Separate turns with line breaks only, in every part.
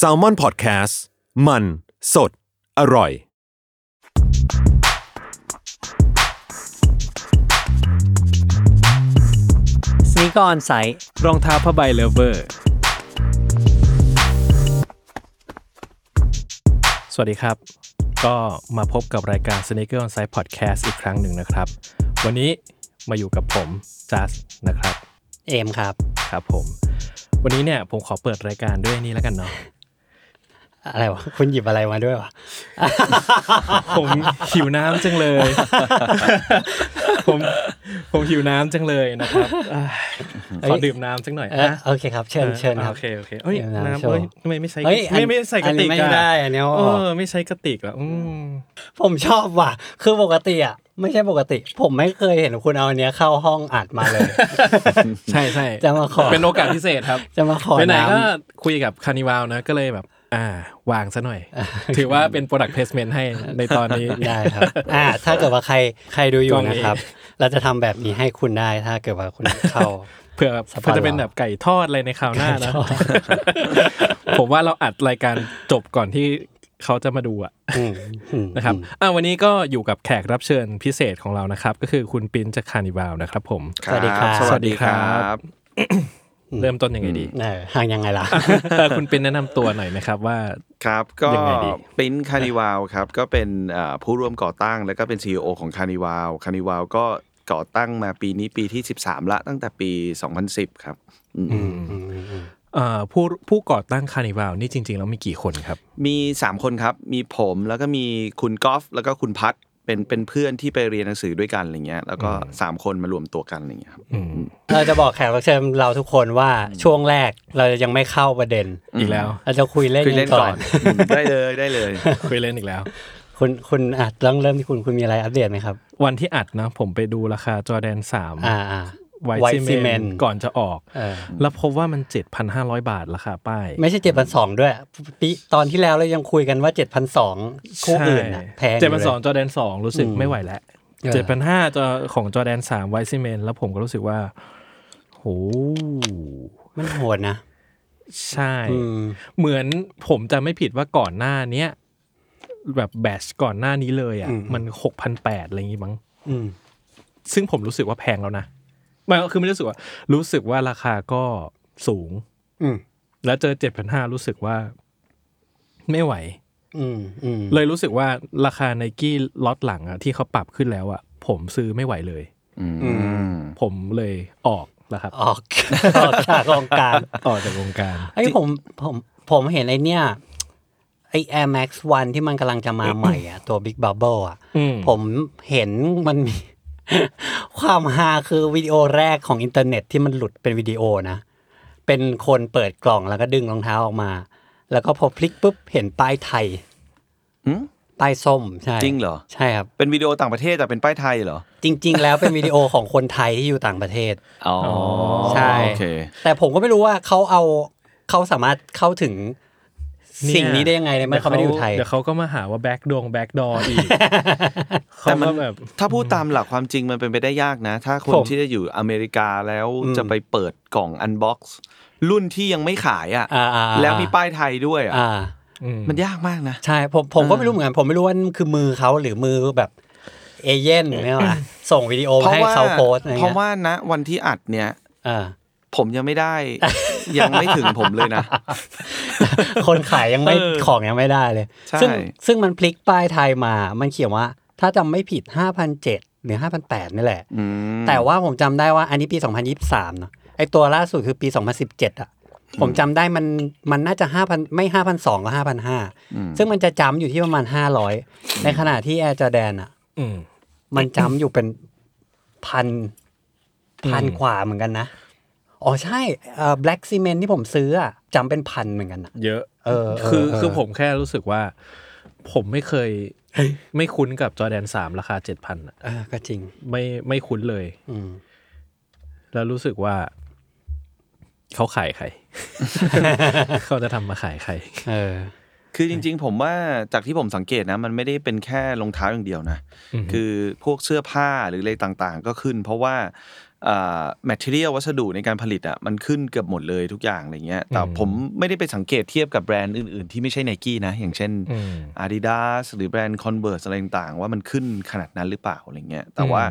s a l m o n PODCAST มันสดอร่อย
สนิกออนไซต์
รองเท้าผ้าใบเลเวอร์ สวัสดีครับ ก็มาพบกับรายการ Sneaker on Site Podcast อีกครั้งหนึ่งนะครับ วันนี้มาอยู่กับผมจัสนะครับ
เอมครับ
ครับผม วันนี้เนี่ยผมขอเปิดรายการด้วยนี่แล้วกันเนาะ
อะไร วะ คุณหยิบอะไรมาด้วยวะ
ผมหิวน้ำจังเลย ผมผมหิวน้ำจังเลยนะครับอ่า
เอ้ย
ขอดื่มน้ำจังหน่อย
เออ
นะ
โอเคครับ เชิญเชิญครับ
โอเคโอเคเอ้ย
เดี๋ยวน้ำ
น้ำ
โชว์
เอ้ยทำไมไม่ใช้
เอ้ยอัน
ไม่ไม่ใส่กระติก
อันนี้ไม่ได้อันนี้เอาอ
เอ
อ
อ
ก
ไม่ใช้กระติกแล้วอืม
ผมชอบว่ะ คือปกติอ่ะ ไม่ใช่ปกติ ผมไม่เคยเห็นคุณเอาอันเนี้ยเข้าห้องอัดมา เลย
ใช่ใช่
จะมาขอ
เป็นโอกาสพิเศษครับ
จะมาขอ
ไปไหน
น้
ก็คุยกับคานิวาวนะก็เลยแบบ อ่าวางซะหน่อย ถือว่าเป็น product placement ให้ในตอน นี้
ำได้ครับ อ่า ถ้าเกิดว่าใครใครดูอยู่
กล้องนี้
นะครับ เราจะทำแบบนี้ให้คุณได้ ถ้าเกิดว่าคุณเข้า
เผื่อแบบ
สะพาน
เพื่อจะเป็นแบบไก่ทอดอะไรในคราวหน้า
ไก่
นะ
ทอด
ผมว่าเราอัดรายการจบก่อนที่เขาจะมาดูอะ
อืมอืม
นะครับอ่าวันนี้ก็อยู่กับแขกรับเชิญพิเศษของเรานะครับ ก็คือคุณปิ้นจากคานิวาวนะครับผม
สวัสดีครับ
สวัสดีครับ เริ่มต้นยังไงดี
เออห่างยังไงล่ะ
เออคุณปิ้นแนะนำตัวหน่อยนะครับว่า
ครับก็
ยังไงดี
ปิ้นคานิวาวครับก็เป็นอ่าผู้ร่วมก่อตั้งแล้วก็เป็น CEO ของคานิวาวคานิวาวก็ก่อตั้งมาปีนี้ปีที่ 13 ละตั้งแต่ปี 2010 ครับอืม
เอ่อผู้ผู้ก่อตั้งคานิวาวนี่จริงๆแล้วมีกี่คนครับ
มี 3 คนครับ มีผมแล้วก็มีคุณกอล์ฟแล้วก็คุณพัทเป็นเป็นเพื่อนที่ไปเรียนหนังสือด้วยกันอะไรเงี้ยแล้วก็ 3 คนมารวมตัวกันอะไรเงี้ยครับ
อืม
เราจะบอกแขกรับเชิญเราทุกคนว่าช่วงแรกเราจะยังไม่เข้าประเด็น
อีกแล้ว
เราจะคุยเล่น
คือ
กั
เล่
น
น
ก่
ก่
อ
อน นอืมได้เลยได้เลย
คุยเล่นอีกแล้ว
คุณคุณอ่ะต้องเริ่มที่คุณคุณมีอะไรอัปเดตไหมครับ
วันที่อัดนะผมไปดูราคาจอแดนสาม
อ่าอ่า
ไว
White
ซี
Cement
เมนก่อนจะออก
เออ
แล้วพบว่ามัน 7,500 บาทราคาป้าย
ไม่ใช่เจ็ดพันสองด้วยปีตอนที่แล้วเรายังคุยกันว่าเจ็ดพันสองคู่อื่นน่ะแพง
เจ็ดพันสอง
ยู่ลย
จอแดนสองรู้สึกไม่ไหวแล้ว
เออ
เจ็ดพันห้าจอของจอแดนสามไวซิเมนแล้วผมก็รู้สึกว่าโห
มันโหดนะ
ใช่
อืม
เหมือนผมจะไม่ผิดว่าก่อนหน้าเนี้ยแบบแบชก่อนหน้านี้เลยอ่ะ มันหกพันแปดอะไรอย่างงี้มั้ง
อืม
ซึ่งผมรู้สึกว่าแพงแล้วนะไมันคือไม่รู้สึกว่า รู้สึกว่าราคาก็สูง
อืม
แล้วเจอเจ็ดพันห้ารู้สึกว่า ไม่ไหว
อืมอืม
เลยรู้สึกว่าราคาไนกี้ล็อตหลังอะที่เขาปรับขึ้นแล้วอะผมซื้อไม่ไหวเลย
อืม
ผมเลยออกแล้วครับ
ออก ออกจากกองกลาง
ออกจากวงการ
ไอ้ยผมผมผมเห็นไอ้เนี่ยไอ้ Air Max 1 ที่มันกำลังจะมาใหม่อ่ะตัว Big Bubble อ่ะ
อืม
ผมเห็นมันมี ความฮาคือวิดีโอแรกของอินเทอร์เน็ตที่มันหลุดเป็นวิดีโอนะ เป็นคนเปิดกล่องแล้วก็ดึงรองเท้าออกมา แล้วก็พอพลิกปุ๊บเห็นป้ายไทย
หึ
ป้ายส้มใช่
จริงเหรอ
ใช่ครับ
เป็นวิดีโอต่างประเทศแต่เป็นป้ายไทยเหรอ
จริง ๆ แล้วเป็นวิดีโอของคนไทยที่อยู่ต่างประเทศ
อ๋อ
ใช่
โอเค
แต่ผมก็ไม่รู้ว่าเขาเอาเขาสามารถเข้าถึงสิ่งนี้ได้ยังไงในเมื่อเขาไม่ได้อยู่ไทย
เดี๋ยวเขาก็มาหาว่าแบ็กดงแบ็กดออีกเขา
แต่มัน
ก็แบบ
ถ้าพูดตามหลักความจริงมันเป็นไปได้ยากนะ ถ้าคน
ผม
ที่จะอยู่อเมริกาแล้ว
อืม
จะไปเปิดกล่องอันบ็อกซ์รุ่นที่ยังไม่ขายอ่ะ
อ่าอ่าอ่า
แล้วมีป้ายไทยด้วยอ่ะ
อ่า
อืม
มันยากมากนะ
ใช่ผมผมก็ไม่รู้เหมือนกันผมไม่รู้ว่ามันคือมือเขาหรือมือแบบเอเย่นเนี่ย ว่ะส่งวิดีโอ
เพ
ให้
ราะว่า
เขาโพสต์อะไร
เพ
เงี้
ราะ
ย
ว่านะวันที่อัดเนี่ย
เออ
ผมยังไม่ได้ ยังไม่ถึงผมเลยนะ
คนขายยังไม่ของยังไม่ได้เลย
ใช่
ซึ่งซึ่งมันพลิกป้ายไทยมา มันเขียนว่า ถ้าจำไม่ผิด 5,007หรือ5,008นี่แหละ
อืม
แต่ว่าผมจำได้ว่าอันนี้ปี 2023เนาะไอตัวล่าสุดคือปี 2017อ่ะผมจำได้มันมันน่าจะ5,000ไม่5,002ก็5,005ซึ่งมันจะจำอยู่ที่ประมาณ 500 ในขณะที่แอร์จอแดนอ่ะ
อืม
มันจำอยู่เป็นพันพัน
อืม
ขวาเหมือนกันนะ อ๋อใช่แบล็กซีเมนที่ผมซื้ออะจำเป็นพันเหมือนกันนะ
เยอะ
เออเ
คือ
เ
คือผมแค่รู้สึกว่า ผมไม่เคยไม่คุ้นกับจอแดนสามราคาเจ็ดพัน
เออก็จริง
ไม่ไม่คุ้นเลย
อืม
แล้วรู้สึกว่าเขาขายใคร เขาจะทำมาขายใคร
เออ
คือจริง ๆ ผมว่าจากที่ผมสังเกตนะ มันไม่ได้เป็นแค่รองเท้าอย่างเดียวนะ
อืม
คือพวกเสื้อผ้าหรืออะไรต่างๆ ก็ขึ้น เพราะว่าแมทเทียลวัสดุในการผลิตอ่ะมันขึ้นเกือบหมดเลยทุกอย่างอะไรเงี้ยแต่ผมไม่ได้ไปสังเกตเทียบกับแบรนด์อื่น ๆ ที่ไม่ใช่ไนกี้นะ อย่างเช่น
อืม
Adidas หรือแบรนด์ Converse อะไรต่างๆ ว่ามันขึ้นขนาดนั้นหรือเปล่าอะไรเงี้ยแต่ว่า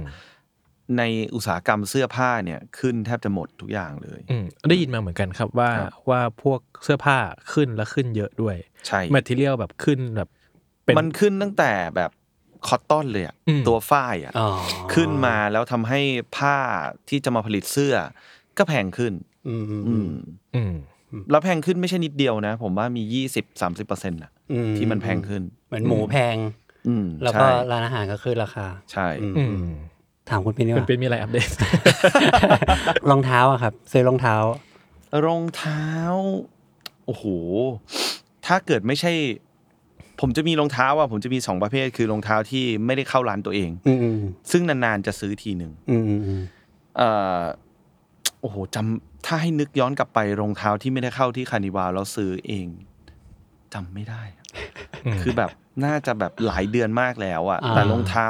ในอุตสาหกรรมเสื้อผ้าเนี่ยขึ้นแทบจะหมดทุกอย่างเลย
อืมได้ยินมาเหมือนกันครับว่า
ครับ
ว่าพวกเสื้อผ้าขึ้นแล้วขึ้นเยอะด้วย
ใช่
แมทเทียลแบบขึ้นแบบ เป็น
มันขึ้นตั้งแต่แบบคอตตอนเลยอะ
อืม
ตัวฝ้ายอ่ะ
อ๋อ
ขึ้นมาแล้วทำให้ผ้าที่จะมาผลิตเสื้อ ก็แพงขึ้น
อืมอืม
อืม
อืม
แล้วแพงขึ้นไม่ใช่นิดเดียวนะ ผมว่ามี 20-30%อร์เซ็นต์ะ
อื
ที่มันแพงขึ้น
เหมือนหมูแพง
อืม
แล้วก็
ใช่
ร้านอาหารก็ขึ้นราคา
ใช่
อืม
อืม
ถามคุณพี่นี่
คุณ
ว่า
เป็นมีอะไรอัปเดต
รองเท้าอะครับซื้อรองเท้า
รองเท้า โอ้โห ถ้าเกิดไม่ใช่ ผมจะมีรองเท้าอ่ะผมจะมีสองประเภท คือรองเท้าที่ไม่ได้เข้าร้านตัวเอง
อืมอืม
ซึ่งนานๆจะซื้อทีหนึ่ง
อืมอืมอืม
เอ่อโอ้โหจำถ้าให้นึกย้อนกลับไปรองเท้าที่ไม่ได้เข้าที่คานิวาแล้วซื้อเองจำไม่ได้อะ
อืม
คือแบบน่าจะแบบหลายเดือนมากแล้วอะ
อ่า
แต่รองเท้า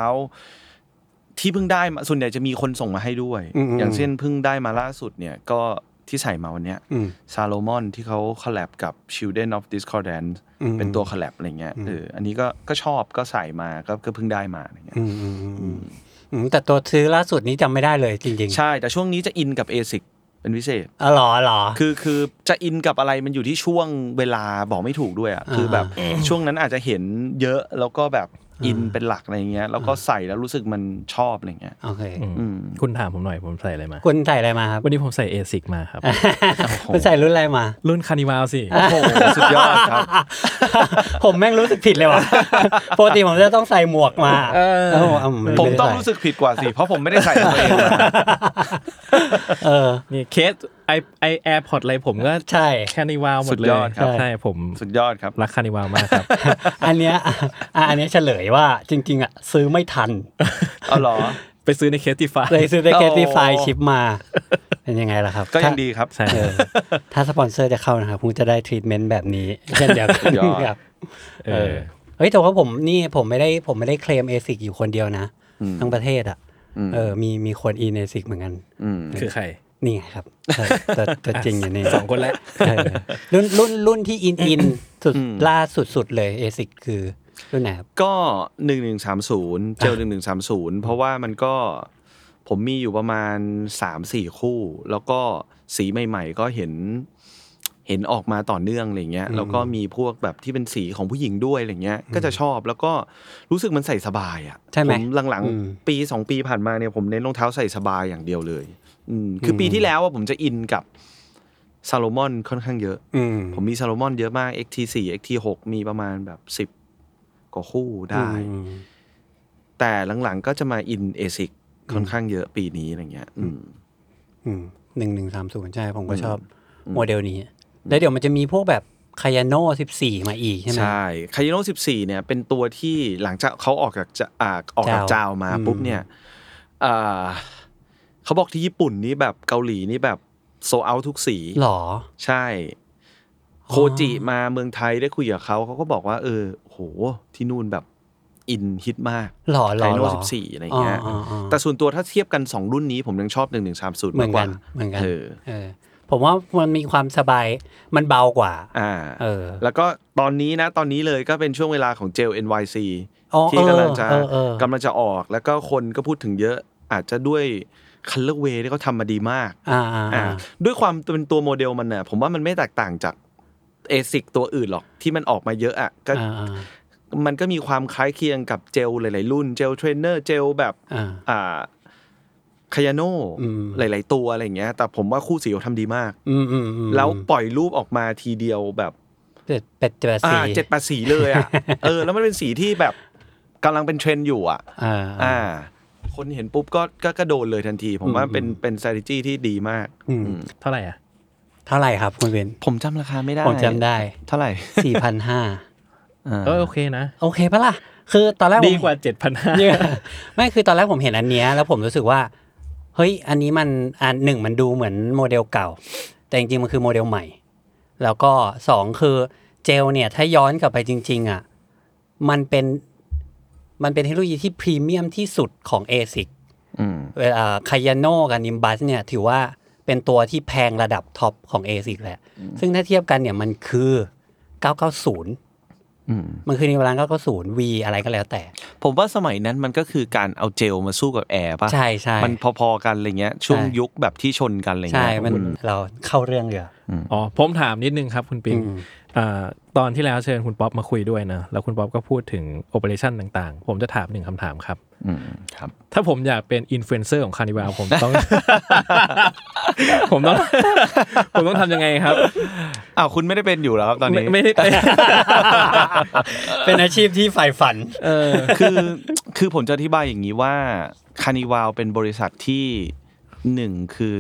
ที่เพิ่งได้มาส่วนใหญ่จะมีคนส่งมาให้ด้วย
อืมอืม
อย่างเช่นเพิ่งได้มาล่าสุดเนี่ยก็ที่ใส่มาวันเนี้ย
อืม
ซาโลมอนที่เขาคอลแลบกับ Children of Discordance
อืม
เป็นตัวคอลแลบอะไรเงี้ยเอออันนี้ก็ก็ชอบก็ใส่มาก็ก็เพิ่งได้มาอะไรเงี้ย
อืมอืมอืมอืมอืมแต่ตัวซื้อล่าสุดนี้จำไม่ได้เลยจริงๆ
ใช่แต่ช่วงนี้จะอินกับ ASIC เป็นพิเศษ
อ๋อเหรอเหรอ
คือคือจะอินกับอะไรมันอยู่ที่ช่วงเวลาบอกไม่ถูกด้วยอ่ะ
อ่า
คือแบบช่วงนั้นอาจจะเห็นเยอะแล้วก็แบบอินเป็นหลักอะไรเงี้ย แล้วก็ใส่แล้วรู้สึกมันชอบอะไรเงี้ย
โอเค
อืม
อืม
คุณถามผมหน่อยผมใส่อะไรมา
คุณใส่อะไรมาครับ
วันนี้ผมใส่เอซิกมาครับ
คุณใส่รุ่นอะไรมา
รุ่นคานิวาลสิ
โอ้โหสุดยอดครับ
ผมแม่งรู้สึกผิดเลยว่ะ ปกติผมจะต้องใส่หมวกมา
เออ
เอ้าเาไได้
ผมต้อง
ใส่
รู้สึกผิดกว่าสิ เพราะผมไม่ได้ใส่ตัวเองนะ
เออ
นี่เคสไอไอแอร์พอร์ตอะไรผมก็
ใช่
คานิวาลหมดเล
สุดย
ย
อดครับ
ใช่ผม
สุดยอดครับ
รักคานิวาลมากครับ
อันเนี้ยอ่ะอันเนี้ยเฉลยว่าจริง ๆอ่ะซื้อไม่ทัน
เอาเหรอ
ไปซื้อในเคสที่ฟ้า
เลยซื้อได้
โอ้
แคสตี้ไฟล์ชิปมา เป็นยังไงล่ะครับ
ก็ยัง
ถ้า
ดีครับ
ใช่
เออถ้าสปอนเซอร์จะเข้านะครับคุณจะได้ทรีทเมนต์แบบ นี้ เช่นเดียวกัน
ยอด
ครับ
เออ
เฮ้ยแต่ว่าผมนี่ผมไม่ได้ผมไม่ได้เคลมเอซิกอยู่คนเดียวนะทั้งประเทศอ่ะเออมีมีคนอินเอซิกเหมือนกัน
อืม
คือใคร
นี่ไงครับเออตัวตัวจริงอยู่นี่
สองคนแล้ว
เออรุ่นรุ่นรุ่นที่อินอินสุดล่าสุดสุดเลยเอซิกคือรุ่นไหนครับ
ก็หนึ่งหนึ่งสามศูนย์เจลหนึ่งหนึ่งสามศูนย์เพราะว่ามันก็ผมมีอยู่ประมาณสามสี่คู่ แล้วก็สีใหม่ ๆ ก็เห็นเห็นออกมาต่อเนื่องอะไรเงี้ยแล้วก็มีพวกแบบที่เป็นสีของผู้หญิงด้วยอะไรเงี้ย ก็จะชอบแล้วก็รู้สึกมันใส่สบายอ่ะ
ใช่ไหม
ผหลัง
อืม
ๆ ปีสองปีผ่านมาเนี่ยผมเน้นรองเท้าใส่สบายอย่างเดียวเลยอืมคือปีที่แล้วอะผมจะอินกับซาโลมอนค่อนข้างเยอะ
อืม
ผมมีซาโลมอนเยอะมาก XT4 XT6 มีประมาณแบบ 10 กว่าคู่ได้ แต่หลังๆก็จะมาอินเอซิกค่อนข้างเยอะปีนี้อะไรเงี้ยอืม
หนึ่งหนึ่งสามศูนย์ใช่ผมก็ชอบ
อืม
โมเดลนี้ แล้วเดี๋ยวมันจะมีพวกแบบคายาโน่สิบสี่มาอีกใช่ไหม
ใช่คายโน14 เนี่ย เป็นตัวที่หลังจากเขาออกจากจะอ่าออกจากจา
จาว ว
มา
อืม
ปุ๊บเนี่ยอ่าเขาบอกที่ญี่ปุ่นนี่แบบเกาหลีนี่แบบโซเอาทุกสี
หรอ
ใช่ โคจิมาเมืองไทยได้คุยกับเขาเขาก็บอกว่า เออโหที่นู่นแบบอินฮิตมาก
หรอหร
ได
อ
โน
หรอ
สิบสี่อะไรเงี้ย
อ๋ออ๋ออ๋อ
แต่ส่วนตัวถ้าเทียบกันสองรุ่นนี้ผมยังชอบหนึ่งหนึ่งสามศูนย์
เหมื
มา
อกน
ก
กั
ว่า
นเหมือนกัน
เออ
เออ ผมว่ามันมีความสบายมันเบากว่า
อ่า
เออ
แล้วก็ตอนนี้นะ ตอนนี้เลยก็เป็นช่วงเวลาของเจล NYC
อ๋อ
ที่กำลังจะ
เออเออเออก
ำลังจะออกแล้วก็คนก็พูดถึงเยอะ อาจจะด้วยคัลเลอร์เวที่เขาทำมาดีมาก
อ่าอ่า
อ่า
อ่า
ด้วยความเป็นตัวโมเดลมันน่ะผมว่ามันไม่แตกต่างจากเอซิกตัวอื่นหรอกที่มันออกมาเยอะอ่ะก็
อ่าอ่า
มันก็มีความคล้ายเคียงกับเจลหลาย ๆ รุ่นเจลเทรนเนอร์เจลแบบ
อ่า
อ่าคายาโน่
อืม
หลาย ๆ ตัวอะไรอย่างเงี้ย แต่ผมว่าคู่สีเขาทำดีมาก
อืมอืมอืม
แล้วปล่อยรูปออกมาทีเดียวแบบ
เจ็ดเป็ดเจ็ด
อ่า
สี
เจ็ดแปดสีเลยอ่ะ เออ แล้วมันเป็นสีที่แบบกำลังเป็นเทรนด์อยู่อ่ะ
อ่า
อ่า คนเห็นปุ๊บก็ก็ก็โดนเลยทันที ผมว่าเป็นเป็น strategy ที่ดีมาก
อืม
อืม
เท่าไหร่อ่ะ
เท่าไหร่ครับคุณเวน
ผมจำราคาไม่ได้
ผมจำได้
เท่าไหร่
สี่พันห้า
อ่า
เออโอเคนะ
โอเคปะล่ะ คือตอนแรกผม
ดีกว่าเจ็ดพันห้า
เนี่ย ไม่คือตอนแรกผมเห็นอันเนี้ยแล้วผมรู้สึกว่า เฮ้ย อันนี้มันอันหนึ่งมันดูเหมือนโมเดลเก่า แต่จริงๆ มันคือโมเดลใหม่ แล้วก็สองคือเจลเนี่ย ถ้าย้อนกลับไปจริง ๆ อ่ะ มันเป็นมันเป็นเทคโนโลยีที่พรีเมียมที่สุดของ ASIC
อืม
เวลาคายาโนกับนิมบัสเนี่ยถือว่าเป็นตัวที่แพงระดับท็อปของ ASIC แหละ ซึ่งถ้าเทียบกันเนี่ยมันคือ 990
อืม
มันคือนิมบัส990 V อะไรก็แล้วแต่
ผมว่าสมัยนั้นมันก็คือการเอาเจลมาสู้กับแอร์ป่ะ
ใช่ใช่
มันพอๆกันอะไรเงี้ย ช่วง
ใช่
ยุคแบบที่ชนกันอะไร
ใช่
เงี้ย
มัน
อื
เราเข้าเรื่องเดียว
อ๋อผมถามนิดนึงครับคุณปิง
อืม
อ่าตอนที่แล้วเชิญคุณป๊อปมาคุยด้วยนะ แล้วคุณป๊อปก็พูดถึงโอเปอเรชันต่างๆ ผมจะถามหนึ่งคำถามครับ
อืมครับ
ถ้าผมอยากเป็นอินฟลูเอนเซอร์ของคานิวาผม ต้อง ผมต้อง ผมต้องทำยังไงครับ
อ้าวคุณไม่ได้เป็นอยู่แล้วครับตอน
ไม่
นี้
ไม่ได้ไป
เป็นอาชีพที่ใฝ่ฝัน
เออ
คือคือผมจะอธิบายอย่างนี้ว่าคานิวาลเป็นบริษัทที่หนึ่งคือ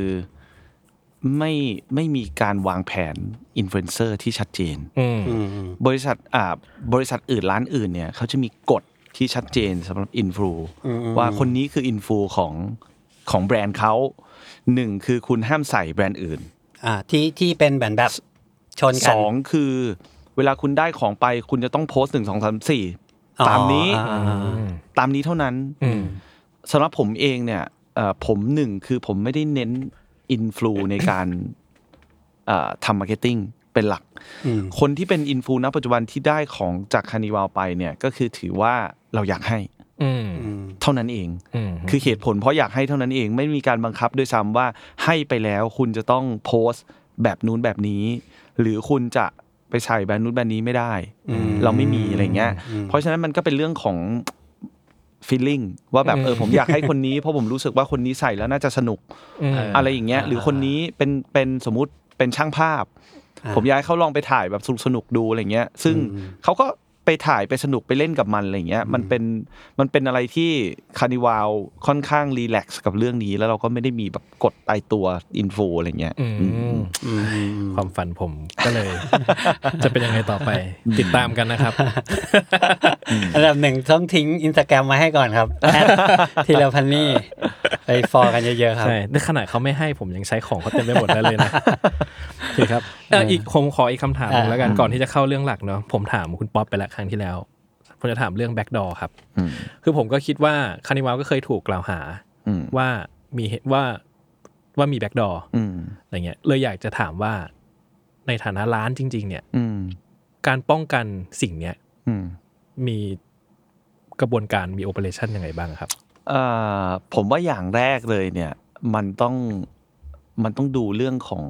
ไม่ไม่มีการวางแผนอินฟลูเอนเซอร์ที่ชัดเจน
อืม
บริษัทอ่าบริษัทอื่นร้านอื่นเนี่ยเขาจะมีกฎที่ชัดเจนสำหรับอินฟลู
อืม
ว่าคนนี้คืออินฟลูของของแบรนด์เขาหนึ่งคือคุณห้ามใส่แบรนด์อื่น
อ่าที่ที่เป็นแบบแบบชน
ส
กัน
องคือเวลาคุณได้ของไปคุณจะต้องโพสต์หนึ่งสองสามสี่ตามนี้
อ๋ออ่าอ่า
ตามนี้เท่านั้น
อืม
สำหรับผมเองเนี่ยเอ่อผมหนึ่งคือผมไม่ได้เน้นอินฟลู ในการเอ่อทำมาร์เก็ตติ้งเป็นหลัก
อืม
คนที่เป็นอินฟลูณปัจจุบันที่ได้ของจากคานิวาลไปเนี่ยก็คือถือว่าเราอยากให้
อืม
อืม
เท่านั้นเอง
อืม
คือเหตุผลเพราะอยากให้เท่านั้นเองไม่มีการบังคับด้วยซ้ำว่าให้ไปแล้วคุณจะต้องโพสต์แบบนู้นแบบนี้ หรือคุณจะไปใส่แบรนด์นู้นแบรนด์นี้ไม่ได้
อืม
เราไม่มีอะไรเงี้ย
อืม
เพราะฉะนั้นมันก็เป็นเรื่องของ feeling ว่าแบบเออผมอยากให้คนนี้ เพราะผมรู้สึกว่าคนนี้ใส่แล้วน่าจะสนุก
อืม
อะไรอย่างเงี้ย หรือคนนี้เป็นเป็นสมมติเป็นช่างภาพ
อ่า
ผมอยากให้เขาลองไปถ่ายแบบสนุกสนุกๆดูอะไรเงี้ย ซึ่งเขาก็ไปถ่ายไปสนุกไปเล่นกับมันอะไรเงี้ย มันเป็นมันเป็นอะไรที่คานิวาลค่อนข้างรีแลกซ์กับเรื่องนี้ แล้วเราก็ไม่ได้มีแบบกดตายตัวอินโฟอะไรเงี้ย
อืม
อืม
ความฝันผมก็เลย จะเป็นยังไงต่อไป ติดตามกันนะครับ
อันดับหนึ่งต้องทิ้งอินสตาแกรมมาให้ก่อน ครับ ทีละพันนี่ไปฟอลกันเยอะๆครับ
ใช่ในขนาดเขาไม่ให้ผมยังใช้ของเขาเต็มไปหมดแล้วเลยนะ โอเคครับเอ่ออีกผมขออีกคำถามหนึง
อ่า
แล้วกันก่อนที่จะเข้าเรื่องหลักเนาะผมถามคุณป๊อปไปละครั้งที่แล้ว ผมจะถามเรื่องแบ็กดอร์ครับ
อืม
คือผมก็คิดว่าคานิวาก็เคยถูกกล่าวหา
อืม
ว่ามีเหตุว่าว่ามีแบ็กดอร์
อืม
อะไรเงี้ยเลยอยากจะถามว่าในฐานะร้านจริง ๆ เนี่ย
อืม
การป้องกันสิ่งเนี้ย
อืม
มีกระบวนการมีโอเปอเรชั่นยังไงบ้างครับ
เอ่อผมว่าอย่างแรกเลยเนี่ยมันต้องมันต้องดูเรื่องของ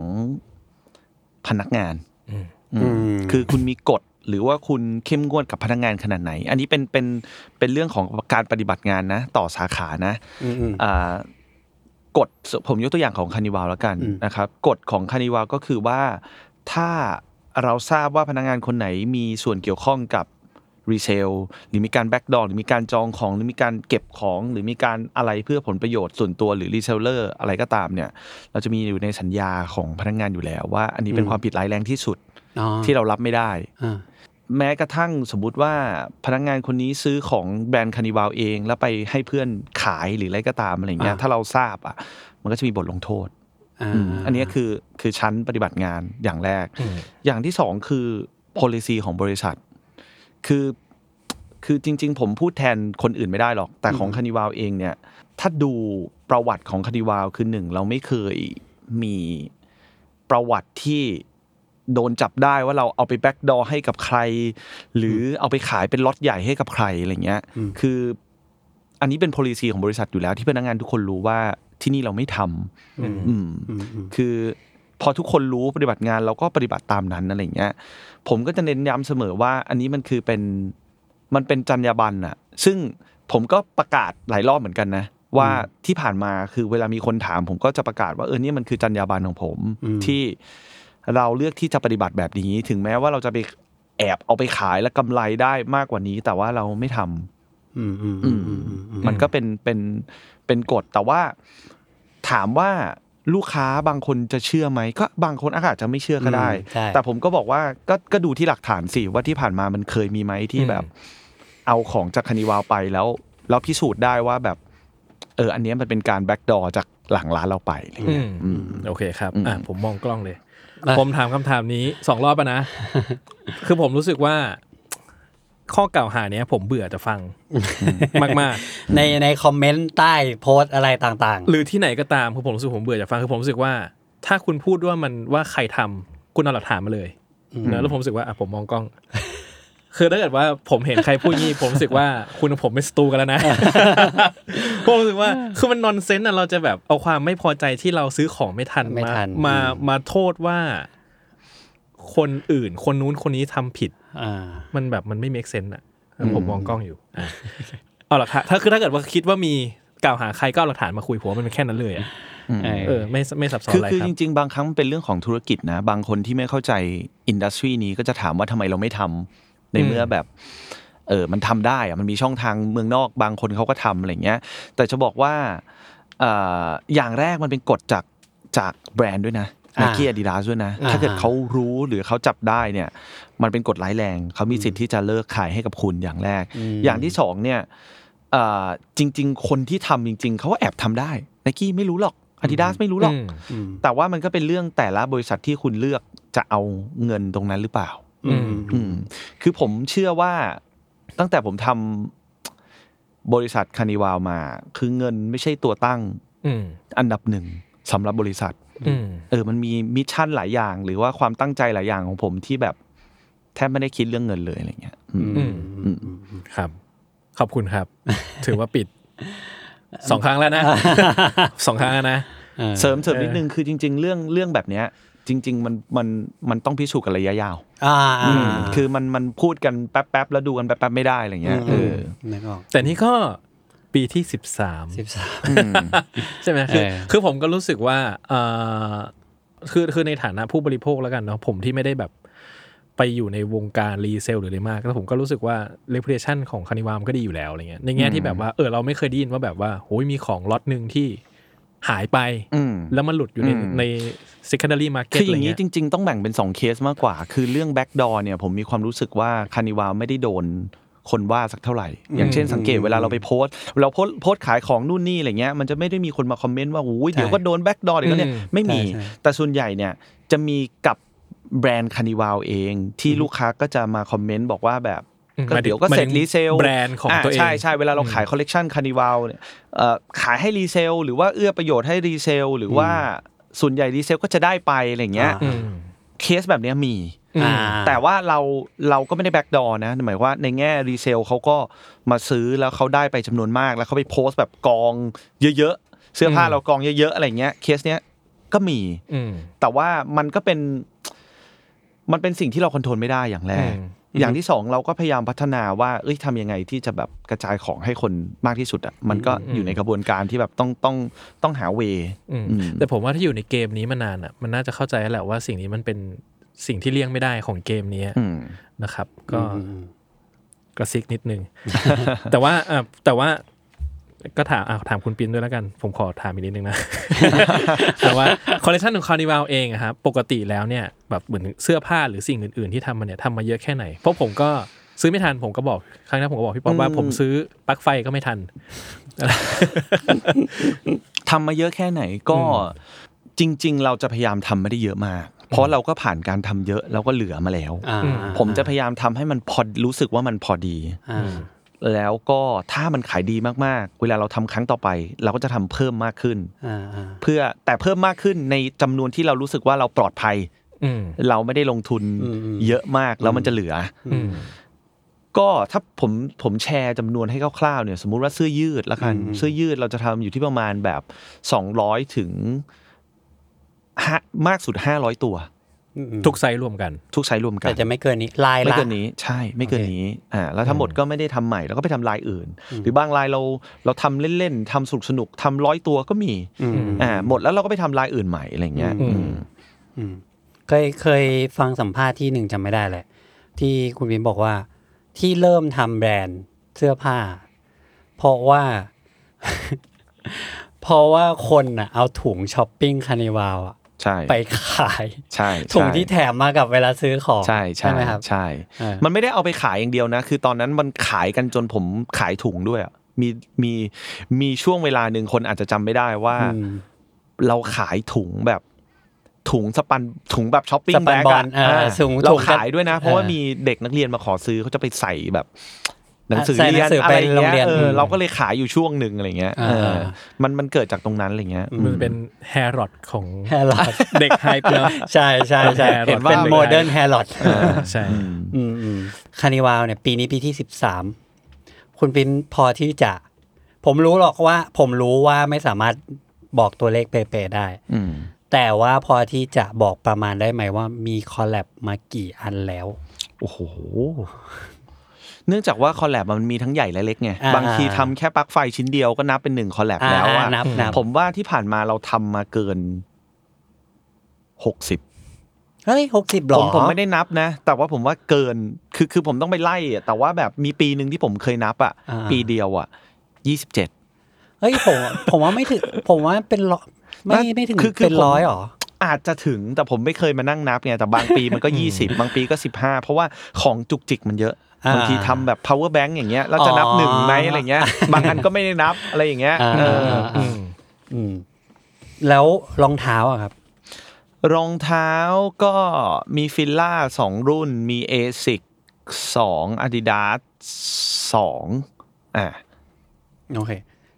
พนักงาน
อืม
อืม
อืม
คือคุณมีกฎหรือว่าคุณเข้มงวดกับพนักงานขนาดไหน อันนี้เป็นเป็นเป็นเรื่องของการปฏิบัติงานนะ ต่อสาขานะ
อืมอืม
อ่ากฎผมยกตัวอย่างของคานิวาลแล้วกัน
อืม
นะครับกฎของคานิวาลก็คือว่าถ้าเราทราบว่าพนักงานคนไหนมีส่วนเกี่ยวข้องกับ รีเซลหรือมีการแบ็กดอ r หรือมีการจองของ หรือมีการเก็บของ หรือมีการอะไรเพื่อผลประโยชน์ส่วนตัวหรือรีเซลเลอร์อะไรก็ตามเนี่ย เราจะมีอยู่ในสัญญาของพนักงานอยู่แล้ว ว่าอันนี้เป็นความผิดร้ายแรงที่สุด
อ๋อ
ที่เรารับไม่ได้
อ่า
แม้กระทั่งสมมุติว่าพนักงานคนนี้ซื้อของแบรนด์คานิวาลเอง แล้วไปให้เพื่อนขายหรืออะไรก็ตามอะไรอย่างเงี้ยถ้าเราทราบอ่ะมันก็จะมีบทลงโทษ
อ่า
อืมอันนี้คือคือชั้นปฏิบัติงานอย่างแรก
อืม
อย่างที่สองคือ policy ของบริษัท คือคือจริง ๆ ผมพูดแทนคนอื่นไม่ได้หรอก แต่ของคานิวาลเองเนี่ย ถ้าดูประวัติของคานิวาลคือหนึ่งเราไม่เคยมีประวัติที่โดนจับได้ว่าเราเอาไปแบ็กดอให้กับใคร หรือเอาไปขายเป็นล็อตใหญ่ให้กับใครอะไรเงี้ย คือ อันนี้เป็น policy ของบริษัทอยู่แล้วที่พนักงานทุกคนรู้ว่าที่นี่เราไม่ทำ
อืม
อืม
อืมอืม
คือพอทุกคนรู้ปฏิบัติงานเราก็ปฏิบัติตามนั้นอะไรอย่างเงี้ยผมก็จะเน้นย้ำเสมอว่า อันนี้มันคือเป็นมันเป็นจรรยาบรรณอะซึ่งผมก็ประกาศหลายรอบเหมือนกันนะ ว่าที่ผ่านมาคือเวลามีคนถาม ผมก็จะประกาศว่าเออเนี่ยมันคือจรรยาบรรณของผมที่เราเลือกที่จะปฏิบัติแบบนี้ ถึงแม้ว่าเราจะไปแอบเอาไปขายและกำไรได้มากกว่านี้ แต่ว่าเราไม่ทำ
อืมอืม
อื
อื
ม
มอืม
อืมอื
อื
ม
ม
อืมมันก็เป็นเป็นเป็นกฎแต่ว่าถามว่าลูกค้าบางคนจะเชื่อไหมก็บางคนอาจจะไม่เชื่อก็ได้
ใช่
แต่ผมก็บอกว่าก็ก็ดูที่หลักฐานสิว่าที่ผ่านมามันเคยมีไหมที่
อืม
แบบ เอาของจากคานิวาลไปแล้วแล้วพิสูจน์ได้ว่าแบบ เออ อันเนี้ยมันเป็นการแบ็กดอจากหลังร้านเราไปอะไร
อื
เงี้ย
มโอเคครับ
อืม
อ่ะผมมองกล้องเลย ผมถามคำถามนี้สองรอบอะ นะ คือผมรู้สึกว่า ข้อกล่าวหาเนี้ย ผมเบื่อจะฟังมาก
ในในคอมเมนต์ใต้โพสต์อะไรต่าง
ๆ หรือที่ไหนก็ตามคือผมรู้สึกผมเบื่อจะฟังคือผมรู้สึกว่า ถ้าคุณพูดว่ามันว่าใครทำคุณเอาหลักฐานมาเลยนะแล้วผมรู้สึกว่าอ่ะผมมองกล้ อง คือถ้าเกิดว่าผมเห็นใครพูดงี้ ผมรู้สึกว่าคุณกับผมเป็นศัตรูกันแล้วนะ ผมรู้สึกว่าคือมันนอนเซนต์อะเราจะแบบเอาความไม่พอใจที่เราซื้อของไม่ทัน
ๆ ไม่
มา
ทัน
มามาโทษว่า คนอื่น คนนู้นคนนี้ทำผิด
อ่า
มันแบบมันไม่ make sense อะผมมองกล้องอยู่อ่ะ เอาหลักฐานถ้าคือถ้าเกิดว่าคิดว่ามีกล่าวหาใครก็เอาหลักฐานมาคุยผมว่ามันเป็นแค่นั้นเลยอะ
เออ
เออไม่ไม่ซับซ้อน
คือ
อะไร
คือ
ครั
จ
บ
ริง ๆ บางครั้งมันเป็นเรื่องของธุรกิจนะ บางคนที่ไม่เข้าใจอินดัสทรีนี้ก็จะถามว่าทำไมเราไม่ทำใน
อืม
เมื่อแบบ เออมันทำได้อะมันมีช่องทางเมืองนอกบางคนเขาก็ทำอะไรเงี้ย แต่จะบอกว่าเอ่ออย่างแรกมันเป็นกฎจากจากแบรนด์ด้วยนะไน
อ่า
กี้อาดิดาสด้วยนะ
อ่า
ถ้าเกิดเขารู้หรือเขาจับได้เนี่ย มันเป็นกฎร้ายแรงเขามีสิทธิ์ที่จะเลิกขายให้กับคุณอย่างแรก อย่างที่สองเนี่ยเอ่อจริง ๆ คนที่ทำจริง ๆเขาก็แอบทำได้ไนกี้ไม่รู้หรอกอาดิดาสไม่รู้หรอก
อืม
อืม
แต่ว่ามันก็เป็นเรื่องแต่ละบริษัทที่คุณเลือกจะเอาเงินตรงนั้นหรือเปล่า
อืม
อืม คือผมเชื่อว่าตั้งแต่ผมทำบริษัทคานิวาลมา คือเงินไม่ใช่ตัวตั้ง
อืม
อันดับหนึ่งสำหรับบริษัท
อืม
เออ มันมีมิชชั่นหลายอย่าง หรือว่าความตั้งใจหลายอย่างของผมที่แบบแทบไม่ได้คิดเรื่องเงินเลยอะไรเงี้ยอืม
อืม
อืม
ครับ ขอบคุณ ครับ ถือว่าปิดสองครั้งแล้ว นะสองครั้งแล้วนะ
ออ
เสริมเสริมนิดนึงคือจริง ๆ เรื่องเรื่องแบบเนี้ย จริง ๆ มันมันมันต้องพิสูจน์กันระยะยาว
อ่า
อืมคือมันมันพูดกันแป๊บๆแล้วดูกันแป๊บๆไม่ได้อะไรเงี้ยเออ
นึกออก
แต่นี่ก็ปีที่สิบสาม
สิบสาม
ใช่ไหมคือ
เออ
คือผมก็รู้สึกว่าเออคือคือในฐานะผู้บริโภคแล้วกันเนาะผมที่ไม่ได้แบบไปอยู่ในวงการรีเซลหรืออะไรมากแล้วผมก็รู้สึกว่า reputation ของคานิวามนก็ดีอยู่แล้วอะไรเงี้ยในแง่ที่แบบว่าเออเราไม่เคยได้ยินว่าแบบว่าโหยมีของล็อตหนึ่งที่หายไป
อืม
แล้วมันหลุดอยู่ใน
อืม
ใน secondary
คื
market
ออ
อะไร
ย่างนี้
เงี้ย
จริง ๆ ต้องแบ่งเป็น 2 เคสมากกว่า คือเรื่องแบ็กดอร์เนี่ยผมมีความรู้สึกว่าคานิวาไม่ได้โดนคนว่าสักเท่าไหร่ อย่างเช่นสังเกตเวลาเราไปโพสต์เราโพสต์โพสต์ขายของนู่นนี่อะไรเงี้ยมันจะไม่ได้มีคนมาคอมเมนต์ว่าอุ้ยเดี๋ยวก็โดนแบ็กดอร์เดี๋ยวก็เนี่ยไม่มี
ใช่ใช่
แต่ส่วนใหญ่เนี่ยจะมีกับแบรนด์คานิวาเองที่ลูกค้าก็จะมาคอมเมนต์บอกว่าแบบ
อืม
ก็เดี๋ยวก็
หมา
เสร็
ถึหมา
จ
ถึ
รีเซล
แบรนด์ของตัวเอง
าใช่ใช่เวลาเราขายคอลเลกชันคานิวาลเนี่ยเอ่อขายให้รีเซลหรือว่าเอื้อประโยชน์ให้รีเซลหรือว่าส่วนใหญ่รีเซลก็จะได้ไปอะไรอย่างเงี้ย
อ่า
อืม
เคสแบบเนี้ยมี
อ่า
แต่ว่าเราเราก็ไม่ได้แบ็กดอร์นะหมายว่าในแง่รีเซลเขาก็มาซื้อแล้วเขาได้ไปจำนวนมาก แล้วเขาไปโพสต์แบบกองเยอะๆ เสื้อผ้าเรากองเยอะๆอะไรอย่างเงี้ยเคสเนี้ยก็มี
อืม
แต่ว่ามันก็เป็นมันเป็นสิ่งที่เราคอนโทรลไม่ได้อย่างแรก
อืม
อย่างที่สองเราก็พยายามพัฒนาว่า เอ้ยทำยังไงที่จะแบบกระจายของให้คนมากที่สุดอ่ะมันก็อยู่ในกระบวนการที่แบบต้องต้องต้องหาเว
อืม
อืม
แต่ผมว่าถ้าอยู่ในเกมนี้มานานอ่ะมันน่าจะเข้าใจแล้วแหละว่าสิ่งนี้มันเป็นสิ่งที่เลี่ยงไม่ได้ของเกมนี้
อืม
นะครับ ก็ กระซิกนิดนึง แต่ว่าอ่ะแต่ว่าก็ถามอ่ะถามคุณปินด้วยแล้วกัน ผมขอถามอีกนิดนึงนะ แต่ว่าคอลเลคชันของคาร์นิวาลเองอะครับปกติแล้วเนี่ยแบบเหมือนเสื้อผ้าหรือสิ่งอื่นๆที่ทำมาเนี่ยทำมาเยอะแค่ไหน เพราะผมก็ซื้อไม่ทันผมก็บอกครั้งหนั้นผมก็บอกพี่ป๊อปว่าผมซื้อปลั๊กไฟก็ไม่ทัน
ทำมาเยอะแค่ไหนก็จริง ๆ เราจะพยายามทำไม่ได้เยอะมาก เพราะเราก็ผ่านการทำเยอะแล้วก็เหลือมาแล้ว
อ่า
ผมจะพยายามทำให้มันพอรู้สึกว่ามันพอดี
อ่า
แล้วก็ถ้ามันขายดีมากๆ เวลาเราทำครั้งต่อไป เราก็จะทำเพิ่มมากขึ้น
อ่าอ่า
เพื่อแต่เพิ่มมากขึ้นในจำนวนที่เรารู้สึกว่าเราปลอดภัย
อืม
เราไม่ได้ลงทุนเยอะมากแล้วมันจะเหลือ
อืม
ก็ถ้าผมผมแชร์จำนวนให้คร่าวๆเนี่ยสมมุติว่าเสื้อยืดละกันเสื้อยืดเราจะทำอยู่ที่ประมาณแบบ200ถึงห้ามากสุด 500 ตัว
ทุกไซส์รวมกัน
ทุกไซส์รวมกั
แต่
น
จะไม่เกินนี้ลายละ
ไม่เกินนี้ใช่ไม่เกินนี้อ่าแล้วทั้งหมดก็ไม่ได้ทำใหม่แล้วก็ไปทำลายอื่น หรือบางลายเราเราทำเล่นๆทำสนุกสนุกๆทำร้อยตัวก็มี
อืม
อ่าหมดแล้วเราก็ไปทำลายอื่นใหม่อะไรเงี้ย
อืม
อืม
อืมเคยเคยฟังสัมภาษณ์ที่หนึ่งจำไม่ได้แหละ ที่คุณวินบอกว่า ที่เริ่มทำแบรนด์เสื้อผ้า เพราะว่า เพราะว่าคนอ่ะ เอาถุงช้อปปิ้งคานิวาวอะ
ใช่
ไปขาย
ใช่
ถุง
ใช่
ที่แถมมากับเวลาซื้อของ
ใช่ใช่
ไหมครับ
ใช่
เออ
มันไม่ได้เอาไปขายอย่างเดียวนะ คือตอนนั้นมันขายกันจนผมขายถุงด้วยอะมีมีมีช่วงเวลาหนึ่งคนอาจจะจำไม่ได้ว่า
อืม
เราขายถุงแบบถุงสปันถุงแบบช้อปปิ้ง
สปั
แบ็
น
ก
บอ
อะ
ลเออ
อ่า
ถุง
เรา
ถุงกัน
ขายด้วยนะ เพราะว่า
เออ
มีเด็กนักเรียนมาขอซื้อเขาจะไปใส่แบบ หนังสือ
ใส่หนั
เรียน
งสือ
อะ
ไป
ไรอย่าง
โรงเรี
เงี้
ยน
ยเอออ
ม
เราก็เลยขายอยู่ช่วงหนึ่งอะไรเงี้ย
อ่า
เออมันมันเกิดจากตรงนั้นอะไรเงี้ย
มัน
อืม
เป็นแฮร์รอดของ
แฮร์รอด
เด็กไฮเปอร์
ใช่ใช่ใช่
เห็นว่า
เป็นโมเดิร์นแฮร์รอด
ใช่
อืมอืมคานิวาวเนี่ย ปีนี้ปีที่สิบสามคุณปินพอที่จะ ผมรู้หรอกว่า ผมรู้ว่าไม่สามารถบอกตัวเลขเป๊ะๆได้
อืม
แต่ว่าพอที่จะบอกประมาณได้ไหมว่ามีคอลแลบมากี่อันแล้ว
โอ้โห เนื่องจากว่าคอลแลบมันมีทั้งใหญ่และเล็กไง
อ่า
บางทีทำแค่ปลั๊กไฟชิ้นเดียวก็นับเป็นหนึ่งคอลแลบแล้วอะ
อ่านับนับ
ผมว่าที่ผ่านมาเราทำมาเกินหกสิบ
เฮ้ยหกสิบหร
ผ
อ
มผมไม่ได้นับนะ แต่ว่าผมว่าเกิน คือคือผมต้องไปไล่อะแต่ว่าแบบมีปีหนึ่งที่ผมเคยนับอ่ะ
อ่า
ปีเดียวอ่ะยี่สิบเจ็ด
เฮ้ยผมผมว่าไม่ถึ ง ผมว่าเป็นร้อยไม่ไม่ถึง
คือคือ
เป็น
ผม
ร้อยหรอ
อาจจะถึงแต่ผมไม่เคยมานั่งนับไงแต่บางปีมันก็ 20 บางปีก็ 15 เพราะว่าของจุกจิกมันเยอะ
อ่า
บางทีทำแบบ power bank อย่างเงี้ยเราจะนับ
อ๋อ
หนึ่งไหมอะไรเงี้ย บางอันก็ไม่ได้นับอะไรอย่างเงี้ย
อ่า
เออ
อืม
อืม แล้วรองเท้าอะครับ
รองเท้าก็มีฟิลล่าสองรุ่นมี ASIC 2 Adidas 2อ่า
โอเค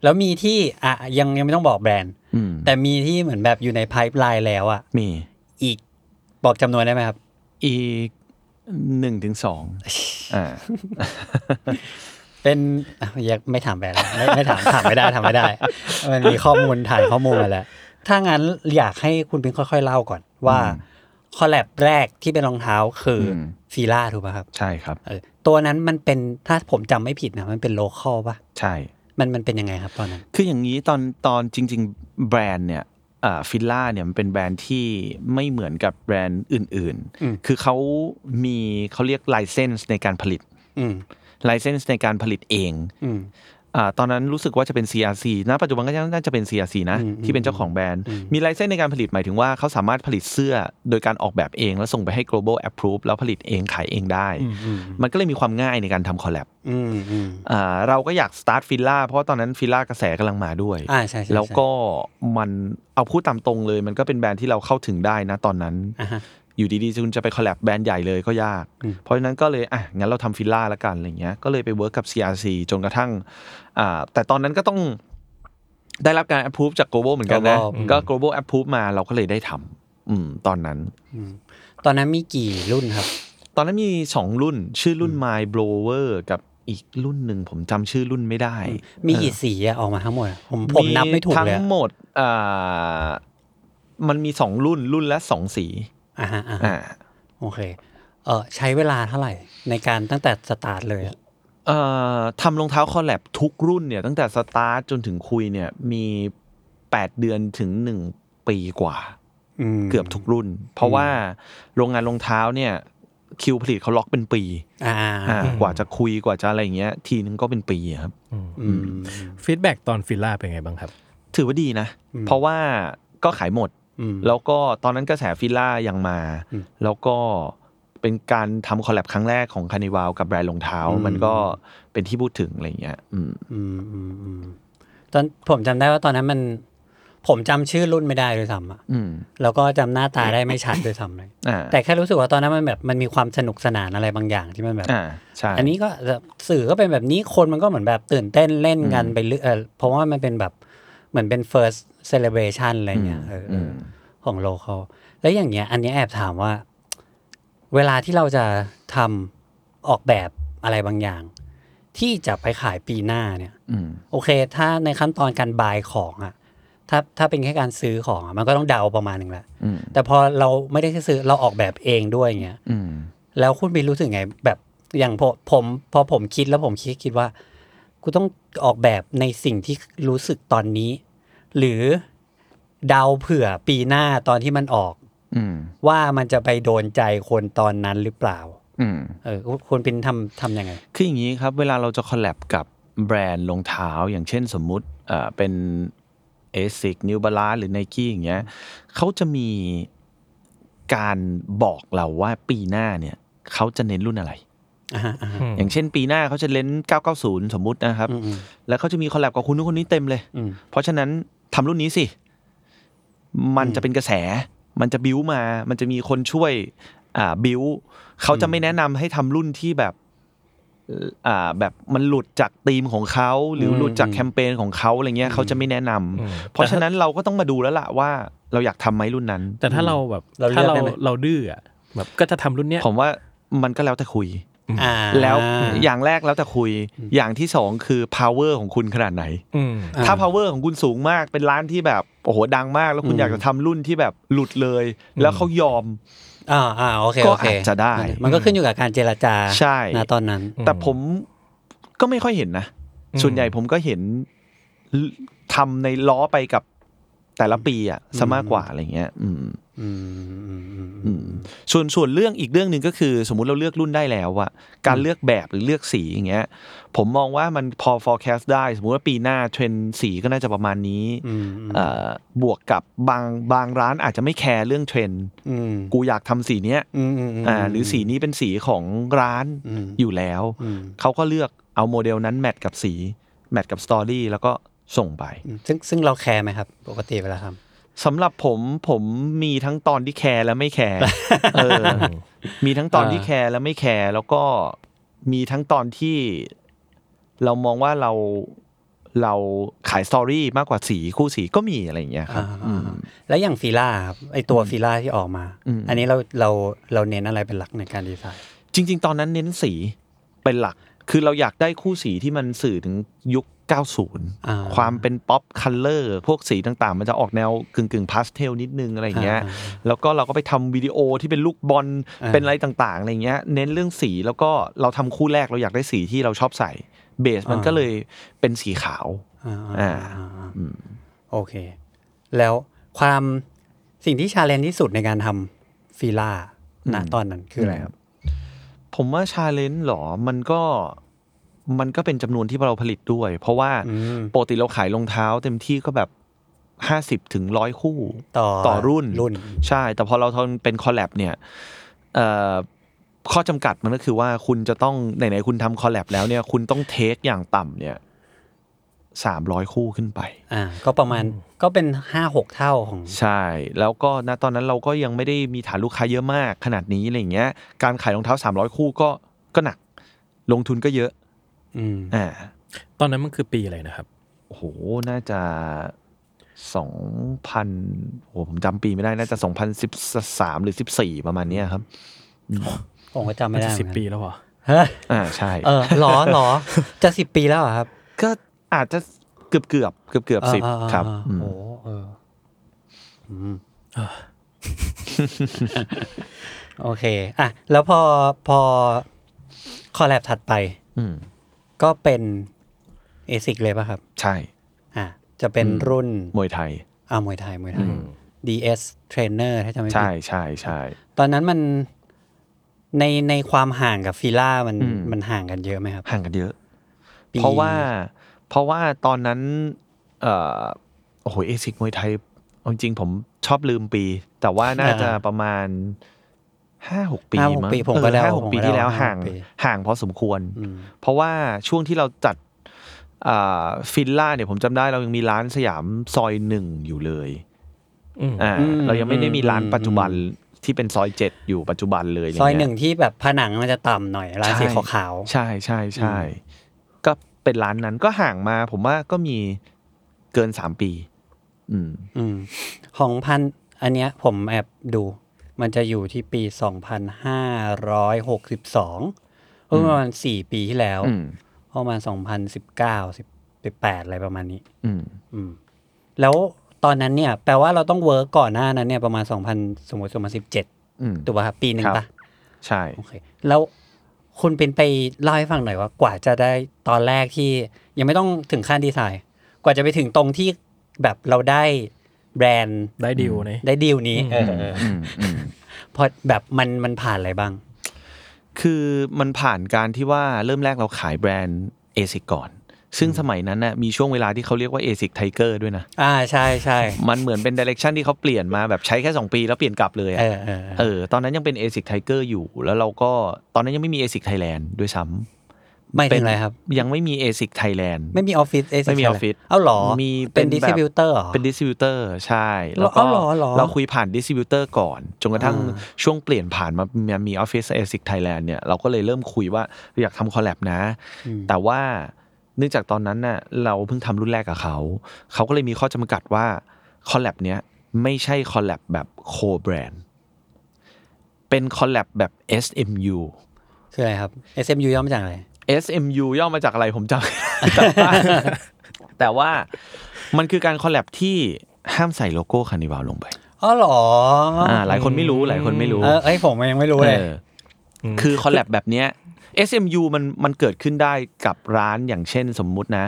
แล้วมีที่อ่ะยังยังไม่ต้องบอกแบรนด์
อืม
แต่มีที่เหมือนแบบอยู่ในไพ p e ไลน์แล้วอะ
มี
อีกบอกจำนวนได้ไหมครับ
อีกหนึ่งถึงสองอ่า
เป็นอ่ะยังไม่ถามแบรนด์แล้วไม่ไม่ถามถามไม่ได้ถามไม่ได้ มันมีข้อมูลถ่ายข้อมูลมาแล้วถ้างั้นอยากให้คุณเป็นค่อยๆเล่าก่อนว่า
อืม
คอลแลบแรกที่เป็นรองเท้าคืออ
ม
ฟีล่าถูกป่ะครับ
ใช่ครับ
เออตัวนั้นมันเป็นถ้าผมจำไม่ผิดนะมันเป็นโลคอลป่ะ
ใช่
มันมันเป็นยังไงครับตอนนั้น
คืออย่างนี้ตอนตอนจริง ๆ แบรนด์เนี่ยฟิลล่าเนี่ยมันเป็นแบรนด์ที่ไม่เหมือนกับแบรนด์อื่น
อืม
ๆ คือเขามีเขาเรียกไลเซนส์ในการผลิต
อืม
ไลเซนส์ในการผลิตเอง
อืม
อาตอนนั้นรู้สึกว่าจะเป็น CRC นะปัจจุบันก็น่าจะเป็น CRC นะ
อืม
ที่เป็นเจ้าของแบรนด์
อืม
มีไลเซนส์ในการผลิตหมายถึงว่าเขาสามารถผลิตเสื้อโดยการออกแบบเอง แล้วส่งไปให้ global approve แล้วผลิตเองขายเองได้
อืมอืม
มันก็เลยมีความง่ายในการทำคอลแลบ
อืมอืม
เราก็อยากสตาร์ทฟิลล่าเพราะว่าตอนนั้นฟิลล่ากระแสกำลังมาด้วย
อ่าใช่ใช่ใช่
แล้วก็มันเอาพูดตามตรงเลย มันก็เป็นแบรนด์ที่เราเข้าถึงได้นะตอนนั้น
อ่าฮะ
อยู่ดีๆคุณจะไปคอลแลบแบรนด์ใหญ่เลยก็ยาก
อืม
เพราะฉะนั้นก็เลยอ่ะงั้นเราทำฟิลล่าละกันอะไรเงี้ยก็เลยไปเวิร์กกับ CRC จนกระทั่งอ่าแต่ตอนนั้นก็ต้องได้รับการ approve จาก global เหมือนกันนะ
global อืม
ก็ global approve มาเราก็เลยได้ทำอืมตอนนั้น
อืมตอนนั้นมีกี่รุ่นครับ
ตอนนั้นมี 2 รุ่น ชื่อรุ่น My Blower กับอีกรุ่นหนึ่งผมจำชื่อรุ่นไม่ได้
มีกี่สีอะออกมาทั้งหมดอะผมผมนับไม่ถูกเลย
ทั้
อะ
งหมดอ่ามันมีสองรุ่นรุ่นละสองสี
อ่าฮะอ่าฮะ
อ่า
โอเค เออใช้เวลาเท่าไหร่ ในการตั้งแต่สตาร์ทเลยอะ
เอ่อทำรองเท้าคอลแลบทุกรุ่นเนี่ยตั้งแต่สตาร์ทจนถึงคุยเนี่ยมี 8 เดือนถึง 1 ปีกว่า
ม
เกือบทุกรุ่น เพราะว่าโรงงานรองเท้าเนี่ยคิวผลิตเขาล็อกเป็นปี
อ่า
อ่ากว่าจะคุยกว่าจะอะไรอย่างเงี้ยทีนึงก็เป็นปีอะครับ
อืม
ฟีดแบ็กตอนฟิลล่าเป็นไงบ้างครับ
ถือว่าดีนะ
อืม
เพราะว่าก็ขายหมด
อืม
แล้วก็ตอนนั้นกระแสฟิลล่ายังมา
อืม
แล้วก็เป็นการทำคอลแลบครั้งแรกของคานิวาวกับแบรนด์รองเท้า
อืม
มันก็เป็นที่พูดถึงอะไรอย่างเงี้ยอืม
อืมอืมอืมตอนผมจำได้ว่าตอนนั้นมัน ผมจำชื่อรุ่นไม่ได้ด้วยซ้ำอะ
อืม
แล้วก็จำหน้าตาได้ไม่ชัดด้วยซ้ำเลย
อ่า
แต่แค่รู้สึกว่าตอนนั้นมันแบบมันมีความสนุกสนานอะไรบางอย่างที่มันแบบ
อ่าใช่
อันนี้ก็แบบสื่อก็เป็นแบบนี้คนมันก็เหมือนแบบตื่นเต้นเล่นกันไปเรื่อยเออเพราะว่ามันเป็นแบบเหมือนเป็น first celebration อะไรเงี้ยเออเออ
ม
ของโลเคอลแล้วอย่างเงี้ย อันเนี้ยแอบถามว่า เวลาที่เราจะทำออกแบบอะไรบางอย่าง ที่จะไปขายปีหน้าเนี่ย
อืม
โอเค ถ้าในขั้นตอนการบายของอะถ้าถ้าเป็นแค่การซื้อของอะมันก็ต้องเดาประมาณหนึ่งแหละ
อืม
แต่พอเราไม่ได้แค่ซื้อเราออกแบบเองด้วยอย่างเงี้ย
อืม
แล้วคุณบินรู้สึกไงแบบอย่างผมผมพอผมคิดแล้วผมคิดคิดว่ากูต้องออกแบบในสิ่งที่รู้สึกตอนนี้ หรือเดาเผื่อปีหน้าตอนที่มันออก
อืม
ว่ามันจะไปโดนใจคนตอนนั้นหรือเปล่า
อืม
เออคุณคุณปินทำทำยังไง
คืออย่างนี้ครับ เวลาเราจะคอลแลบกับ แบรนด์รองเท้าอย่างเช่นสมมุติเอ่อเป็น a s i c New Balance หรือ Nike อย่างเงี้ยเขาจะมีการบอกเราว่าปีหน้าเนี่ยเขาจะเน้นรุ่นอะไร
อ่าฮะอ่าฮะ
ม
อย่างเช่นปีหน้าเขาจะเน้น 990 สมมุตินะครับ
อืมอืม
แล้วเขาจะมีคอลแลบกับคุณนู้นคนนี้เต็มเลย
อืม
เพราะฉะนั้นทำรุ่นนี้สิ มัน
อืม
จะเป็นกระแส มันจะบิ้วมา มันจะมีคนช่วย อ่าบิ้ว เขาจะไม่แนะนำให้ทำรุ่นที่แบบเอ่ออ่า แบบมันหลุดจากธีมของเขา หรือหลุดจากแคมเปญของเขาอะไรเงี้ย เขาจะไม่แนะนำ
อืม
เพราะฉะนั้นเราก็ต้องมาดูแล้วล่ะว่า เราอยากทำไหมรุ่นนั้น
แต่ถ้าเราแบบ
เราเลือก
ถ้าเรา
ได้ไหม
เราดื้ออะแบบก็จะทำรุ่นเนี้ย
ผมว่ามันก็แล้วแต่คุย
อ่า
แล้วอย่างแรกแล้วแต่คุย อย่างที่สองคือ power ของคุณขนาดไหน
อืม
อ่
ถ้า power ของคุณสูงมากเป็นร้านที่แบบโอ้โหดังมาก แล้วคุณ
อืม
อยากจะทำรุ่นที่แบบหลุดเลย แล้วเขายอม
อ่าอ่าโอเค
ก็
โเค
อาจจะได้
มันก็ขึ้นอยู่กับการเจรจา
ใช่
ณตอนนั้น
ม
แต่ผมก็ไม่ค่อยเห็นนะ
อืม
ส่วนใหญ่ผมก็เห็นทำในล้อไปกับแต่ละปีอะซะมากกว่าอะไรเงี้ย อืม
อืมอืมอืมอื
อื
ม
มส่วนส่วนเรื่องอีกเรื่องหนึ่งก็คือ สมมุติเราเลือกรุ่นได้แล้วอะการเลือกแบบหรือเลือกสีอย่างเงี้ย ผมมองว่ามันพอ forecast ได้ สมมุติว่าปีหน้าเทรนด์สีก็น่าจะประมาณนี้
อืมอืม
เอ่อบวกกับบางบางร้านอาจจะไม่แคร์เรื่องเทรนด์
อืม
กูอยากทำสีเนี้ย
อืมอืมม
อ่าหรือสีนี้เป็นสีของร้าน
อืม
อยู่แล้ว
อืม
เขาก็เลือกเอาโมเดลนั้นแมทกับสีแมทกับสตอรี่แล้วก็ส่งไป
อืมซึ่งซึ่งเราแคร์ไหมครับ ปกติเวลาทำ
สำหรับผมผมมีทั้งตอนที่แคร์และไม่แคร์ เออ มีทั้งตอนที่แคร์และไม่แคร์แล้วก็มีทั้งตอนที่เรามองว่าเราเราขายสตอรี่มากกว่าสีคู่สีก็มีอะไรอย่างเงี้ยครั
อ่า
บอืม
แล้วอย่างฟีล่าครับไอตัวฟีล่าที่ออกมา
อืม
อันนี้เราเราเราเน้นอะไรเป็นหลักในการดีไซน์
จริง ๆ ตอนนั้นเน้นสีเป็นหลัก คือเราอยากได้คู่สีที่มันสื่อถึงยุค
อ่า
90 ความเป็นป๊อปคัลเลอร์พวกสีต่างๆ มันจะออกแนวกึ่งๆพาสเทลนิดนึงอะไรอย่างเงี้ย แล้วก็เราก็ไปทำวิดีโอที่เป็นลูกบอล
อ่า
เป็นอะไรต่างๆอะไรเงี้ย เน้นเรื่องสีแล้วก็เราทำคู่แรกเราอยากได้สีที่เราชอบใส่เบสมันก็เลยเป็นสีขาว
อ่า
อ่า
อ่าอ่าอ่าโอเค แล้วความสิ่งที่ชาเลนที่สุดในการทำฟีล่าณตอนนั้นคืออะไรครับ
ผมว่าชาเลนจ์หรอมันก็มันก็เป็นจำนวนที่เราผลิตด้วย เพราะว่า
อืม
ปกติเราขายรองเท้าเต็มที่ก็แบบห้าสิบถึงร้อยคู่
ต่อ
ต่อรุ่น
รุ่น
ใช่ แต่พอเราทำเป็นคอลแลบเนี่ยเอ่อข้อจำกัดมันก็คือว่าคุณจะต้องไหนๆคุณทำคอลแลบแล้วเนี่ยคุณต้องเทคอย่างต่ำเนี่ยสามร้อยคู่ขึ้นไป
อ่า ก็ประมาณก็เป็นห้าหกเท่าของ
ใช่ แล้วก็ณตอนนั้นเราก็ยังไม่ได้มีฐานลูกค้าเยอะมากขนาดนี้อะไรอย่างเงี้ยการขายรองเท้า 300 คู่ก็ก็หนัก ลงทุนก็เยอะ
อืม
อ่า
ตอนนั้นมันคือปีอะไรนะครับ
โอ้โหน่าจะ 2,000โอ้โหผมจำปีไม่ได้น่าจะ 2013 หรือ 14 ประมาณเนี้ยครับ
ผมก็จำไม่
มัน
ได้
จะ
เหมื
สิ
อบนกัน
ปีแล้วเหรอ
ฮะ
อ่าใช่
เออหรอหรอ จะสิบปีแล้วเหรอครับ
ก็อาจจะเกือบเกือบเกือบเกือบสิบ
เออเออเออ
ครับ
โอ้โห
อืม
เอออืม
เออ
โอเค อ่ะ แล้วพอพอคอลแลบถัดไป
อืม
ก็เป็นเอซิกเลยป่ะครับ
ใช่
อ่ะ จะเป็นรุ่น
มวยไทย
อ่ามวยไทยมวยไทย DS Trainer ถ้าจำไม่ผิ
ใช่
ด
ใช่ใช่
ตอนนั้นมันในในความห่างกับฟีล่ามัน
อืม
มันห่างกันเยอะไหมครับ
ห่างกันเยอะ
ปี
เพราะว่าเพราะว่าตอนนั้น เอ่อโอ้โหเอซิกมวยไทยเอาจริงๆผมชอบลืมปี แต่ว่าน่าจะประมาณห้าหกปี
ห้าหก
มั้ง
ปีผมก็
เออ
เดา
ห้าหก
ผมก็
ปีที่
เดา
แล้ว
ห้าหก
ห่าง
ปี
ห่างพอสมควร
อืม
เพราะว่าช่วงที่เราจัดอ่าฟิลล่าเนี่ยผมจำได้เรายังมีร้านสยามซอยหนึ่งอยู่เลย
อืม
อ่า
อืม
เรายังไม่ได้มีร้าน
อืม
ปัจจุบันที่เป็นซอยเจ็ดอยู่ปัจจุบันเลยะไร
ซอย
เ
หนึ่งที่แบบผนังมันจะต่ำหน่อยร้านสี
ใช่
ขาวๆ
ใช่ใช่ใช่ก็เป็นร้านนั้นก็ห่างมา ผมว่าก็มีเกินสามปี อืม
อืมของพันอันเนี้ยผมแอบดู มันจะอยู่ที่ปี 2562เออประมาณ4ปีที่แล้ว
อืม
ประมาณ 2019 18อะไรประมาณนี้
อืม
อืม แล้วตอนนั้นเนี่ย แปลว่าเราต้องเวิร์กก่อนหน้านั้นเนี่ยประมาณ 2000 สมมติ2017
อืม
ถูกป่ะครับปีหนึ่ง
ครับ
ปะ
ใช่
โอเค แล้วคุณเป็นไปเล่าให้ฟังหน่อยว่ากว่าจะได้ตอนแรกที่ยังไม่ต้องถึงขั้นดีไซน์ กว่าจะไปถึงตรงที่แบบเราได้แบรนด์
ได้ดีลนะ
ได้ดีลนี้
อืม
เออ
อืมอืม
พอแบบมันมันผ่านอะไรบ้าง
คือมันผ่านการที่ว่าเริ่มแรกเราขายแบรนด์เอซิก่อน ซึ่งสมัยนั้นน่ะมีช่วงเวลาที่เขาเรียกว่า ASIC Tiger ด้วยนะ
อ่าใช่ใช่
มันเหมือนเป็นดิเรกชันที่เขาเปลี่ยนมาแบบใช้แค่ 2 ปีแล้วเปลี่ยนกลับเลยอะ
เออเออเอ
เอ
อ
อตอนนั้นยังเป็น ASIC Tiger อยู่แล้วเราก็ตอนนั้นยังไม่มี ASIC Thailand ด้วยซ้
ไม่เป็นไรครับ
ำยังไม่มี ASIC Thailand
ไม่มีออฟฟิศเย
ไม่มีออฟฟิศ
เอ้าเหรอ
มี
เป็น
เป็
ดิ
น
ส t ิบิวเตอร์หรอ
เป็นดิสติบิวเตอร์ใช่ แล้วก็
เอาเหรอเหรอ
เราคุยผ่านดิสติบิวเตอร์ก่อนจนกระทั่ง
อ่า
ช่วงเปลี่ยนผ่านมามีออฟฟิศเอซิกไทยแลนด์เนี่ยเราก็เลยเริ่มคุยว่าอยากทำคอลแลบนะ
อืม
แต่ว่าเนื่องจากตอนนั้นน่ะเราเพิ่งทำรุ่นแรกกับเขา เขาก็เลยมีข้อจำกัดว่าคอลแลบเนี้ยไม่ใช่คอลแลบแบบโคแบรนด์เป็นคอลแลบแบบ SMU
คืออะไรครับ SMU ย่อมาจากอะไร
SMU ย่อ มาจากอะไรผมจำ จำได้แต่ว่ามันคือการคอลแลบที่ห้ามใส่โลโก้คานิวาลงไป
อ๋อเหรอ
อ่าหลายคนไม่รู้หลายคนไม่รู้
เออเอ้ยผมยังไม่รู้เลย
เออคือคอลแลบแบบเนี้ย SMU มันมันเกิดขึ้นได้กับร้านอย่างเช่นสมมุตินะ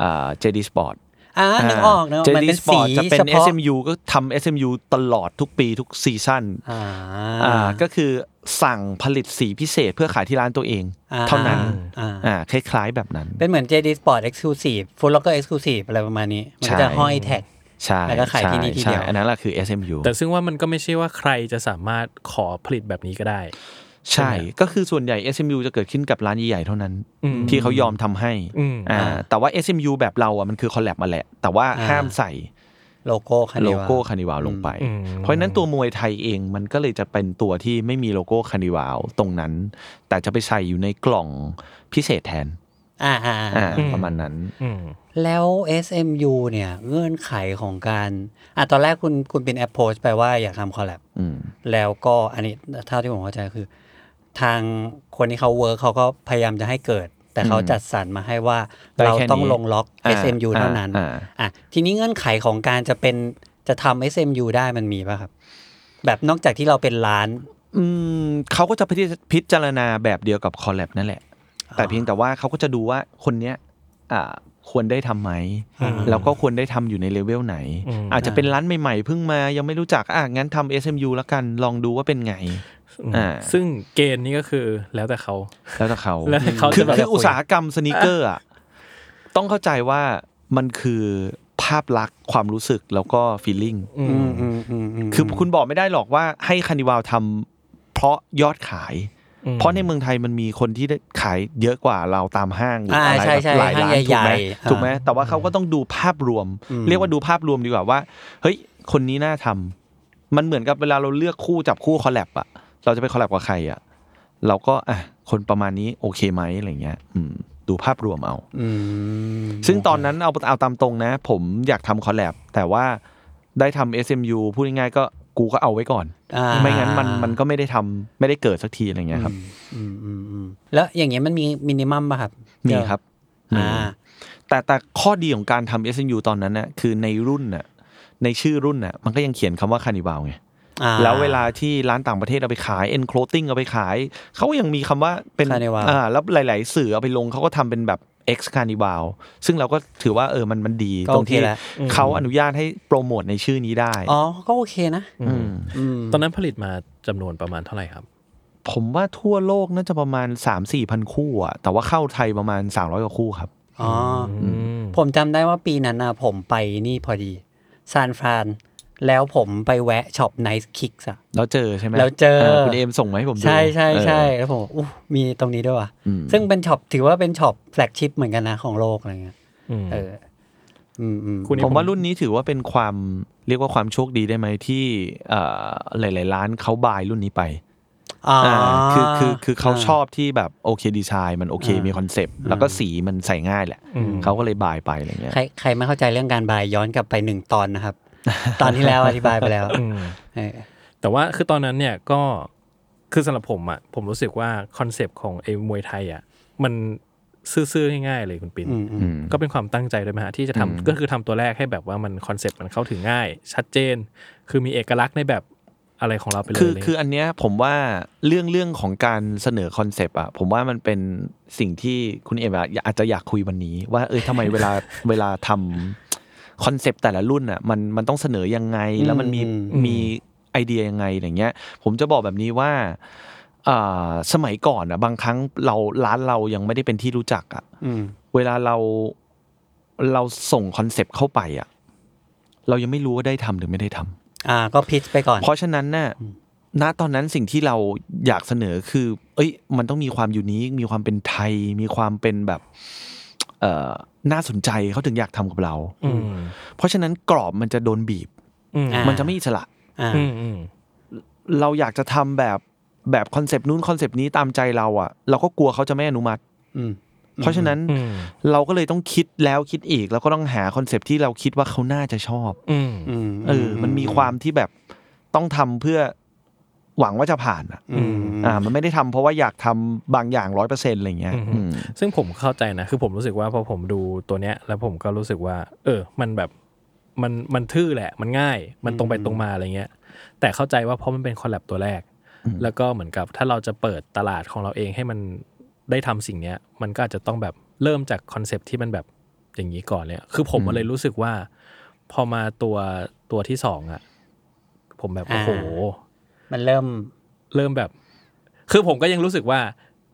อ่า JD Sport
อ่านึกออกนึกออก
เจ
มัน
ดี
เป็น
สปอ
สี
ร์ตจะเป็น
เฉพาะ
SMU ก็ทำ SMU ตลอดทุกปีทุกซีซั่น
อ่า
อ่าก็คือสั่งผลิตสีพิเศษเพื่อขายที่ร้านตัวเอง
อ่
เท่านั้น
อ่า
อ่าคล้ายๆแบบนั้น
เป็นเหมือน JD Sport Exclusive Foot Locker Exclusive อะไรประมาณนี้ มันก็จะ
ใช่
ห้อยแท็ก
ใช่
แล้วก็ขายที่นี่ที่เดียว
ใช่อันนั้นแหละคือ SMU
แต่ซึ่งว่ามันก็ไม่ใช่ว่าใครจะสามารถขอผลิตแบบนี้ก็ได้
ใช่ก็คือส่วนใหญ่ SMU จะเกิดขึ้นกับร้านใหญ่ๆเท่านั้น
อืม
ที่เขายอมทำให้
อืม
อ่าแต่ว่า SMU แบบเราอ่ะมันคือคอลแลบมาแหละ แต่ว่าห้ามใส่
โลโก้คัน
โล
เดียว
โก้คานิวาลงไป
อืม
เพราะฉะนั้นตัวมวยไทยเองมันก็เลยจะเป็นตัวที่ไม่มีโลโก้คานิวาลตรงนั้น แต่จะไปใส่อยู่ในกล่องพิเศษแทน
อ่าอ่า
อ่า
อ่า
ประมาณนั้น
อืม
แล้ว SMU เนี่ย เงื่อนไขของการอ่ะตอนแรกคุณคุณเป็นแอปโพสไปว่าอยากทำคอลแลบ
อืม
แล้วก็อันนี้เท่าที่ผมเข้าใจคือ ทางคนที่เขาเวิร์กเขาก็พยายามจะให้เกิด แต่เขา
อืม
จัดสรรมาให้ว่า
ได้
เรา
แค่นี้
ต้องลงล็อก
อ่า
SMU เท่านั้น
อ่าอ่า
อ่ะทีนี้เงื่อนไขของการจะเป็นจะทำ SMU ได้มันมีป่ะครับ แบบนอกจากที่เราเป็นร้าน
อืมเขาก็จะพิจพิจารณาแบบเดียวกับคอลแลบนั่นแหละ แต่เพียงแต่ว่าเขาก็จะดูว่าคนเนี้ยอ่าควรได้ทำไหม
อ่า
แล้วก็ควรได้ทำอยู่ในเลเวลไหน
อืม
อาจจะเป็นร้านใหม่ๆเพิ่งมายังไม่รู้จักอ่ะงั้นทำ SMU ละกันลองดูว่าเป็นไง อ่า
ซึ่งเกณฑ์นี้ก็คือแล้วแต่เขา
แล้วแต่เขา
แล้วแต่เขา
คือ
จะแบบ
คืออุตสาหกรรมสนิเกอร์อ่ะต้องเข้าใจว่ามันคือภาพลักษณ์ความรู้สึกแล้วก็ feeling
อืม
อืมอืมอืมม
คือคุณบอกไม่ได้หรอกว่าให้คานิวาลทำเพราะยอดขาย
อืม
เพราะในเมืองไทยมันมีคนที่ได้ขายเยอะกว่าเราตามห้างหรือ
อ่า
อะไร
ใช่ใช่
หลาย
ห้าง
ร้านถู
ให
ก
ญ่
ไหม
ๆอ่า
ถูกไหมแต่ว่าเขาก็ต้องดูภาพรวม
อืม
เรียกว่าดูภาพรวมดีกว่าว่าเฮ้ยคนนี้น่าทำมันเหมือนกับเวลาเราเลือกคู่จับคู่คอลแลบอะเราจะไปคอลแลบกับใครอะเราก็อ่ะคนประมาณนี้โอเคไหมอะไรเงี้ย อืม ดูภาพรวมเอา
อืม
ซึ่งตอนนั้นเอาเอาตามตรงนะ ผมอยากทำคอลแลบแต่ว่าได้ทำ SMU พูดง่ายๆก็กูก็เอาไว้ก่อน
อ่า
ไม่งั้นมันมันก็ไม่ได้ทำไม่ได้เกิดสักทีอะไรเงี้ยครับ
อืมอืมอืมแล้วอย่างเงี้ยมันมีมินิมัมป่ะครับ
มีครับมี
อ่า
แต่แต่ข้อดีของการทำ SNU ตอนนั้นน่ะคือในรุ่นน่ะในชื่อรุ่นน่ะมันก็ยังเขียนคำว่าคานิบาลไง
อ่า
แล้วเวลาที่ร้านต่างประเทศเอาไปขาย enclothing เอาไปขาย เขาก็ยังมีคำว่าเป็น
Carnival
อ่าแล้วหลาย ๆ สื่อเอาไปลงเขาก็ทำเป็นแบบ ex carnival ซึ่งเราก็ถือว่าเออมันมันดี
ก็
ตร
โอง เค
ที่
แหละ
เขาอนุญาตให้โปรโมทในชื่อนี้ได้
อ๋อก็โอเคนะ
อืม
อืม
ตอนนั้นผลิตมาจำนวนประมาณเท่าไหร่ครับ
ผมว่าทั่วโลกน่าจะประมาณ 3 4พันคู่อะแต่ว่าเข้าไทยประมาณ 300กว่าคู่ครับ
อ๋ออ
อืม
ผมจำได้ว่าปีนั้นนะผมไปนี่พอดีซานฟรานแล้วผมไปแวะช็อปไนท์คิกส์อะ
แล้วเจอใช่ไหม
แล้วเจอ
คุณเอมส่งมาให้ผมดู
ใช่ใช่ใช่
เออ
แล้วผมอู้มีตรงนี้ด้วยว่ะ
อืม
ซึ่งเป็นช็อปถือว่าเป็นช็อปแฟลกชิพเหมือนกันนะของโลกอะไรเงี้ย
อืม
เออ อืมอืม
คุณเอ
ผมว่ารุ่นนี้ถือว่าเป็นความเรียกว่าความโชคดีได้ไหมที่เอ่อหลาย ๆ ร้านเขาบายรุ่นนี้ไป
อ่า
าคือคือคือเขาช
า
อบที่แบบโอเคดีไซน์มันโอเค
อ่ามี
มีคอนเซปต์แล้วก็สีมันใส่ง่ายแหละ
อืม
เขาก็เลยบายไปอะไรเงี้ย
ใครใครไม่เข้าใจเรื่องการบายย้อนกลับไปหนึ่งตอนนะครับ ตอนที่แล้วอธิบายไปแล้ว
อืม
เออ
แต่ว่าคือตอนนั้นเนี่ยก็คือสำหรับผมอะ่ะผมรู้สึกว่าคอนเซปต์ของไอ้มวยไทยอะ่ะมันซื่อๆง่ายๆเลยคุณปิ่น
อืมอืม
อืม
ก็เป็นความตั้งใจด้วยไหมฮะที่จะทำ
อืม
ก็คือทำตัวแรกให้แบบว่ามันคอนเซปต์มันเข้าถึงง่าย ชัดเจน คือมีเอกลักษณ์ในแบบอะไรของเราไปเลย
คือ
เลย
คืออันเนี้ยผมว่าเรื่องเรื่องของการเสนอคอนเซปต์อะผมว่ามันเป็นสิ่งที่คุณเอมอะอาจจะอยากคุยวันนี้ ว่าเอ้ยทำไมเวลา เวลาทำคอนเซปต์แต่ละรุ่นอะมันมันต้องเสนอยังไง แล้วมันมี
อืม
อืม
มีไอเดียยังไงอย่างเงี้ย ผมจะบอกแบบนี้ว่า อ่าสมัยก่อนอ่ะ บางครั้งเราร้านเรายังไม่ได้เป็นที่รู้จักอ่ะ
อืม
เวลาเราเราส่งคอนเซปต์เข้าไปอ่ะ เรายังไม่รู้ว่าได้ทำหรือไม่ได้ทำ
อ่า ก็พิชไปก่อน
เพราะฉะนั้นน่ะ ณ ตอนนั้นสิ่งที่เราอยากเสนอคือ เอ้ย มันต้องมีความยูนิค มีความเป็นไทย มีความเป็นแบบ เอ่อ น่าสนใจเขาถึงอยากทำกับเรา
อืม
เพราะฉะนั้นกรอบมันจะโดนบีบ
อืม
อ่า
มันจะไม่อิสระ
อ่า
อืมอืม
เราอยากจะทำแบบแบบคอนเซปต์นู้นคอนเซปต์นี้ตามใจเราอ่ะ เราก็กลัวเขาจะไม่อนุมัติ
อืม
เพราะฉะนั้น
อืม
เราก็เลยต้องคิดแล้วคิดอีก แล้วก็ต้องหาคอนเซปต์ที่เราคิดว่าเขาน่าจะชอบ
อืม
อืม
เออ มันมีความที่แบบต้องทำเพื่อหวังว่าจะผ่านอ่ะ
อืม
อ่ามันไม่ได้ทำเพราะว่าอยากทำบางอย่างร้อยเปอร์เซ็นต์อะไรเงี้ยอืม
ซึ่งผมเข้าใจนะ คือผมรู้สึกว่าพอผมดูตัวเนี้ย แล้วผมก็รู้สึกว่า เออ มันแบบมันมันทื่อแหละ มันง่าย มันตรงไปตรงมาอะไรเงี้ย แต่เข้าใจว่าเพราะมันเป็นคอลแลบตัวแรก แล้วก็เหมือนกับถ้าเราจะเปิดตลาดของเราเองให้มันได้ทำสิ่งเนี้ย มันก็อาจจะต้องแบบเริ่มจากคอนเซปต์ที่มันแบบอย่างนี้ก่อนเนี่ยคือผมเลยรู้สึกว่า พอมาตัวตัวที่สองอะผมแบบโอ้โห
มันเริ่ม
เริ่มแบบ คือผมก็ยังรู้สึกว่า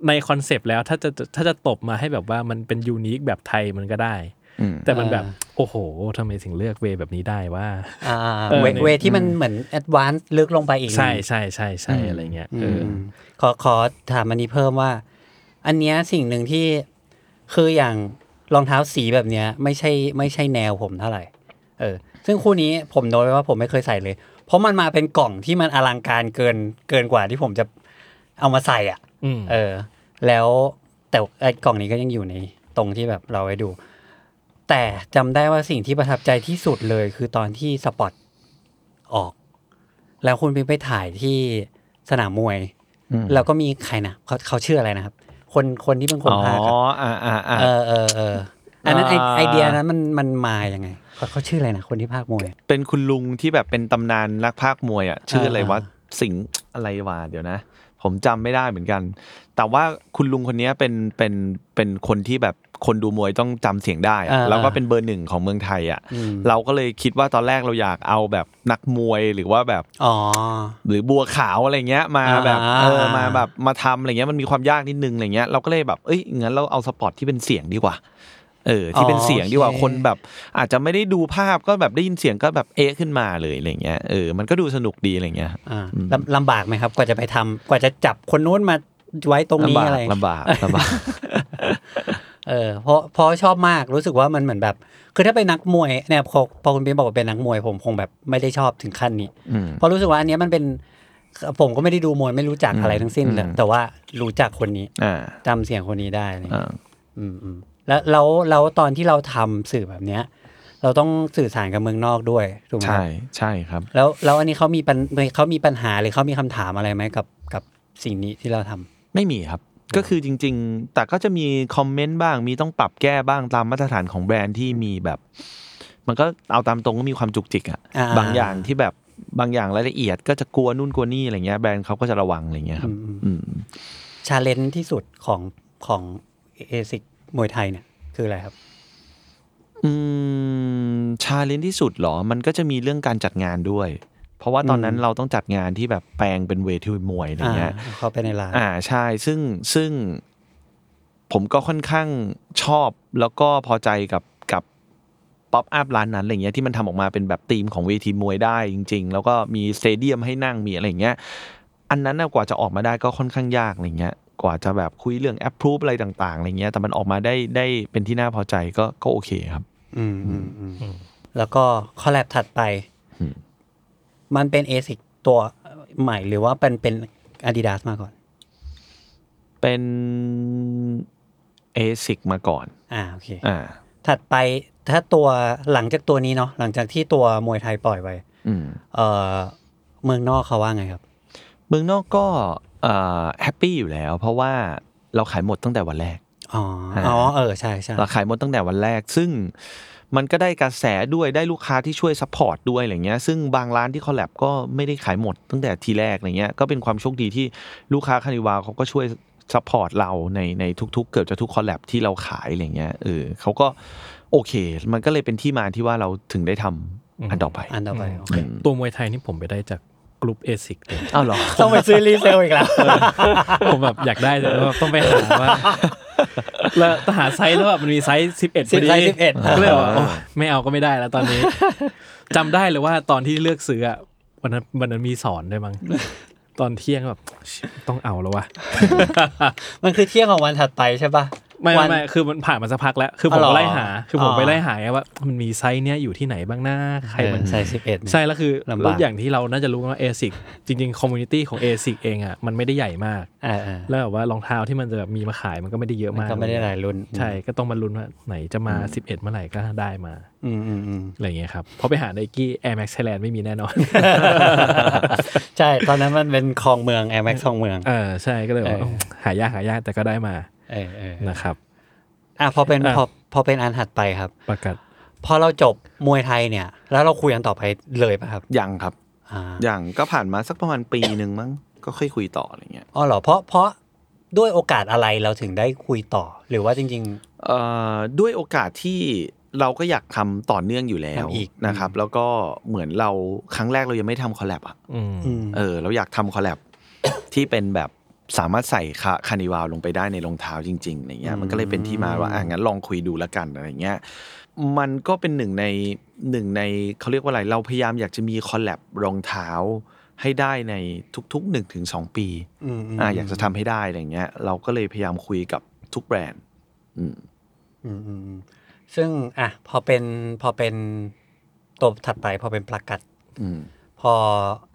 ในคอนเซปต์แล้วถ้าจะถ้าจะตบมาให้แบบว่ามันเป็นยูนิคแบบไทยมันก็ได้
อืม
แต่มันแบบ
อ่า
โอ้โหทำไมถึงเลือกเวย์แบบนี้ได้ว่า
อ่า
เออ
เว
เนี่ย
เวที่มันเหมือนแอดวานซ์ลึกลงไปอีก
ใช่
หน่อย
ใช่ใช่ใช่อะไรเงี้ยเอออ
มขอขอถามอันนี้เพิ่มว่า อันเนี้ยสิ่งหนึ่งที่คืออย่างรองเท้าสีแบบเนี้ย ไม่ใช่ไม่ใช่แนวผมเท่าไหร่ เออ ซึ่งคู่นี้ผมโน้ตไว้ว่าผมไม่เคยใส่เลย เพราะมันมาเป็นกล่องที่มันอลังการเกินเกินกว่าที่ผมจะเอามาใส่อ่ะ
อืม
เออ แล้วแต่ไอ้กล่องนี้ก็ยังอยู่ในตรงที่แบบเราไว้ดู แต่จำได้ว่าสิ่งที่ประทับใจที่สุดเลยคือตอนที่สปอตออก แล้วคุณปิ๊งไปถ่ายที่สนามมวย แล้วก็มีใครนะเขาเขาชื่ออะไรนะครับ คนคนที่เป็นคน
อ๋อ
พากย์อะ
อ่าอ่าอ่า
เออเออเอออันนั้นไอ
อ่า
ไอเดียนั้นมันมันมาอย่างไงเขาเขาชื่ออะไรนะคนที่พากย์มวย
เป็นคุณลุงที่แบบเป็นตำนานนักภาคมวยอ่ะชื่ออะไร
อ่า
วะสิงห์อะไรวะเดี๋ยวนะ ผมจำไม่ได้เหมือนกัน แต่ว่าคุณลุงคนเนี้ยเป็นเป็นเป็นคนที่แบบคนดูมวยต้องจำเสียงได้อะ
อ่า
แล้วก็เป็นเบอร์หนึ่งของเมืองไทยอ่ะ
อืม
เราก็เลยคิดว่าตอนแรกเราอยากเอาแบบนักมวยหรือว่าแบบ
อ๋อ
หรือบัวขาวอะไรเงี้ยมา
อ่า
แบบเออมาแบบมาทำอะไรเงี้ยมันมีความยากนิดนึงอะไรเงี้ยเราก็เลยแบบเอ้ยงั้นเราเอาสปอตที่เป็นเสียงดีกว่าเออที่เป็นเสียงดีกว่า
โอเค
คนแบบ อาจจะไม่ได้ดูภาพก็แบบได้ยินเสียงก็แบบเอ๊ะขึ้นมาเลยอะไรเงี้ยเออมันก็ดูสนุกดีอะไรเงี้ย
อ่าลำลำบากไหมครับ กว่าจะไปทำกว่าจะจับคนนู้นมาไว้ตรงนี้
ลำบาก
อะไร
ลำบาก ลำบาก
เออเพราะเพราะชอบมากรู้สึกว่ามันเหมือนแบบ คือถ้าเป็นนักมวยเนี่ยพอพอคุณปิ๊งบอกว่าเป็นนักมวยผมคงแบบไม่ได้ชอบถึงขั้นนี้
อืม
เพราะรู้สึกว่าอันเนี้ยมันเป็นผมก็ไม่ได้ดูมวยไม่รู้จักอะไรทั้งสิ้นเลย
อืม
แต่ว่ารู้จักคนนี้
อ่า
จำเสียงคนนี้ได้อะไร
อ่า
อืมอืมแล้วแล้วแล้วตอนที่เราทำสื่อแบบเนี้ย เราต้องสื่อสารกับเมืองนอกด้วยถูกไหม
ใช่ใช่ครับ
แล้วแล้วอันนี้เขามีปัญเขามีปัญหาหรือเขามีคำถามอะไรไหมกับกับสิ่งนี้ที่เราทำ
ไม่มีครับ ก็คือจริง ๆ แต่ก็จะมีคอมเมนต์บ้าง มีต้องปรับแก้บ้างตามมาตรฐานของแบรนด์ที่มีแบบ มันก็เอาตามตรงก็มีความจุกจิกอะบางอย่างที่แบบบางอย่างรายละเอียดก็จะกลัวนู่นกลัวนี่อะไรเงี้ยแบรนด์เขาก็จะระวังอะไรเงี้ยครับ อืม
ชาเลนจ์ที่สุดของของเอซิกมวยไทยเนี่ยคืออะไรครับ
อืมชาเลนที่สุดเหรอ มันก็จะมีเรื่องการจัดงานด้วย เพราะว่าตอนนั้นเราต้องจัดงานที่แบบแปลงเป็นเวทีมวยอะไรเงี้ย
อ่าเข้าไปในร้าน
อ่าใช่ซึ่งซึ่งผมก็ค่อนข้างชอบแล้วก็พอใจกับกับป๊อปอัพร้านนั้นอะไรเงี้ยที่มันทำออกมาเป็นแบบธีมของเวทีมวยได้จริง ๆ แล้วก็มีสเตเดียมให้นั่งมีอะไรเงี้ยอันนั้นน่ะกว่าจะออกมาได้ก็ค่อนข้างยากอะไรเงี้ยกว่าจะแบบคุยเรื่องแอปพรูฟอะไรต่างๆอะไรเงี้ยแต่มันออกมาได้ได้เป็นที่น่าพอใจก็ก็โอเคครับ
อืมอืมอืมแล้วก็คอลแลบถัดไป
อืม
มันเป็นเอ i c ตัวใหม่หรือว่าเป็นเป็น Adidas มาก่อน
เป็นเอซิกมาก่อน
อ่าโอเค
อ่า
ถัดไปถ้าตัวหลังจากตัวนี้เนาะหลังจากที่ตัวมวยไทยปล่อยไป
อืม
เออเมืองนอกเขาว่าไงครับ
เมืองนอกก็แฮปปี้อยู่แล้ว เพราะว่าเราขายหมดตั้งแต่วันแรก
อ๋ออ๋อเออใช่ใช่
เราขายหมดตั้งแต่วันแรก ซึ่งมันก็ได้กระแสด้วยได้ลูกค้าที่ช่วยซัพพอร์ตด้วยอะไรเงี้ยซึ่งบางร้านที่คอลแลบก็ไม่ได้ขายหมดตั้งแต่ทีแรกอะไรเงี้ยก็เป็นความโชคดีที่ลูกค้าคานิวาเขาก็ช่วยซัพพอร์ตเราในในทุกๆ เกือบจะทุกคอลแลบที่เราขายอะไรเงี้ยเออเขาก็โอเค มันก็เลยเป็นที่มาที่ว่าเราถึงได้ทำอันต่อไป
อันต่อไปโอเค
ตัวมวยไทยนี่ผมไปได้จาก กลุ่มเอซิกเลย
อ้าวเหรอ
ต้องไปซื้อรีเซลอีกแล้ว
ผมแบบอยากได้แต่ว่าต้องไปหาว่า แล้วหาไซส์แล้วแบบมันมีไซส์สิบเอ็ด
สิบไซส์11
ก็เลยแบบโอ๊ยไม่เอาก็ไม่ได้แล้วตอนนี้ จำได้เลยว่าตอนที่เลือกซื้ออะวันนั้นวันนั้นมีสอนด้วยมั้งตอนเที่ยงแบบต้องเอาแล้ววะ
มันคือเที่ยงของวันถัดไปใช่ปะ
ไม่
วั
ไม่
น
ไม่คือมันผ่านมาสักพักแล้ว คืออผ
อ
ม
เหรอ
ก็ไล่หา คือผม
อ๋อ
ไปไล่หาไงว่า มันมีไซส์เนี้ยอยู่ที่ไหนบ้างหน้าใครมัน
ใช่สิบเอ็ด
ใช่แล้วคือ
ลำบาก
แล้วอย่างที่เราน่าจะรู้กันว่า ASIC จริงๆคอมมูนิตี้ของ ASIC เองอ่ะมันไม่ได้ใหญ่มาก
อ่าอ่า
แล้วแบบว่ารองเท้าที่มันจะแบบมีมาขายมันก็ไม่ได้เยอะ
มัน
มาก
ก็ไม่ได้หลายรุ่น
ใช่ก็ต้องมาลุ้นว่าไหนจะมา 11 เมื่อไหร่ก็ได้มา
อืมอืมอืม
อะไรอย่างเงี้ยครับเพราะไปหาไนกี้ Air Max Thailand ไม่มีแน่นอน
ใช่ ตอนนั้นมันเป็นคลองเมือง Air Max คลองเมือง
เออใช่ก็เลยว่า
เออ
หายากหายากแต่ก็ได้มา
เออเออ
นะครับ
อ่ะพอเป็น
อ่ะ
พอพอเป็นอันถัดไปครับ
ประกาศ
พอเราจบมวยไทยเนี่ย แล้วเราคุยกันต่อไปเลยป่ะครับ
ยังครับ
อ่า
อย่างก็ผ่านมาสักประมาณปีหนึ่งมั้ง ก็ค่อยคุยต่ออะไรเงี้ย
อ๋อเหรอเพราะเพราะด้วยโอกาสอะไรเราถึงได้คุยต่อ หรือว่าจริง
เอ่อด้วยโอกาสที่เราก็อยากทำต่อเนื่องอยู่แล้ว
ทำอีก
นะครับ แล้วก็เหมือนเราครั้งแรกเรายังไม่ทำคอลแลบอ่ะ
อืม
ๆอืม
เออเราอยากทำคอลแลบ ที่เป็นแบบสามารถใส่คาคานิวาลลงไปได้ในรองเท้าจริงๆอะไรเงี้ยมันก็เลยเป็นที่มาว่าอ่ะงั้นลองคุยดูละกันอะไรเงี้ยมันก็เป็นหนึ่งในหนึ่งในเขาเรียกว่าอะไรเราพยายามอยากจะมีคอลแลบรองเท้าให้ได้ในทุกๆ1นถึงสปี
มม
อ่าอยากจะทำให้ได้อะไรเงี้ย เราก็เลยพยายามคุยกับทุกแบรนด์ อืม
อืมอืมอืมซึ่งอ่ะพอเป็นพอเป็นตัวถัดไปพอเป็นประกัด
อืม
พอ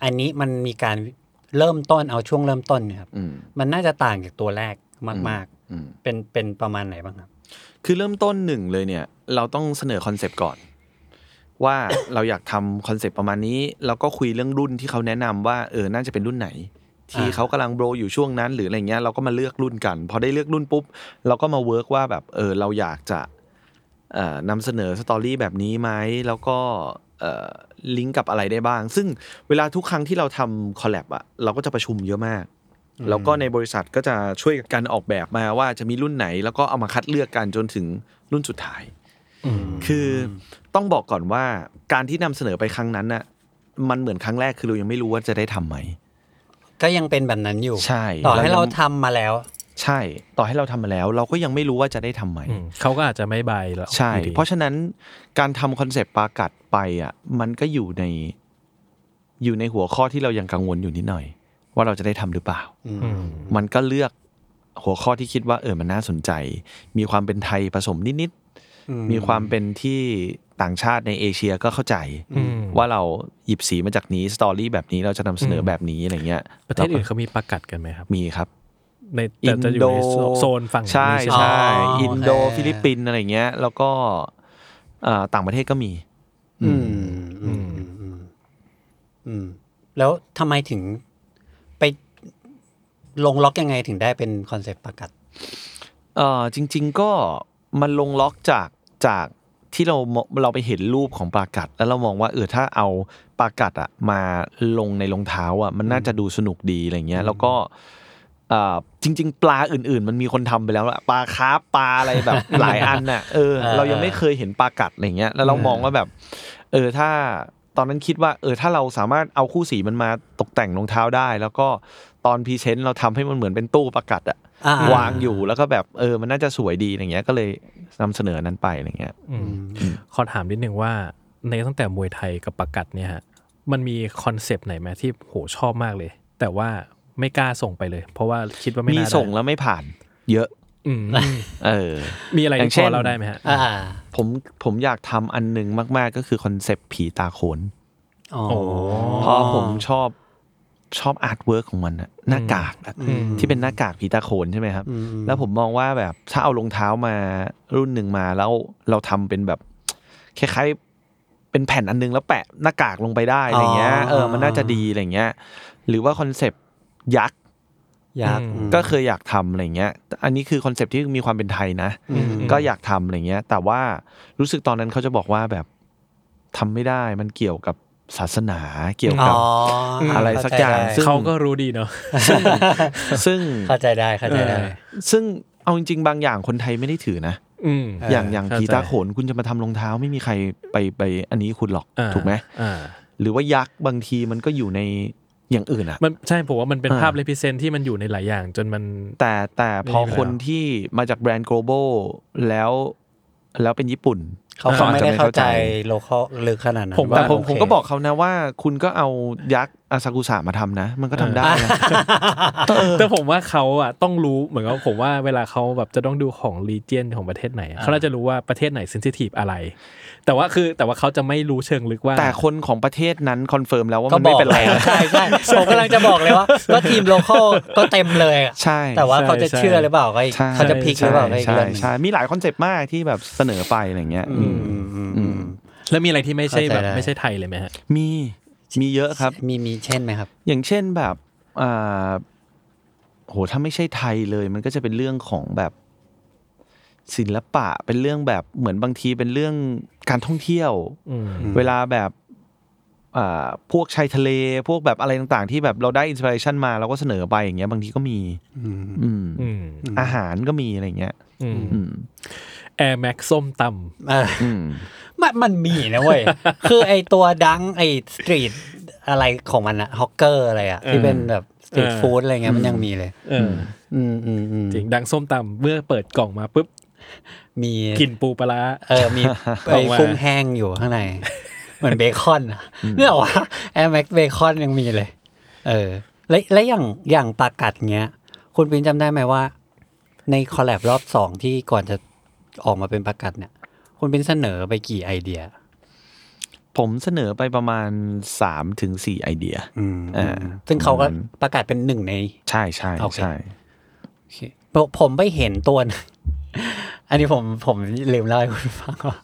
อันนี้มันมีการเริ่มต้นเอาช่วงเริ่มต้นครับ
อืม
มันน่าจะต่างจากตัวแรกมาก
อืม
ๆ เป็นเป็นประมาณไหนบ้างครับ
คือเริ่มต้นหนึ่งเลยเนี่ย เราต้องเสนอคอนเซปต์ก่อน ว่า เราอยากทำคอนเซปต์ประมาณนี้ แล้วก็คุยเรื่องรุ่นที่เขาแนะนำว่าเออน่าจะเป็นรุ่นไหน ที่
อ่า
เขากำลังโบรอยู่ช่วงนั้น หรืออะไรเงี้ยเราก็มาเลือกรุ่นกัน พอได้เลือกรุ่นปุ๊บ เราก็มาเวิร์กว่าแบบเออเราอยากจะเอ่อนำเสนอสตอรี่แบบนี้ไหมแล้วก็เอ่อลิงก์กับอะไรได้บ้าง ซึ่งเวลาทุกครั้งที่เราทำคอลแลบอะเราก็จะประชุมเยอะมาก แล้วก็ในบริษัทก็จะช่วยกันออกแบบมาว่าจะมีรุ่นไหน แล้วก็เอามาคัดเลือกกันจนถึงรุ่นสุดท้าย คือต้องบอกก่อนว่าการที่นำเสนอไปครั้งนั้นน่ะมันเหมือนครั้งแรกคือเรายังไม่รู้ว่าจะได้ทำไหม
ก็ยังเป็นแบบนั้นอยู่
ใช่
ต่อให้
เรา
เรา
ยัง
ทำมาแล้ว
ใช่ ต่อให้เราทำมาแล้ว เราก็ยังไม่รู้ว่าจะได้ทำไหม
อืมเขาก็อาจจะไม่บายแล้ว
ใช่
อยู่ดี
เพราะฉะนั้นการทำคอนเซปต์ปากัดไปอ่ะมันก็อยู่ในอยู่ในหัวข้อที่เรายังกังวลอยู่นิดหน่อย ว่าเราจะได้ทำหรือเปล่า
อืม
มันก็เลือกหัวข้อที่คิดว่าเออมันน่าสนใจ มีความเป็นไทยผสมนิด
อืม
ๆมีความเป็นที่ต่างชาติในเอเชียก็เข้าใจ
อืม
ว่าเราหยิบสีมาจากนี้สตอรี่แบบนี้เราจะนำเสนอแบบนี้อะไรเงี้ย
ประเทศอื่นเขามีประกาศกันไหมครับ
มีครับ
ในแต่จะอยู่ในโซนฝั่ง
ใช่
นี้ไหม
ใช่
อ๋ออิ
อินโด
โอเค
ฟิลิปปินส์อะไรเงี้ย แล้วก็เอ่อต่างประเทศก็มี
อืมอืมอืมอืมอืมแล้วทำไมถึงไปลงล็อกยังไงถึงได้เป็นคอนเซปต์ประกัด
เออจริง ๆก็มันลงล็อกจากจากที่เรามองเราไปเห็นรูปของปลากัด แล้วเรามองว่าเออถ้าเอาปลากัดอะมาลงในรองเท้าอะมันน่าจะดูสนุกดีอะไรเงี้ย แล้วก็เอ่อจริง ๆ ปลาอื่น ๆ มันมีคนทำไปแล้วอะปลาคาร์ฟปลาอะไรแบบ หลายอันน่ะเออ
เออ
เรายังไม่เคยเห็นปลากัดอะไรเงี้ยแล้วเรามองว่าแบบ เออถ้าตอนนั้นคิดว่า เออถ้าเราสามารถเอาคู่สีมันมาตกแต่งรองเท้าได้ แล้วก็ตอนพรีเซนต์เราทำให้มันเหมือนเป็นตู้ปลากัดอะ
อ่
วางอยู่แล้วก็แบบเออมันน่าจะสวยดีอะไรเงี้ยก็เลยนำเสนอนั้นไปอะไรเงี้ย
อื
อื
ม
ม
ขอถามนิดนึงว่าในตั้งแต่มวยไทยกับประกัดเนี่ยฮะมันมีคอนเซปต์ไหนไหมที่โหชอบมากเลย แต่ว่าไม่กล้าส่งไปเลย เพราะว่าคิดว่าไม่
มี
น่าได้
ส่งแล้วไม่ผ่าน เยอะ
อืม
เออ
มีอะไร
อ
ที่
ย่า
พ
งเช่น
อเราได้ไหมฮะ
อ่า
ผมผมอยากทำอันหนึงมาก ๆ ก็คือคอนเซปต์ผีตาโขน
อ๋อ
เพราะผมชอบชอบอาร์ตเวิร์กของมันอะหน้ากากอะ
อืม
ที่เป็นหน้ากากผีตาโขนใช่ไหมครับ
อืม
แล้วผมมองว่าแบบถ้าเอารองเท้ามารุ่นหนึ่งมาแล้วเราทำเป็นแบบคล้ายๆเป็นแผ่นอันนึงแล้วแปะหน้ากากลงไปได้อะไรเงี้ยเออมันน่าจะดีอะไรเงี้ยหรือว่าคอนเซปต์ยักษ
อยากอืม
ก็เคยอยากทำอะไรเงี้ย อันนี้คือคอนเซปต์ที่มีความเป็นไทยนะ
อืม
ก็อยากทำอะไรเงี้ย แต่ว่ารู้สึกตอนนั้นเขาจะบอกว่าแบบทำไม่ได้ มันเกี่ยวกับศาสนา เกี่ยว
อ๋
กับ
ออะ
อะไรสักอย่าง ซึ่ง
เขาก็รู้ดีเนาะ
ซึ่ง
เข้าใจได้เข้าใจได้
เออ
ซึ่งเอาจริงๆ บางอย่างคนไทยไม่ได้ถือนะ
อืม
เออ
อ
อ
ย่างอย่าง
เข้า
ผี
ใจ
ตาโขนคุณจะมาทำรองเท้าไม่มีใครไปไปอันนี้คุณหรอก
อ่า
ถูกไหม
อ่า
หรือว่ายักษ์บางทีมันก็อยู่ใน อย่างอื่นอะ
มันใช่ผมว่ามันเป็น
อ่า
ภาพเลพิเซนที่มันอยู่ในหลายอย่าง จนมัน
แต่แต่พอ
ไม่มีเวลา
คนที่มาจากแบรนด์ global แล้วแล้วเป็นญี่ปุ่น
เขาคงไม่ได้เข้าใจ
อ่า
โลเคอลลึกขนาดนั้น
ผม
แต่
ว่า
ผม
โเค
ผมก็บอกเขานะว่า คุณก็เอายักษ์อาซากุสะมาทำนะ มันก็ทำได้นะ
แต่ผมว่าเขาอ่ะต้องรู้เหมือนกับผมว่าเวลาเขาแบบจะต้องดูของรีเจนของประเทศไหนอะเขาน่าจะรู้ว่าประเทศไหนเซนซิทีฟอะไร แต่ว่าคือแต่ว่าเขาจะไม่รู้เชิงลึกว่า
แต่คนของประเทศนั้นคอนเฟิร์มแล้วว่า
ก็
มัน
บ
ไม่
อก
เป็นไร
แล้ว
นะ
ใช่ใช่ผมกำลังจะบอก เลยว่า ก็ทีมโลเคอลก็เต็มเลยอะ
ใช่
แต่ว่าเขาจะ
ใช่
เชื่อหรือเปล่าก็อีก
ใช่
เขาจะพลิกหรือเปล่าก็อีก
ใช่
เรื่องหนึ่ง
ใช่ มีหลายคอนเซปต์มากที่แบบเสนอไปอะไรเงี้ย
อื
อื
ม
ม
อืมอืม
อื
อื
ม
ม
แล้วมีอะไรที่ไม่ใช่แบบ
เข้าใจได้
ไม่ใช่ไทยเลยไหมฮะ
มีมีเยอะครับ
มีมีเช่นไหมครับ
อย่างเช่นแบบอ่าโหถ้าไม่ใช่ไทยเลย มันก็จะเป็นเรื่องของแบบศิลปะเป็นเรื่องแบบเหมือนบางทีเป็นเรื่องการท่องเที่ยว
อืม
อืม
เวลาแบบอ่าพวกชายทะเล พวกแบบอะไรต่างๆ ที่แบบเราได้อินส i r เรชันมาเราก็เสนอไปอย่างเงี้ยบางทีก็มี อืม
อืม
อาหารก็มีอะไรเงี้ย
อืม
อืม
แอร์แม็กส้มต
อ่า
อืม
มันมันมีนะเว้ย คือไอตัวดังไอสตรีทอะไรของมันอะฮอกเกอร์อะไรอะที่เป็นแบบสตรีทฟู้ดอะไรเงี้ยมันยังมีเลย
ำเออ
อืมอืมอืม
จริงดังส้มตำเมื่อเปิดกล่องมาปุ๊บ
มี
กลิ่นปูปลาร้า
เออมี
อ
ไอ
อกมา
กุ้งแห้งอยู่ข้างใน เหมือนเบคอนอะเนี่ยเหรอวะแอมแม็กเบคอนยังมีเลย เออ และและอย่างอย่างปากัดเงี้ย คุณปินจำได้ไหมว่า ในคอลแลบรอบสองที่ก่อนจะออกมาเป็นปากัดเนี่ย คุณปินเสนอไปกี่ไอเดีย
ผมเสนอไปประมาณสามถึงสี่ไอเดีย
อืม
อ่า
ซึ่งเขาก็ประกาศเป็นหนึ่งใน
ใช่ใช่
โอเค
ใช่
ผมผมไปเห็นตัวหนึ่ง อันนี้ผมผมลืมเล่าให้คุณฟังว่า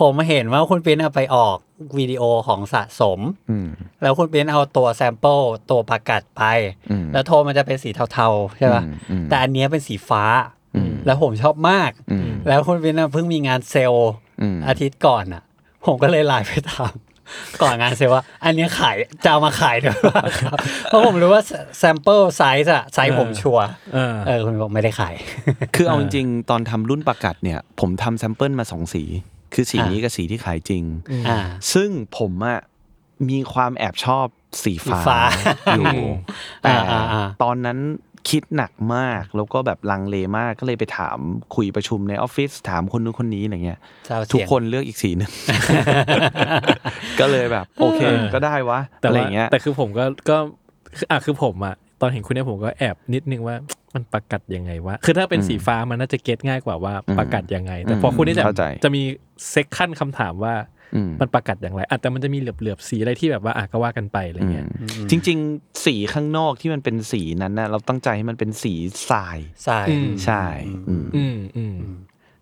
ผมเห็นว่าคุณปิ้นเอาไปออกวิดีโอของสะสม
อืม
แล้วคุณปิ้นเอาตัวแซมเปิลตัวประกาศไป
อืม
แล้วโทนมันจะเป็นสีเทาๆใช่ป่ะ
อืมอืม
แต่อันเนี้ยเป็นสีฟ้า แล้วผมชอบมาก
อืม
แล้วคุณปิ้นอะเพิ่งมีงานเซลล์
อืม
อาทิตย์ก่อนอ่ะ ผมก็เลยไลน์ไปถาม ก่อนงานเซลล์ว่า อันเนี้ยขายจะเอามาขายด้วยป่ะครับเพราะผมรู้ว่าแซมเปิลไซส์อะไซส์ผมชัวร์
เออ
เออคุณบอกไม่ได้ขาย
คือเอาจริงๆตอนทำรุ่นประกัดเนี่ย ผมทำแซมเปิลมาสองสี คือสีนี้กับสีที่ขายจริง
อ่า
ซึ่งผมอะมีความแอบชอบสีฟ้า
ฟ้า
อยู่
อืม
แต่
อ่าอ่า
ตอนนั้นคิดหนักมากแล้วก็แบบลังเลมากก็เลยไปถามคุยประชุมในออฟฟิศถามคนนู้นคนนี้อะไรเงี้ย
เจ้าเสียง
ทุกคนเลือกอีกสีหนึ่ง ก็เลยแบบ โอเค
เออ
ก็ได้วะ
แต่
อะไร
ว่า
เงี้ย
แต่คือผมก็ก็คืออ่ะคือผมอ่ะตอนเห็นคุณเนี่ยผมก็แอบนิดนึงว่ามันประกัดยังไงวะคือถ้าเป็นสีฟ้ามันน่าจะเก็ตง่ายกว่าว่า
อืม
ประกัดยังไง แต่พอคุณเนี่ยจะ
เข้าใจ
จะมีเซ็กขั้นคำถามว่า
อืม
มันประกัดอย่างไรอ่ะแต่มันจะมีเหลือบๆสีอะไรที่แบบว่าอ่ะก็ว่ากันไปอะไรเงี้ย
จริง ๆ สีข้างนอกที่มันเป็นสีนั้นนะเราตั้งใจให้มันเป็นสีทราย
ใช่
อืม
ใช่ อืม
อืมอืม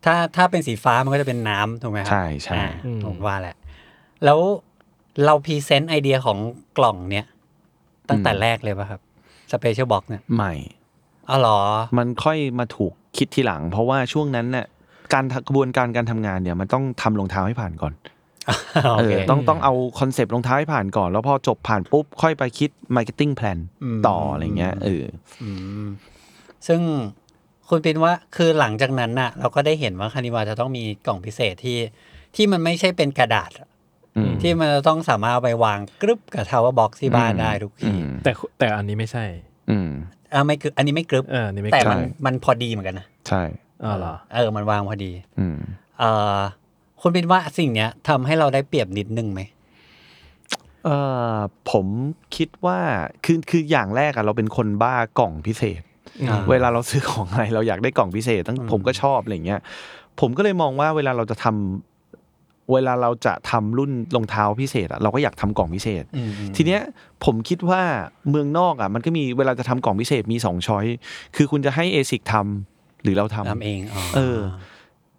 ถ้าถ้าเป็นสีฟ้ามันก็จะเป็นน้ำถูกไหมครั
ใช่ใช่
อ่า
อืม
ผมว่าแหละ แล้วเราพรีเซนต์ไอเดียของกล่องเนี้ย ตั้งแต่แรกเลยป่ะครับสเปเชียลบ็อกเนี่ย
ใหม่
อ๋อเหร อ
มันค่อยมาถูกคิดทีหลัง เพราะว่าช่วงนั้นน่ะการกระบวนการการทำงานเนี่ยมันต้องทำรองเท้าให้ผ่านก่อน
โอเค
เออต้องต้องเอาคอนเซปต์รองเท้าให้ผ่านก่อน แล้วพอจบผ่านปุ๊บ ค่อยไปคิดมาร์เก็ตติ้งแพลน
อืม
ต่ออะไรเงี้ยเออ
ซึ่งคุณปินว่าคือหลังจากนั้นน่ะ เราก็ได้เห็นว่าคานิวาจะต้องมีกล่องพิเศษที่ ที่มันไม่ใช่เป็นกระดาษอะ
อืม
ที่มันจะต้องสามารถเอาไปวางกรึบกับทาวเวอร์บ็อกที่บ้านได้ทุก
อื
ที
ม
แต่แต่อันนี้ไม่ใช่
อืม
อ่าไม่กรึบอันนี้ไม่กรึบ
เอออันนี้ไม่
แต่
ใช่
มัน
ใช่
มันพอดีเหมือนกันนะ
ใช่
อ๋อเหรอ
เออ มันวางพอดี
อืม
เออคุณเป็นว่าสิ่งเนี้ยทำให้เราได้เปรียบนิดนึงไหม
เอ่อผมคิดว่าคือคืออย่างแรกอะเราเป็นคนบ้ากล่องพิเศษ
อ่า
เวลาเราซื้อของอะไรเราอยากได้กล่องพิเศษ ตั้งผมก็ชอบอะไรอย่างเงี้ยผมก็เลยมองว่าเวลาเราจะทำเวลาเราจะทำรุ่นรองเท้าพิเศษอะเราก็อยากทำกล่องพิเศษ ทีเนี้ยผมคิดว่าเมืองนอกอะมันก็มีเวลาจะทำกล่องพิเศษมีสองช้อยคือคุณจะให้เอซิกทำหรือเราทำ
ทำเองอ๋อ
เออ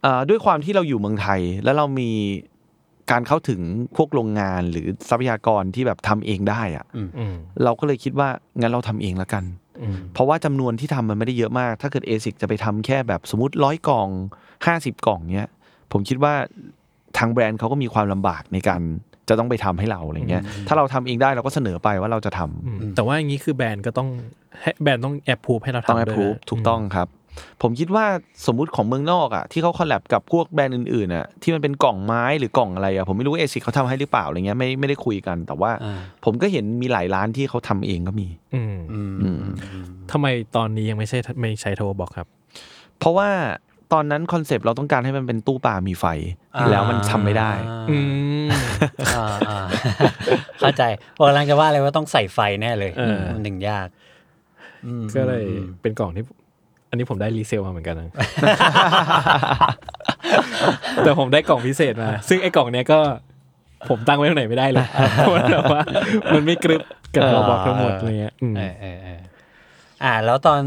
เอ่อด้วยความที่เราอยู่เมืองไทยแล้วเรามีการเข้าถึงพวกโรงงานหรือทรัพยากรที่แบบทำเองได้อะ
อืม
เราก็เลยคิดว่างั้นเราทำเองละกัน
อืม
เพราะว่าจำนวนที่ทำมันไม่ได้เยอะมาก ถ้าเกิด ASIC จะไปทำแค่แบบสมมติร้อยกล่อง 50 กล่องเนี้ย ผมคิดว่าทางแบรนด์เขาก็มีความลำบากในการจะต้องไปทำให้เราอะไรเงี้ย ถ้าเราทำเองได้เราก็เสนอไปว่าเราจะทำ
อืมแต่ว่าอย่างนี้คือแบรนด์ก็ต้องให้แบรนด์ต้องแอบพูฟให้เรา
ต้อง
ทำ
แอ
ด้วย
พูฟ
นะ
ถูกต้องครับ ผมคิดว่าสมมุติของเมืองนอกอ่ะที่เขาคอลแลบกับพวกแบรนด์อื่นๆอ่ะที่มันเป็นกล่องไม้หรือกล่องอะไรอ่ะผมไม่รู้เอซิเขาทำให้หรือเปล่าอะไรเงี้ยไม่ไม่ได้คุยกันแต่ว่า
อ่า
ผมก็เห็นมีหลายร้านที่เขาทำเองก็มี
อืม
อืม
อืม
ทำไมตอนนี้ยังไม่ใช่ไม่ใช้โทรบอกครับ
เพราะว่าตอนนั้นคอนเซปต์เราต้องการให้มันเป็นตู้ปลามีไฟ แล้วมันทำไม่ได้
อืม
อ่าอ่าเข้าใจโอกำลังจะว่าเลยว่าต้องใส่ไฟแน่เลย
เออ
มันถึงยากอืม
ก็เลยเป็นกล่องที่ อันนี้ผมได้รีเซลมาเหมือนกันนะ แต่ผมได้กล่องพิเศษมา ซึ่งไอ้กล่องเนี้ยก็ ผมตั้งไว้ตรงไหนไม่ได้เลยเพราะว่าแบบว่ามันไม่กรึบกับโทรบอกทั้งหมดอะไรเงี้ยอืม
เออเออเอออ่า แล้วตอน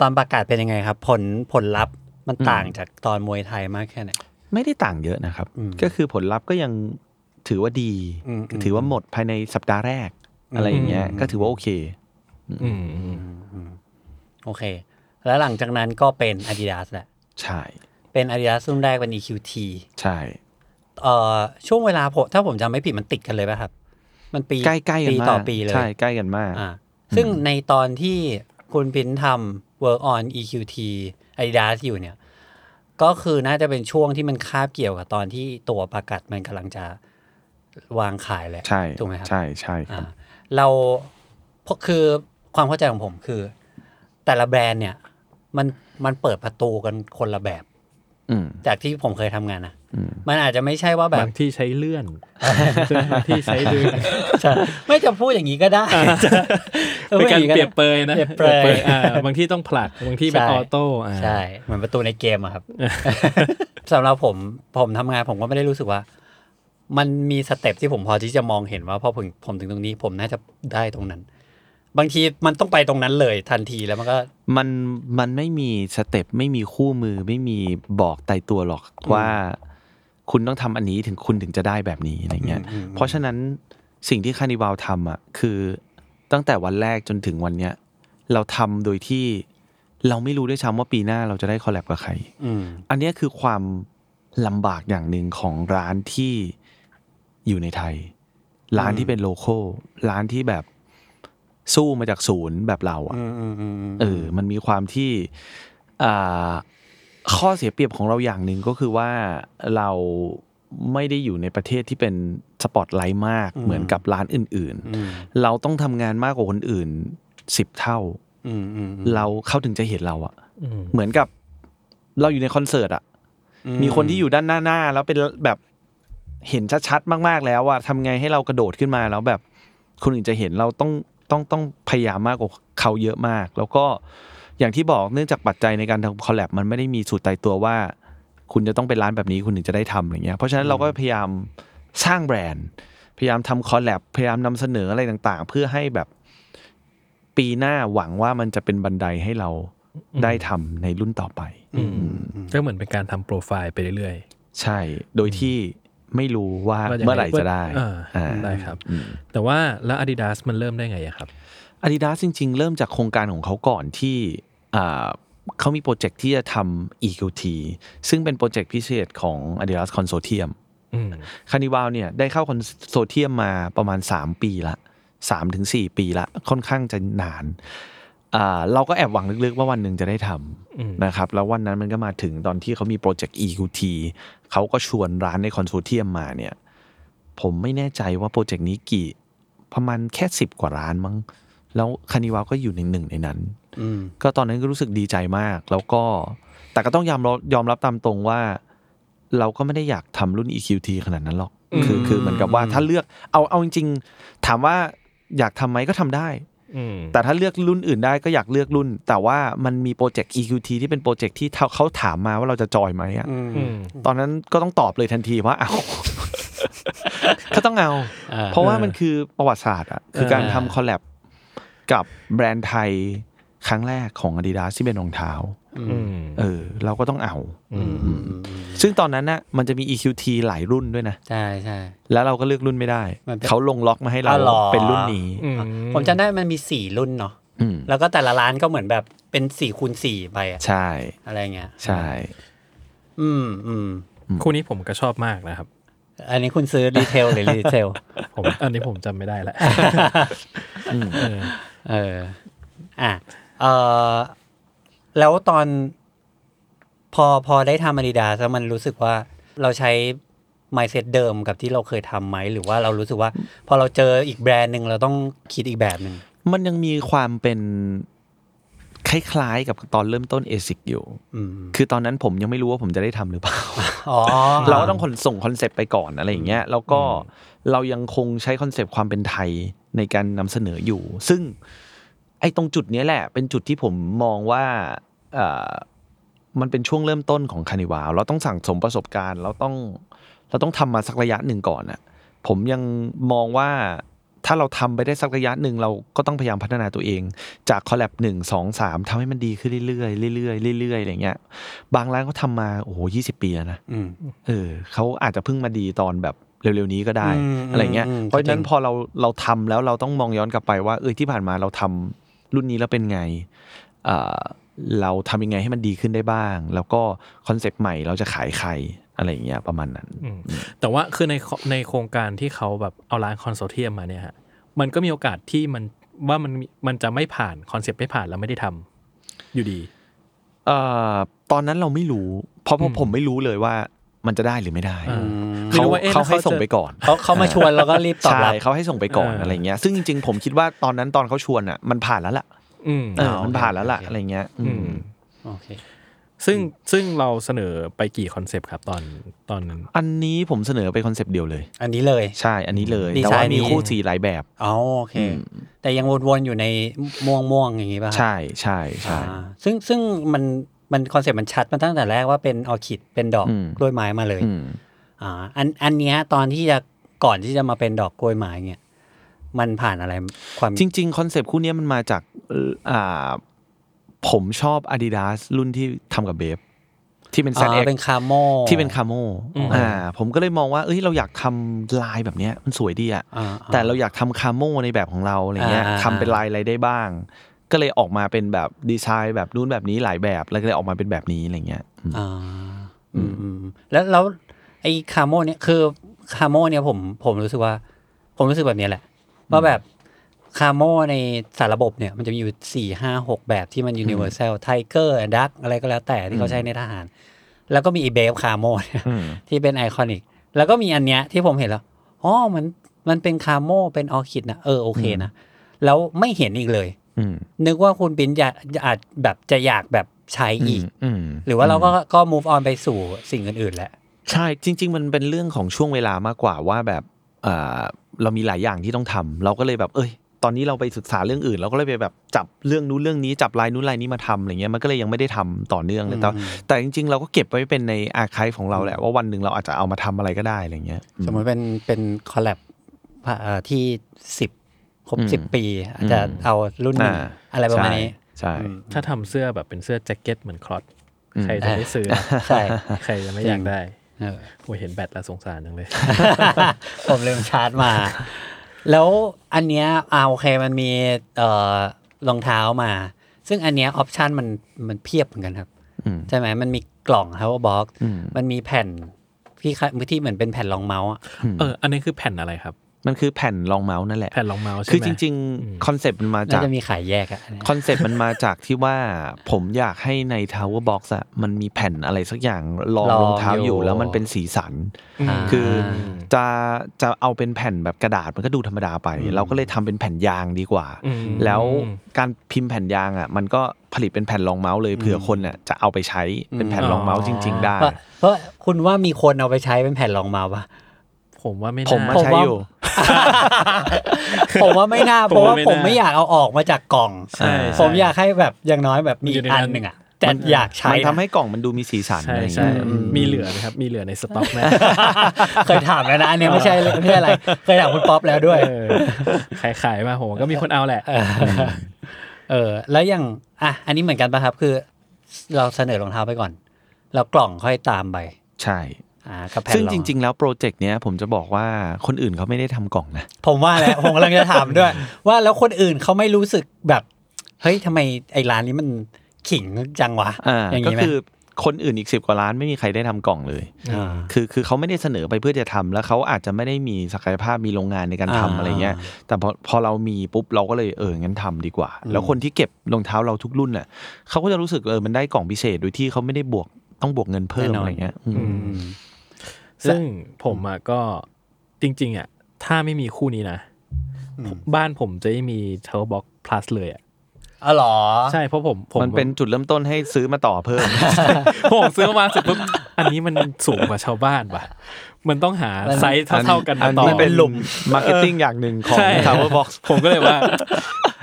ตอนประกาศเป็นยังไงครับ ผลผลลัพธ์มันต่างจากตอนมวยไทยมากแค่ไหน
ไม่ได้ต่างเยอะนะครับ
อืม
ก็คือผลลัพธ์ก็ยังถือว่าดี
อืม
ถือว่าหมดภายในสัปดาห์แรก อะไรอย่างเงี้ย
อืม
ก็ถือว่าโอเค
อืมอืม
โอเค แล้วหลังจากนั้นก็เป็น Adidas แหละ
ใช่
เป็น Adidas รุ่นแรกเป็น EQT
ใช่
เอ่อช่วงเวลาผมถ้าผมจำไม่ผิดมันติดกันเลยป่ะครับ มันปี
ใกล้ๆกัน
ปี
มา
ต่อก ปีเลย
ใช่ใกล้กันมาก
อ่าซึ่งในตอนที่คุณพินทำ work on EQT Adidas อยู่เนี่ย ก็คือน่าจะเป็นช่วงที่มันคาบเกี่ยวกับตอนที่ตัวประกาศมันกำลังจะวางขายแหละ
ใช่
ถูกไหมครับ
ใช่ใช่ครับ
อ่าเราพวกคือความเข้าใจของผมคือ แต่ละแบรนด์เนี่ย มันมันเปิดประตูกันคนละแบบ
อืม
จากที่ผมเคยทำงานนะ
อืม
มันอาจจะไม่ใช่ว่าแบบ
า
บ
งที่ใช้เลื่อนใช่ไหมบางที่ใช้ดึง
จะไม่จะพูดอย่างนี้ก็ได้จะจะ
เป็นการ
พูดอง
เปรียบเปรย
ได้
นะ
เปรียบเปรย
อ่าบางที่ต้องผลักบางที่เป็น
ใช่
ออโต้อ่า
ใช่เหมือนประตูในเกม อะครับ สำหรับผมผมทำงานผมก็ไม่ได้รู้สึกว่า มันมีสเต็ปที่ผมพอที่จะมองเห็นว่าพอผมผมถึงตรงนี้ ผมน่าจะได้ตรงนั้น บางทีมันต้องไปตรงนั้นเลยทันทีแล้วมันก็
มันมันไม่มีสเต็ปไม่มีคู่มือไม่มีบอกตายตัวหรอกว่า คุณต้องทำอันนี้ถึงคุณถึงจะได้แบบนี้อะไรเงี้ย
อืมอืม
เพราะฉะนั้นสิ่งที่คานิบาลทำอ่ะคือตั้งแต่วันแรกจนถึงวันเนี้ยเราทำโดยที่เราไม่รู้ด้วยซ้ำว่าปีหน้าเราจะได้คอลแลบกับใคร
อืม
อันเนี้ยคือความลำบากอย่างหนึ่งของร้านที่อยู่ในไทย ร้านที่เป็นโลโก้ร้านที่แบบสู้มาจากศูนย์แบบเราอ่ะ
อืมอืมอืมอืม
เออ มันมีความที่อ่าข้อเสียเปรียบของเราอย่างหนึ่งก็คือว่าเราไม่ได้อยู่ในประเทศที่เป็นสปอตไลท์มาก
อืม
เหมือนกับร้านอื่น
อืม
ๆ เราต้องทำงานมากกว่าคนอื่นสิบเท่า
อืมอืมอืม
เราเข้าถึงจะเห็นเราอะเหมือนกับเราอยู่ในคอนเสิร์ตอะมีคนที่อยู่ด้านหน้าๆแล้วเป็นแบบเห็นชัดๆมาก ๆ แล้วอะทำไงให้เรากระโดดขึ้นมาแล้วแบบคนอื่นจะเห็นเราต้องต้องต้องพยายามมากกว่าเขาเยอะมาก แล้วก็อย่างที่บอกเนื่องจากปัจจัยในการทำคอลแลบมันไม่ได้มีสูตรตายตัวว่า คุณจะต้องเป็นร้านแบบนี้คุณถึงจะได้ทำอะไรเงี้ยเพราะฉะนั้นเราก็พยายามสร้างแบรนด์ พยายามทำคอลแลบพยายามนำเสนออะไรต่างๆ เพื่อให้แบบปีหน้าหวังว่ามันจะเป็นบันไดให้เรา
อืม
ได้ทำในรุ่นต่อไป
ก็เหมือนเป็นการทำโปรไฟล์ไปเรื่อย
ใช่โดยที่ไม่รู้ว่า
ว่ายังไง
เมื่อไหร่จะได้
เอออ่
อ่า
ได้ครับ ๆ แต่ว่าแล้ว Adidas มันเริ่มได้ไงอะครับ
อาดิดาสจริง ๆ เริ่มจากโครงการของเขาก่อนที่อ่าเขามีโปรเจกต์ที่จะทำ EQT ซึ่งเป็นโปรเจกต์พิเศษของ Adidas Consortium
อืม
คานิวาลเนี่ยได้เข้าคอนโซเทียมมาประมาณ 3 ปีละ3ถึง4ปีละ ค่อนข้างจะนานอ่าเราก็แอบหวังลึกๆว่าวันหนึ่งจะได้ท
อืม
ำนะครับ แล้ววันนั้นมันก็มาถึงตอนที่เขามีโปรเจกต์ EQT เขาก็ชวนร้านในคอนโซเทียมมาเนี่ย ผมไม่แน่ใจว่าโปรเจกต์นี้กี่ ประมาณแค่ 10 กว่าร้านมั้ง แล้วคานิวาลก็อยู่ในหนึ่งในนั้น
อืม
ก็ตอนนั้นก็รู้สึกดีใจมาก แล้วก็แต่ก็ต้องยอมรับยอมรับตามตรงว่า เราก็ไม่ได้อยากทำรุ่น EQT ขนาดนั้นหรอก คือคือเหมือนกับว่าถ้าเลือกเอาเอาจริงๆ ถามว่าอยากทำไหมก็ทำได้
อืม
แต่ถ้าเลือกรุ่นอื่นได้ก็อยากเลือกรุ่น แต่ว่ามันมีโปรเจกต์ EQT ที่เป็นโปรเจกต์ที่เขาเขาถามมาว่าเราจะจอยไหมอะ
อืม
อืม
ตอนนั้นก็ต้องตอบเลยทันทีว่า เอา ก็ต้องเอา
อ่า
เพราะว่ามันคือประวัติศาสตร์อะคือการ
เออ
ทำคอลแลบกับแบรนด์ไทยครั้งแรกของ Adidas ที่เป็นรองเท้า
อืม
เออ เราก็ต้องเอา
อืม
อืมอืมอืม
ซึ่งตอนนั้นน่ะมันจะมี EQT หลายรุ่นด้วยนะ
ใช่ใช่
แล้วเราก็เลือกรุ่นไม่ได้
มันเป็น
เขาลงล็อกมาให้เรา
อ๋อเหรอ
เป็นรุ่นนี้
อืม
ผมจำได้มันมีสี่รุ่นเนาะ
อืม
แล้วก็แต่ละร้านก็เหมือนแบบเป็นสี่คูณสี่ไปอะ
ใช่
อะไรเงี้ย
ใช่
อืมอืม
คู่นี้ผมก็ชอบมากนะครับ
อันนี้คุณซื้อดีเทลหรือรีเทล
ผม อันนี้ผมจำไม่ได้แล้ว
อืม
เออ
เอออ่ะเออ แล้วตอนพอพอได้ทำอาดิดาสแล้วมันรู้สึกว่าเราใช้ mindset เดิมกับที่เราเคยทำไหม หรือว่าเรารู้สึกว่า พอเราเจออีกแบรนด์หนึ่งเราต้องคิดอีกแบบหนึ่ง
มันยังมีความเป็นคล้ายๆกับตอนเริ่มต้นเอซิกอยู่
อืม
คือตอนนั้นผมยังไม่รู้ว่าผมจะได้ทำหรือเปล่า
อ๋อ
เราก็ต้องคนส่งคอนเซปต์ไปก่อนอะไรอย่างเงี้ยแล้วก็เรายังคงใช้คอนเซปต์ความเป็นไทยในการนำเสนออยู่ ซึ่งไอ้ตรงจุดเนี้ยแหละ เป็นจุดที่ผมมองว่าเอ่อมันเป็นช่วงเริ่มต้นของคานิวาเราต้องสั่งสมประสบการณ์ เราต้องเราต้องทำมาสักระยะหนึ่งก่อนอะผมยังมองว่าถ้าเราทำไปได้สักระยะหนึ่งเราก็ต้องพยายามพัฒนาตัวเอง จากคอลแลบหนึ่งสองสามทำให้มันดีขึ้นเรื่อยๆเรื่อยๆเรื่อยๆอะไรเงี้ยบางร้านเขาทำมาโอ้โหยี่สิบปีแล้วนะ
อืม
เออเขาอาจจะเพิ่งมาดีตอนแบบเร็วๆนี้ก็ได้
อืม
อะไรเงี้ย
อืมอืม
เพราะฉะนั้น
จริง
พอเราเราทำแล้วเราต้องมองย้อนกลับไปว่าเออที่ผ่านมาเราทำรุ่นนี้แล้วเป็นไงเอ่อเราทำยังไงให้มันดีขึ้นได้บ้าง แล้วก็คอนเซปต์ใหม่เราจะขายใครอะไรอย่างเงี้ยประมาณนั้น
อืมแต่ว่าคือในในโครงการที่เขาแบบเอาร้านคอนโซเทียมมาเนี่ยฮะมันก็มีโอกาสที่มันว่ามันมีมันจะไม่ผ่านคอนเซปต์ไม่ผ่านแล้วไม่ได้ทำอยู่ดี
เอ่อตอนนั้นเราไม่รู้ เพราะ
อืม
ผมไม่รู้เลยว่ามันจะได้หรือไม่ได้
อืมไม่
เขา
รู้ว่าเอ๊ะ
เขาให้
แล้วเขาจะ
ส่งไปก่อน
เขาเขามาชวนเราก็รีบตอบรับ
ใช่เขาให้ส่งไปก่อน
เอออ
อะไรเงี้ยซึ่งจริงๆผมคิดว่าตอนนั้นตอนเขาชวนอ่ะมันผ่านแล้วล่ะ
อืม
เออ
เอามั
มันผ่านแล้วล่ะ
โอเค
อะไรเงี้ยอื
อืม
ม
โอเค
ซึ่งซึ่งเราเสนอไปกี่คอนเซปต์ครับตอนตอนนั้น
อันนี้ผมเสนอไปคอนเซปต์เดียวเลย
อันนี้เลย
ใช่ อันนี้เลย
ดี
แต่
ไซน์
ว่ามี
นี้
คู่สีหลายแบบ
อ๋อโอเค
อืม
แต่ยังวนๆอยู่ในม่วงม่วงๆอย่างนี้ป่ะครับ
ใช่ใช่ใช่
อ่าซึ่งซึ่งมันมันคอนเซ็ปต์มันชัดมาตั้งแต่แรกว่าเป็นออคิดเป็นดอก
อืม
กล้วยไม้มาเลย
อืม
อ่าอันอันเนี้ยตอนที่จะก่อนที่จะมาเป็นดอกกล้วยไม้เนี่ยมันผ่านอะไรความ
จริง ๆ คอนเซปต์คู่เนี้ยมันมาจากเอ่ออ่าผมชอบ Adidas รุ่นที่ทำกับเบฟที่เป็น
อ่า
ZX
เป็นคาโม
ที่เป็นคาโม
อืม
อ่า ผมก็เลยมองว่า เอ้ย เราอยากทำลายแบบเนี้ยมันสวยดีอะ
อ่า
แต่เราอยากทำคาโมในแบบของเราอะไรเงี้ย
อ่า
ทำเป็นลายอะไรได้บ้าง ก็เลยออกมาเป็นแบบดีไซน์แบบนู้นแบบนี้หลายแบบ แล้วก็เลยออกมาเป็นแบบนี้อะไรเงี้ยอืม
อ่าอืมอืมแล้วแล้วไอ้คาโมเนี่ยคือคาโมเนี่ยผมผมรู้สึกว่า ผมรู้สึกแบบเนี้ยแหละ ว่าแบบคาโมในสารระบบเนี่ย มันจะมีอยู่สี่ห้าหกแบบที่มันยูนิเวอร์แซลไทเกอร์ดักอะไรก็แล้วแต่ที่เขาใช้ในทหาร แล้วก็มีอีเบฟคาโมเนี่ย
อืม
ที่เป็นไอคอนิกแล้วก็มีอันเนี้ยที่ผมเห็นแล้วอ๋อมันมันเป็นคาโมเป็นออคิดนะเออโอเคนะ แล้วไม่เห็นอีกเลย
อืม
นึกว่าคุณปินอยากอาจแบบจะอยากแบบใช้อีก
อืม
หรือว่าเราก็ก็ move on ไปสู่สิ่งอื่นๆแหละ
ใช่จริง ๆ มันเป็นเรื่องของช่วงเวลามากกว่าว่าแบบเอ่อเรามีหลายอย่างที่ต้องทำเราก็เลยแบบ เอ้ย ตอนนี้เราไปศึกษาเรื่องอื่น เราก็เลยไปแบบจับเรื่องนู้นเรื่องนี้จับลายนู้นลายนี้มาทำอะไรเงี้ยมันก็เลยยังไม่ได้ทำต่อเนื่องเลยแต่
อืม
แต่จริง ๆ เราก็เก็บไว้เป็นในอาคายของเราแหละว่าวันหนึ่งเราอาจจะเอามาทำอะไรก็ได้อะไรเงี้ย
สมมติเป็นเป็นคอลแลบที่สิบครบ
อืม
สิบปี อาจจะ
อืม
เอารุ่นหนึ่ง
อ่า
อะไรประมาณนี้
ใช่
อืม
ถ้าทำเสื้อแบบเป็นเสื้อแจ็คเก็ตเหมือนคลอต
อืม
ใครจะได้ ซื้อนะ
ใช่
ใครจะไม่อยากได้
เออ
โอ้ยเห็นแบตแล้วสงสารจังเลย
ผมลืมชาร์จมา แล้วอันเนี้ยอ่าโอเคมันมีเอ่อรองเท้ามา ซึ่งอันเนี้ยออปชันมันมันเพียบเหมือนกันครับ
อืม
ใช่ไหมมันมีกล่อง Power Box
อืม
มันมีแผ่นที่คล้ายที่เหมือนเป็นแผ่นรองเมาส์อะ
เอออันนี้คือแผ่นอะไรครับ
มันคือแผ่นรองเมาส์นั่นแหละ
แผ่นรองเมาส์ใช่ไหม
คือจริงๆคอนเซปต์มันมา
น่า
จาก
จะมีขายแยกอะอันเนี้ย
คอนเซ็ปต์มันมาจากที่ว่าผมอยากให้ใน Tower Box อะมันมีแผ่นอะไรสักอย่างรองรองเท้าอยู่แล้วมันเป็นสีสัน
า
คือจะจะเอาเป็นแผ่นแบบกระดาษมันก็ดูธรรมดาไป เราก็เลยทำเป็นแผ่นยางดีกว่า
อืม
แล้วการพิมพ์แผ่นยางอ่ะมันก็ผลิตเป็นแผ่นรองเมาส์เลยเผื่อคนอ่ะจะเอาไปใช้เป็นแผ่นรองเมาส์จริง ๆ ได้
เพราะเพราะคุณว่ามีคนเอาไปใช้เป็นแผ่นรองเมาส์ปะ
ผมว่าไม่
ผม
น่า
มาใช้อยู่
ผมว่าไม่น่า เพราะว่า
ผ
ผม ม
ไม่น่า
ไม่อยากเอาออกมาจากกล่อง
ใช่ใช่
ผมอยากให้แบบอย่างน้อยแบบมี
อยู่ในนั้น
อันหนึ่งอะแต่อยากใช้
มัน
นะ
ทำให้กล่องมันดูมีสีสัน
ใช่
อะไรอย่าง
ใช่
เงี้ยอืม
มีเหลือไหมครับ มีเหลือในสต็ อกไหม
เคยถามแล้วนะอันเนี้ยไม่ใช่ไม่ใช่อะไร เคยถามคุณป๊อปแล้วด้วย
เออขายขายมาผมก็มีคนเอาแหละ
เออเออ แล้วอย่างอ่ะอันนี้เหมือนกันปะครับคือ เราเสนอรองเท้าไปก่อน แล้วกล่องค่อยตามไป
ใช่
อ่ากับแผ่น
ซึ่ง
รอ
จริง ๆ แล้วโปรเจกต์เนี้ยผมจะบอกว่าคนอื่นเขาไม่ได้ทำกล่องนะ
ผมว่าแหล้วผมกำลังจะถามด้วย ว่าแล้วคนอื่นเขาไม่รู้สึกแบบ เฮ้ยทำไมไอ้ร้านนี้มันขิงจังวะ
อ่า
อย่าง
ก็
นี้ไหม
คือ คนอื่นอีกสิบกว่าล้านไม่มีใครได้ทำกล่องเลย
อ่า
คือคือเขาไม่ได้เสนอไปเพื่อจะทำแล้วเขาอาจจะไม่ได้มีศักยภาพมีโรงงานในการทำ
อ่า
อะไรเงี้ย แต่พอพอเรามีปุ๊บเราก็เลยเอองั้นทำดีกว่า แล้วคนที่เก็บรองเท้าเราทุกรุ่นน่ะเขาก็จะรู้สึกเออมันได้กล่องพิเศษโดยที่เขาไม่ได้บวกต้องบวกเงินเพิ่ม
แน่นอน
อะไรเงี้ยอืม
อืม
ซึ่งผมอ่ะก็จริง ๆ อ่ะ ถ้าไม่มีคู่นี้นะ บ้านผมจะไม่มีเทอร์บ็อกพลัสเลยอ่ะ
อ๋อเหรอ
ใช่เพราะผมผม
มันเป็นจุดเริ่มต้นให้ซื้อมาต่อเพิ่ม
ผมซื้อมาวางเสร็จปุ๊บอันนี้มันสูงกว่าชาวบ้านว่ะ มันต้องหาไซส์เท่าๆกันมาต่อ
นี้เป็นหลุมมาร์เก็ตติ้งอย่างหนึ่งของ
ใช่
Tower Box
ผมก็เลยว่า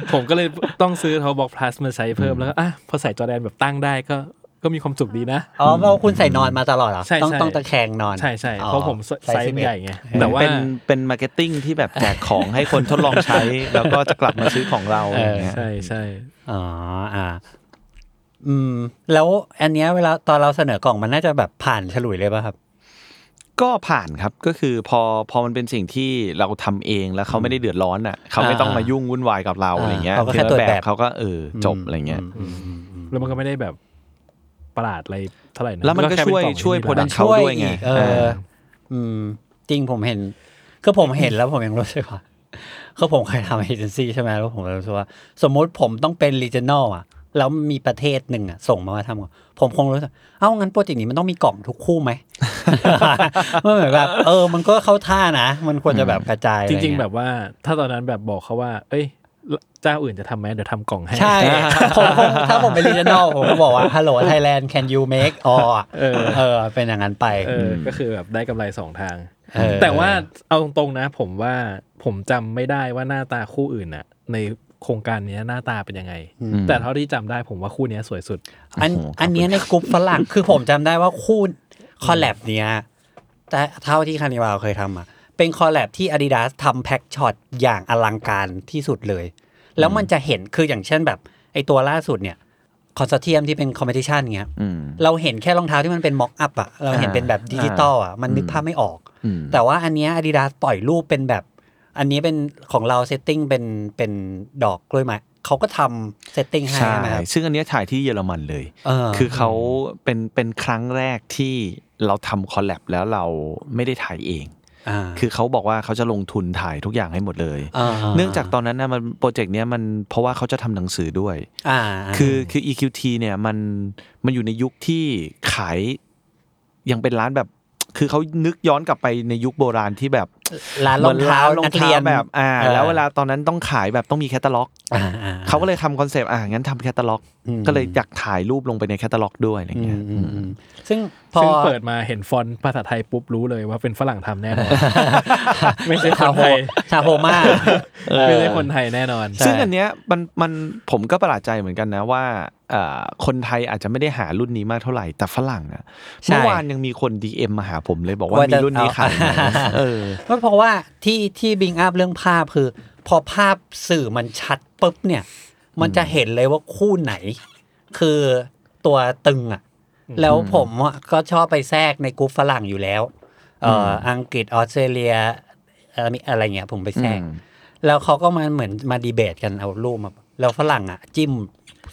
ผมก็เลยต้องซื้อทอบอกพลัสมาใช้เพิ่มแล้วก็อ่ะพอใส่จอแดนแบบตั้งได้ก็ก็มีความสุขดีนะ
อ๋อเพราะคุณใส่นอนมาตลอดเหรอ
ใช่
ต้อง
ใช่
ต้องตะแคงนอน
ใช่ใช่
อ๋อ
เพราะผมไซส์
11
ใหญ่ไงแต่ว่า
เป็นเป็นมาร์เก็ตติ้งที่แบบแจกของให้คนทดลองใช้ แล้วก็จะกลับมาซื้อของเราอะไรเงี้ย
ใช่ใช่
อ๋ออ่า อืม แล้วอันเนี้ยเวลาตอนเราเสนอกล่องมันน่าจะแบบผ่านฉลุยเลยป่ะครับ
ก็ผ่านครับก็คือพอพอมันเป็นสิ่งที่เราทำเองแล้วเขาไม่ได้เดือดร้อนอ่ะเขาไม่ต้องมายุ่งวุ่นวายกับเรา
อ่า
อะไรเงี้ย
เขาก็แค่
อ
ตรวจแบบ
เขาก็เออจบอะไรเงี้ย
แล้วมันก็ไม่ได้แบบประหลาดอะไรเท่าไหร่นะ
แล้วมันก็
ค่เป็
ช่ว
ก
ย
ล่องที่
ช่วย
มี
โปรดัก
ราคา
เขาด้วยไง
อีกเอ
เอ
อ
อ
อืม จริงผมเห็น คือผมเห็นแล้วผมยังรู้สึกว่าคือผมเคยทำเอเจนซี่ใช่ไหมแล้วผมรู้สึกว่า สมมติผมต้องเป็น r ีเจน a l อ่ะ แล้วมีประเทศหนึ่งอ่ะ ส่งมาว่าทำก่อนผมคงรู้สึก เอ้า งั้นโปรเจกต์นี้มันต้องมีกล่องทุกคู่ไหม มันเหมือนแบบ เออ มันก็เข้าท่านะ มันควรจะแบบกระจาย
จ
อะไเย
ริง ๆ แบบว่าถ้าตอนนั้นแบบบอกเขาว่า เอ้ย เจ้าอื่นจะทำไหมเดี๋ยวทำกล่องให้
ใช่ ผมคงถ้าผมเป็น regional ผมก็บอกว่า hello Thailand can you make อ๋อ
เออ
เออ เป็นอย่างนั้นไป
เอออ ก็คือแบบได้กำไรสองทาง
เออ
แต่ว่าเอาตรงๆนะ ผมว่าผมจำไม่ได้ว่าหน้าตาคู่อื่นน่ะ ในโครงการเนี้ยหน้าตาเป็นยังไง แต่เท่าที่จำได้ผมว่าคู่เนี้ยสวยสุด
อั นอันเนี้ยในกลุ่มฝรั่ง คือผมจำได้ว่าคู่คอลแลบเนี้ย แต่เท่าที่คานิวาลเคยทำอ่ะ เป็นคอลแลบที่ Adidas ทำแพ็กช็อตอย่างอลังการที่สุดเลย แล้วมันจะเห็นคืออย่างเช่นแบบ ไอตัวล่าสุดเนี่ยคอนโซเทียมที่เป็นคอมเพติชันเงี้ย
อืม
เราเห็นแค่รองเท้าที่มันเป็นม็อกอัพอะเราเห็นเป็นแบบดิจิตอลอะมันนึกภาพไม่ออก
อืม
แต่ว่าอันเนี้ย Adidas ปล่อยรูปเป็นแบบ อันนี้เป็นของเราเซตติ้งเป็นเป็นดอกกล้วยไม้เขาก็ทำเซตติ้งให้
ใช่
ใช่ไหมครับ
ซึ่งอันเนี้ยถ่ายที่เยอรมันเลย
เออ
คือเขาเป็นเป็นครั้งแรกที่เราทำคอลแลบแล้วเราไม่ได้ถ่ายเอง คือเขาบอกว่าเขาจะลงทุนถ่ายทุกอย่างให้หมดเลย
อ่า
เนื่องจากตอนนั้นนะมันโปรเจกต์เนี้ยมันเพราะว่าเขาจะทำหนังสือด้วย
อ่าา
คือคือ EQT เนี่ยมันมันอยู่ในยุคที่ขายยังเป็นร้านแบบ คือเขานึกย้อนกลับไปในยุคโบราณที่แบบ
ร้านรองเท้า
หมืนร้นรอง
นักเรียน
ท้าแบบอ่า
เออ
แล้วเวลาตอนนั้นต้องขายแบบต้องมีแคตตาล็อก
อ่าอ่
เขาก็เลยทำคอนเซปต์อ่ะงั้นทำแคตตาล็อก
อืม
ก็เลยอยากถ่ายรูปลงไปในแคตตาล็อกด้วยอะไร
อื
เงี้
ม
ย
อืมอืมซึ่งพอ
ซึ่งเปิดมาเห็นฟอนต์ภาษาไทยปุ๊บรู้เลยว่าเป็นฝรั่งทำแน่น อน ไม่ใช่คนไทย
ชาโฮมา
ไม่ใช่คนไทยแน่นอน
ซึ่งอันเนี้ยมันมันผมก็ประหลาดใจเหมือนกันนะว่าเอ่อคนไทยอาจจะไม่ได้หารุ่นนี้มากเท่าไหร่แต่ฝรั่งอะ
ใช่
เมื่อวานยังมีคน DM มาหาผมเลยบอกว่า
ว่า
มี
จะ
รุ่นนี้
เอา
ขาย ไหมเออ
ก็เพราะว่าที่ที่บิงอัพเรื่องภาพคือ พอภาพสื่อมันชัดปุ๊บเนี่ย มันจะเห็นเลยว่าคู่ไหน คือตัวตึงอ่ะ แล้วผมอะก็ชอบไปแทรกในกลุ่มฝรั่งอยู่แล้วเอ่อออังกฤษออสเตรเลียอะไรอะไรเงี้ยผมไปแทรก
อืม
แล้วเขาก็มาเหมือนมาดีเบตกันเอารูปมาแล้วฝรั่งอ่ะ จิ้ม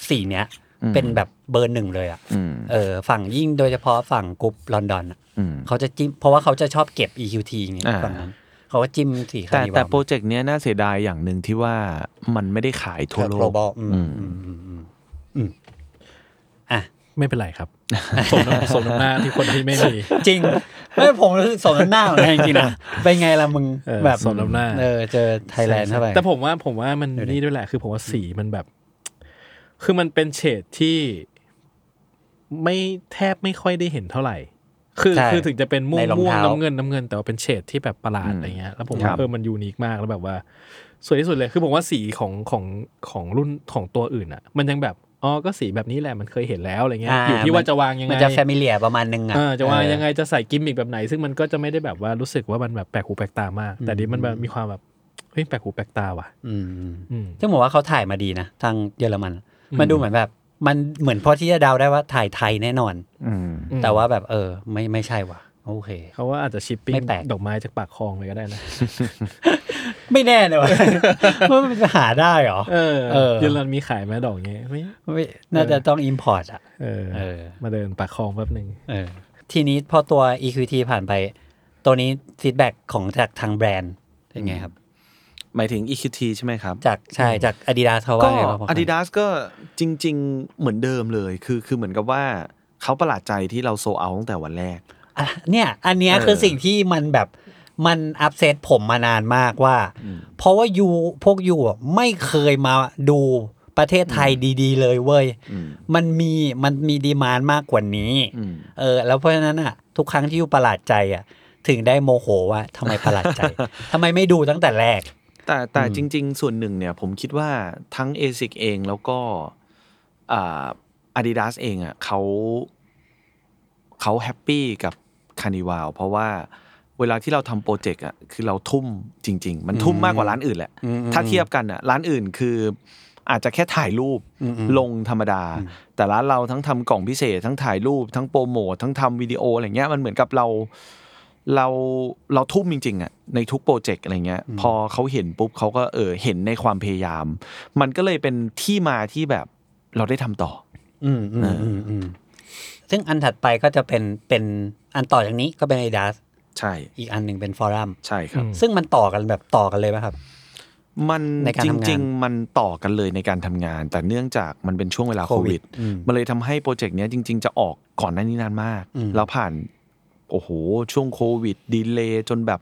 สีเนี้ย เป็นแบบเบอร์หนึ่งเลยอ่ะ
อืม
เออฝั่งยิ่งโดยเฉพาะฝั่งกรุ๊ปลอนดอนอะ
อืม
เขาจะจิ้มเพราะว่าเขาจะชอบเก็บ EQT ไง
อ่า
ฝั่งนั้นเขาก็จิ้มสีคา
แต่
นิวั
แต่
ล
โปรเจกต์เนี้ยน่าเสียดายอย่างหนึ่งที่ว่ามันไม่ได้ขายทั่วโล
โล
ก
บอลอืม
อื
อืม
ม
อืมอืมอืมอ่ะ
ไม่เป็นไรครับ สมน้ำสมน้ำหน้าที่คนที่ไม่มี
จริ ง ไม่ผมรู้สึกสมน้ำหน้าเหมือนกันจริงๆนะเป็นไงล่ะมึง
เออ
แบบ
สมน้ำหน้า
เออเจอไทยแลนด์เข้าไป
แต่ผมว่าผมว่ามัน
เดี๋ยวดิ
นี่ด้วยแหละ คือผมว่าสีมันแบบ คือมันเป็นเฉดที่ไม่แทบไม่ค่อยได้เห็นเท่าไหร่ คือ
ใช่
คือถึงจะเป็นม่วง
ในรอง
ม่วง
เท้า
น้ำเงินน้ำเงิน แต่ว่าเป็นเฉดที่แบบประหลาด
อืม
อะไรเงี้ย แล้วผม
ครั
ว่า
บ
เออมันยูนิคมากแล้วแบบว่า สวยที่สุดเลย คือผมว่าสีของของของรุ่นของตัวอื่นอ่ะ มันยังแบบอ๋อก็สีแบบนี้แหละมันเคยเห็นแล้วอะไรเงี้ยอยู่ที่ว่าจะวางยังไง
มันจะแฟมิเลียประมาณนึงอ่ะ
เออจะว่ายังไงจะใส่กิมมิกแบบไหน ซึ่งมันก็จะไม่ได้แบบว่ารู้สึกว่ามันแบบแปลกหูแปลกตามาก แต่นี่มันแบบมีความแบบเฮ้ยแปลกหูแปลกตาว่ะ
อืมอืม
อืม
ซึ่งผมว่าเขาถ่ายมาดีนะ ทางเยอรมัน มันดูเหมือนแบบ มันเหมือนพอที่จะเดาได้ว่าถ่ายไทยแน่นอน
อืม
อืม
แต่ว่าแบบเออ ไม่ไม่ใช่ว่ะ โอเค
เขาว่าอาจจะชิปปิ้ง
ไม่แปลก
ดอกไม้จากปากคลองเลยก็ได้นะ
ไม่แน่เลยว ะ ว่ามันจะหาได้เหรอ
เออ
เออ
เยอรมันมีขายไหมดอกเงี้ยไม่
ไม่น่าจะต้อง import อ่ะ
เออ
เออ
มาเดินปากคลองแป๊บหนึ่ง
เออ ทีนี้พอตัว EQT ผ่านไป ตัวนี้ฟีดแบ็ของจากทางแบรนด์เป็นไงครับ
หมายถึง EQT ใช่ไหมครับ
จากใช่จาก Adidas เขาว่า
ก็
ไงบ้างพอ
Adidas ก็จริง ๆ เหมือนเดิมเลย คือคือเหมือนกับว่าเขาประหลาดใจที่เราโซเอาตั้งแต่วันแรก
อ่ะเนี่ย อันเนี้ย
เออ
คือสิ่งที่มันแบบมันอัพเซตผมมานานมากว่า เพราะว่ายูพวกยูอ่ะไม่เคยมาดูประเทศไทยดีๆ เลยเว้ย
อืม
มันมีมันมีดีมานมากกว่านี้
อืม
เออ แล้วเพราะฉะนั้นอ่ะ ทุกครั้งที่ยูประหลาดใจอ่ะ ถึงได้โมโหว่าทำไมประหลาด ใจ ทำไมไม่ดูตั้งแต่แรก
แต่แต่
อืม
จริง ๆ ส่วนหนึ่งเนี่ยผมคิดว่าทั้ง ASIC เองแล้วก็อาดิดาสเองอ่ะเขาเขาแฮปปี้กับคานิวา l เพราะว่าเวลาที่เราทำโปรเจกต์อ่ะคือเราทุ่มจริง ๆ มันทุ่มมากกว่าร้านอื่นแหละ ถ้าเทียบกันอ่ะร้านอื่นคืออาจจะแค่ถ่ายรูป
อืมอืม
ลงธรรมดา แต่ร้านเราทั้งทำกล่องพิเศษ ทั้งถ่ายรูป ทั้งโปรโมททั้งทำวิดีโออะไรเงี้ยมันเหมือนกับเราเราเราทุ่มจริงๆอ่ะในทุกโปรเจกต์อะไรเงี้ยพอเขาเห็นปุ๊บเขาก็เออเห็นในความพยายาม มันก็เลยเป็นที่มาที่แบบเราได้ทำต่อ
อืมอืมอืมอืมซึ่งอันถัดไปก็จะเป็นเป็นอันต่อจากนี้ก็เป็น Adidas
ใช่
อีกอันหนึ่งเป็นฟอรัม
ใช่ครับ
ซึ่งมันต่อกันแบบต่อกันเลยป่ะครับ
มัน
ในการ
จ
ทำงาน
ริง ๆ มันต่อกันเลยในการทำงาน แต่เนื่องจากมันเป็นช่วงเวลา
โค
โค
วิ
วิ
ด
ด
อืม
มันเลยทำให้โปรเจกต์เนี้ยจริง ๆ จะออกก่อนหน้านี้นานมาก
อืม
แล้วผ่านโอ้โห ช่วงโควิดดีเลย์จนแบบ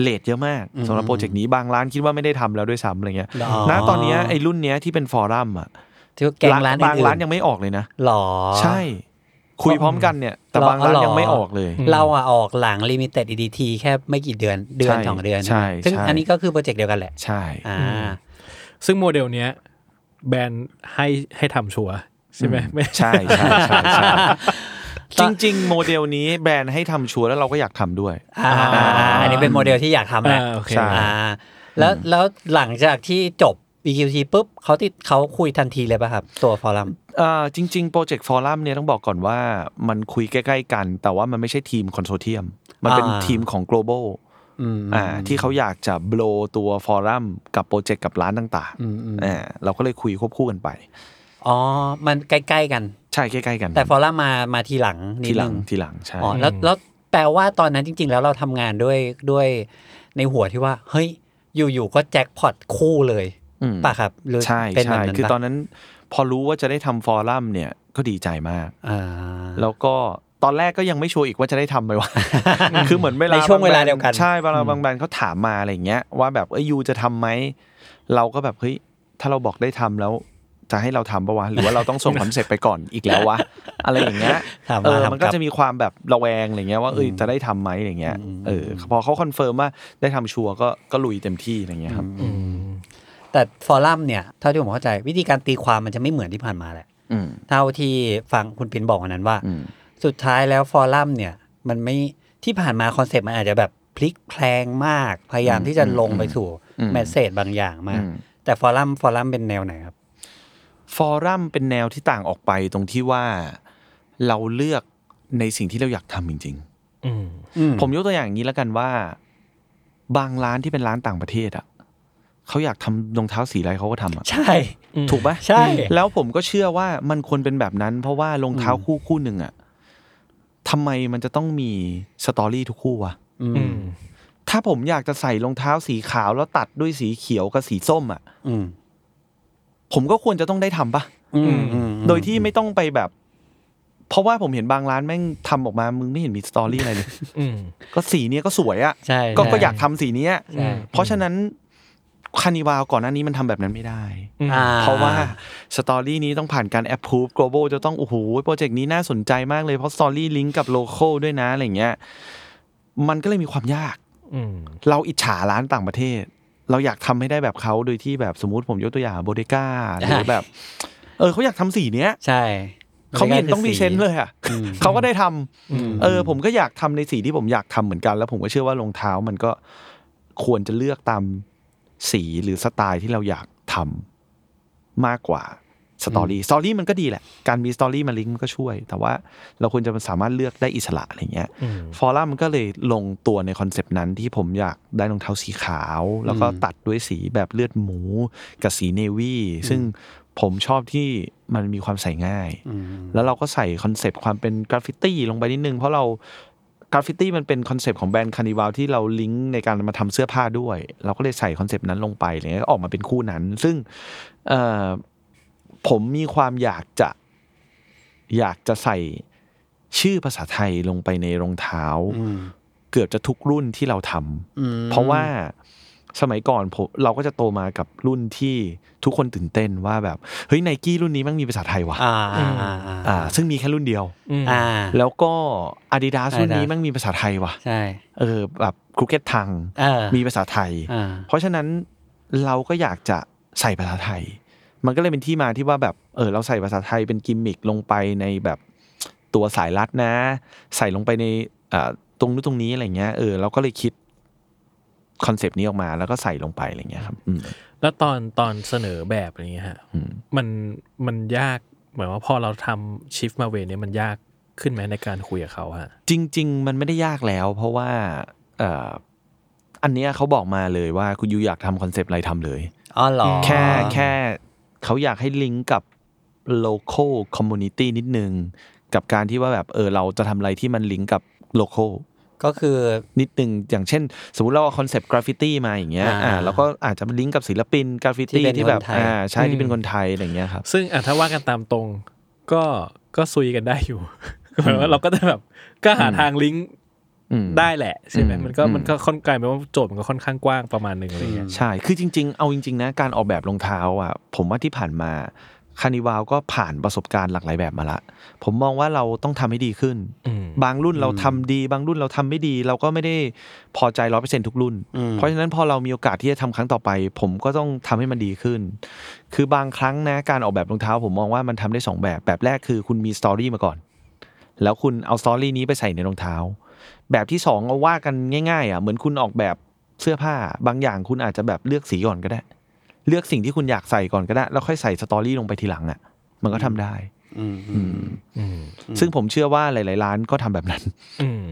เลทเยอะมาก
อืม
สำหรับโปรเจกต์นี้บางร้านคิดว่าไม่ได้ทำแล้วด้วยซ้ำอะไรเงี้ย
อ๋อ
ณตอนเนี้ยไอ้รุ่นเนี้ยที่เป็นฟอรัมอ่ะ
ที่ว่าแกงร้าน
บาง
อื่นๆ
ร้านยังไม่ออกเลยนะ
หรอ
ใช่ คุยพร้อมกันเนี่ย
หรอบ
แต่างร้าน
หรอ
ยังไม่ออกเลย
เราอะออกหลัง Limited EDT แค่ไม่กี่เดือนเดือน
ใช่
สองเดือน
ใช่
ไหมซึ่ง
ใช่
อันนี้ก็คือโปรเจกต์เดียวกันแหละ
ใช่
อ่า
ซึ่งโมเดลเนี้ย แบรนด์ให้ให้ทำชัวร์ใช่ไหมไม่
ใช่ใช่ใช่ใช่จริง ๆ โมเดลนี้แบรนด์ให้ทำชัวร์แล้วเราก็อยากทำด้วย
อ่าอันนี้เป็นโมเดลที่อยากทำแหละ
อ่าโอเค
ใช่
อ่า แล้วแล้วหลังจากที่จบ BQT ปุ๊บเขาติดเขาคุยทันทีเลยป่ะครับ ตัวฟอรัม
เอ่อจริงๆ โปรเจกต์ฟอรัมเนี่ยต้องบอกก่อนว่ามันคุยใกล้ๆกัน แต่ว่ามันไม่ใช่ทีมคอนโซเทียม มันเป็น
อ่า
ทีมของ global
อืม
อ่าที่เขาอยากจะ blow ตัวฟอรัมกับโปรเจกต์กับร้านต่าง
อืมอืม
อ่าเราก็เลยคุยควบคู่กันไป
อ๋อ มันใกล้ๆกัน
ใช่ใกล้ๆกัน
แต่ฟอรัมมามาทีหลังนิ
ที
ด
หลั
นึ
ง
ง
ทีหลังใช่
อ๋อแล้วแล้วแปลว่าตอนนั้นจริง ๆ แล้วเราทำงานด้วยด้วยในหัวที่ว่า เฮ้ย อยู่ๆก็แจ็คพอตคู่เลย
ม
ป่ะครับหรือ
ใช่
เป็นแบบ
ใช่
นั้น
คือ
ปะ
ตอนนั้นพอรู้ว่าจะได้ทำฟอรัมเนี่ยก็ดีใจมาก
อ่า
แล้วก็ตอนแรกก็ยังไม่ชัวร์อีกว่าจะได้ทำไหมวะ คือเหมือนเวลา
ในช่วงเวลาเดียวกัน
ใช่บางแบรนด์บางแบรนด์เขาถามมาอะไรอย่างเงี้ยว่าแบบเอ้ยยูจะทำไหม เราก็แบบเฮ้ยถ้าเราบอกได้ทำแล้ว จะให้เราทำปะวะ หรือว่าเราต้องส่งคอนเซ็ปต์ไปก่อนอีกแล้ววะ อะไรอย่างเงี้ย
ถาม
เอ
มา
อ
ถาม
มัน
ก
ก็
ลับ
จะมีความแบบระแวงอะไรเงี้ยว่าเอ้ยจะได้ทำไหมอะไรเงี้ยเออพอเขาคอนเฟิร์มว่าได้ทำชัวร์ก็ก็ลุยเต็มที่อะไรเงี้ยครับ
อืม
แต่ฟอรัมเนี่ยเท่าที่ผมเข้าใจวิธีการตีความมันจะไม่เหมือนที่ผ่านมาแหละ
อืม
เท่าที่ฟังคุณปินบอกวันนั้นว่า
อืม
สุดท้ายแล้วฟอรัมเนี่ย มันไม่ที่ผ่านมาคอนเซปต์มันอาจจะแบบพลิกแพลงมาก พยายามที่จะลงไปสู่แมสเซจบางอย่างมาก
อืม
แต่ฟอรัมฟอรัมเป็นแนวไหนครับ
ฟอรัมเป็นแนวที่ต่างออกไปตรงที่ว่าเราเลือกในสิ่งที่เราอยากทำจริง ๆ
อืม
ผมยกตัวอย่างอย่างนี้แล้วกันว่า บางร้านที่เป็นร้านต่างประเทศอ่ะเขาอยากทำรองเท้าสีอะไรเขาก็ทำอ่ะ
ใช่
ถูกไหม
ใช่
แล้วผมก็เชื่อว่ามันควรเป็นแบบนั้น เพราะว่ารองเท้าคู่คู่หนึ่งอ่ะทำไมมันจะต้องมีสตอรี่ทุกคู่วะ
อืม
อืม
ถ้าผมอยากจะใส่รองเท้าสีขาวแล้วตัดด้วยสีเขียวกับสีส้มอ่ะ
อืม
ผมก็ควรจะต้องได้ทำปะ
อืมอืม
โดยที่ไม่ต้องไปแบบ เพราะว่าผมเห็นบางร้านแม่งทำออกมามึงไม่เห็นมีสตอรี่อะไร เลย
อืม
ก็สีเนี้ยก็สวยอ่ะ
ใช่
ก็ก็
ใช่
อยากทำสีเนี้ย
ใช่
เพราะฉะนั้นคานิวาลก่อนหน้านี้มันทำแบบนั้นไม่ได้
อ่
เพราะว่าสตอรี่นี้ต้องผ่านการแอปพูฟ global จะต้องโอ้โหโปรเจกต์นี้น่าสนใจมากเลย เพราะสตอรี่ลิงก์กับโลโก้ด้วยนะอะไรเงี้ยมันก็เลยมีความยาก
อืม
เราอิจฉาร้านต่างประเทศ เราอยากทำให้ได้แบบเขาโดยที่แบบสมมติผมยกตัวอย่างโบเดก้าหรือแบบ เออเขาอยากทำสีเนี้ย
ใช่
เขาไม่เห็นต้องมีเซนส์เลยอ่ะเขาก็ได้ทำ
อืม
เออผมก็อยากทำในสีที่ผมอยากทำเหมือนกัน แล้วผมก็เชื่อว่ารองเท้ามันก็ควรจะเลือกตามสีหรือสไตล์ที่เราอยากทำมากกว่า สตอรี่สตอรี่มันก็ดีแหละ การมีสตอรี่มันลิงก์มันก็ช่วย แต่ว่าเราควรจะสามารถเลือกได้อิสระอะไรเงี้ย
อืม
ฟอรัมมันก็เลยลงตัวในคอนเซปต์นั้นที่ผมอยากได้รองเท้าสีขาว แล้วก็
อืม
ตัดด้วยสีแบบเลือดหมู กับสีเนวี่ซึ่งผมชอบที่มันมีความใส่ง่าย
อืม
แล้วเราก็ใส่คอนเซปต์ความเป็นกราฟฟิตี้ลงไปนิดนึง เพราะเรากราฟฟิตี้มันเป็นคอนเซปต์ของแบรนด์คานิวาลที่เราลิงก์ในการมาทำเสื้อผ้าด้วย เราก็เลยใส่คอนเซปต์นั้นลงไปอะไรเงี้ยก็ออกมาเป็นคู่นั้น ซึ่งเอ่อผมมีความอยากจะ อยากจะใส่ชื่อภาษาไทยลงไปในรองเท้า
อืม
เกือบจะทุกรุ่นที่เราทำ
อืม
เพราะว่าสมัยก่อนผมเราก็จะโตมากับรุ่นที่ทุกคนตื่นเต้นว่าแบบเฮ้ยไนกี้รุ่นนี้แมันมีภาษาไทยวะ
อ่า
อืม
อ่าอ่า
อ่า ซึ่งมีแค่รุ่นเดียว
อืม
อ่า
แล้วก็ Adidas รุ่นนี้
Adidas
แมันมีภาษาไทยวะ
ใช่
เออแบบครูเก็ตทัง
เออ
มีภาษาไทย
อ่า
เพราะฉะนั้นเราก็อยากจะใส่ภาษาไทย มันก็เลยเป็นที่มาที่ว่าแบบเออเราใส่ภาษาไทยเป็นกิมมิคลงไปในแบบตัวสายรัดนะ ใส่ลงไปในอ่าตรงนู้นตรงนี้อะไรเงี้ยเออเราก็เลยคิดคอนเซปต์นี้ออกมาแล้วก็ใส่ลงไปอะไรเงี้ยครับอืม
แล้วตอนตอนเสนอแบบอะไรเงี้ยฮะ
อืม
มันมันยากเหมือนว่าพอเราทำชิฟมาเวเนี่ยมันยากขึ้นไหมในการคุยกับเขาฮะ
จริง ๆ มันไม่ได้ยากแล้ว เพราะว่าเอ่ออันเนี้ยเขาบอกมาเลยว่าคุณยูอยากทำคอนเซปต์อะไรทำเลย
อ๋อเหรอ
แค่แค่เขาอยากให้ลิงก์กับ local community นิดนึง กับการที่ว่าแบบเออเราจะทำอะไรที่มันลิงก์กับ local
ก็คือ
นิดนึง อย่างเช่น สมมติเราเอาคอนเซปต์กราฟฟิตี้มาอย่างเงี้ย
อ่า
อ่าแล้วก็อาจจะลิงก์กับศิลปินกราฟฟิ
ที่
ตี้
เป็น
ที่แบบ
คนไทย
อ่าใช่
อืม
ที่เป็นคนไทยอะไรอย่างเงี้ยครับ
ซึ่งอ่ะถ้าว่ากันตามตรง ก็ก็ซุยกันได้อยู่ หมายว่าเราก็จะแบบก็หาทางลิงก์
อืม
ได้แหละ ใช่ไหม
อืม
มันก็
อืม
มันก็ค่อนกลายเป็นว่าโจทย์มันก็ค่อนข้างกว้างประมาณหนึ่งอะไรเงี้ย
ใช่ คือจริง ๆ เอาจริง ๆ นะ การออกแบบรองเท้าอ่ะ ผมว่าที่ผ่านมา คานิวาวก็ผ่านประสบการณ์หลากหลายแบบมาละ ผมมองว่าเราต้องทำให้ดีขึ้น
อืม
บางรุ่นเราทำดี บางรุ่นเราทำไม่ดี เราก็ไม่ได้พอใจร้อเปอร์เซ็นทุกรุ่น
อืม
เพราะฉะนั้นพอเรามีโอกาสที่จะทำครั้งต่อไป ผมก็ต้องทำให้มันดีขึ้น คือบางครั้งนะการออกแบบรองเท้า ผมมองว่ามันทำได้สองแบบ แบบแรกคือคุณมีสตอรี่มาก่อน แล้วคุณเอาสตอรี่นี้ไปใส่ในรองเท้า แบบที่สองเอาว่ากันง่ายๆอ่ะเหมือนคุณออกแบบเสื้อผ้า บางอย่างคุณอาจจะแบบเลือกสีก่อนก็ได้ เลือกสิ่งที่คุณอยากใส่ก่อนก็ได้ แล้วค่อยใส่สตอรี่ลงไปทีหลังอ่ะ มันก็ทำได้
อืมอื
อื
ม
ม
อืม
ซึ่งผมเชื่อว่าหลาย ๆ ร้านก็ทำแบบนั้น
อืม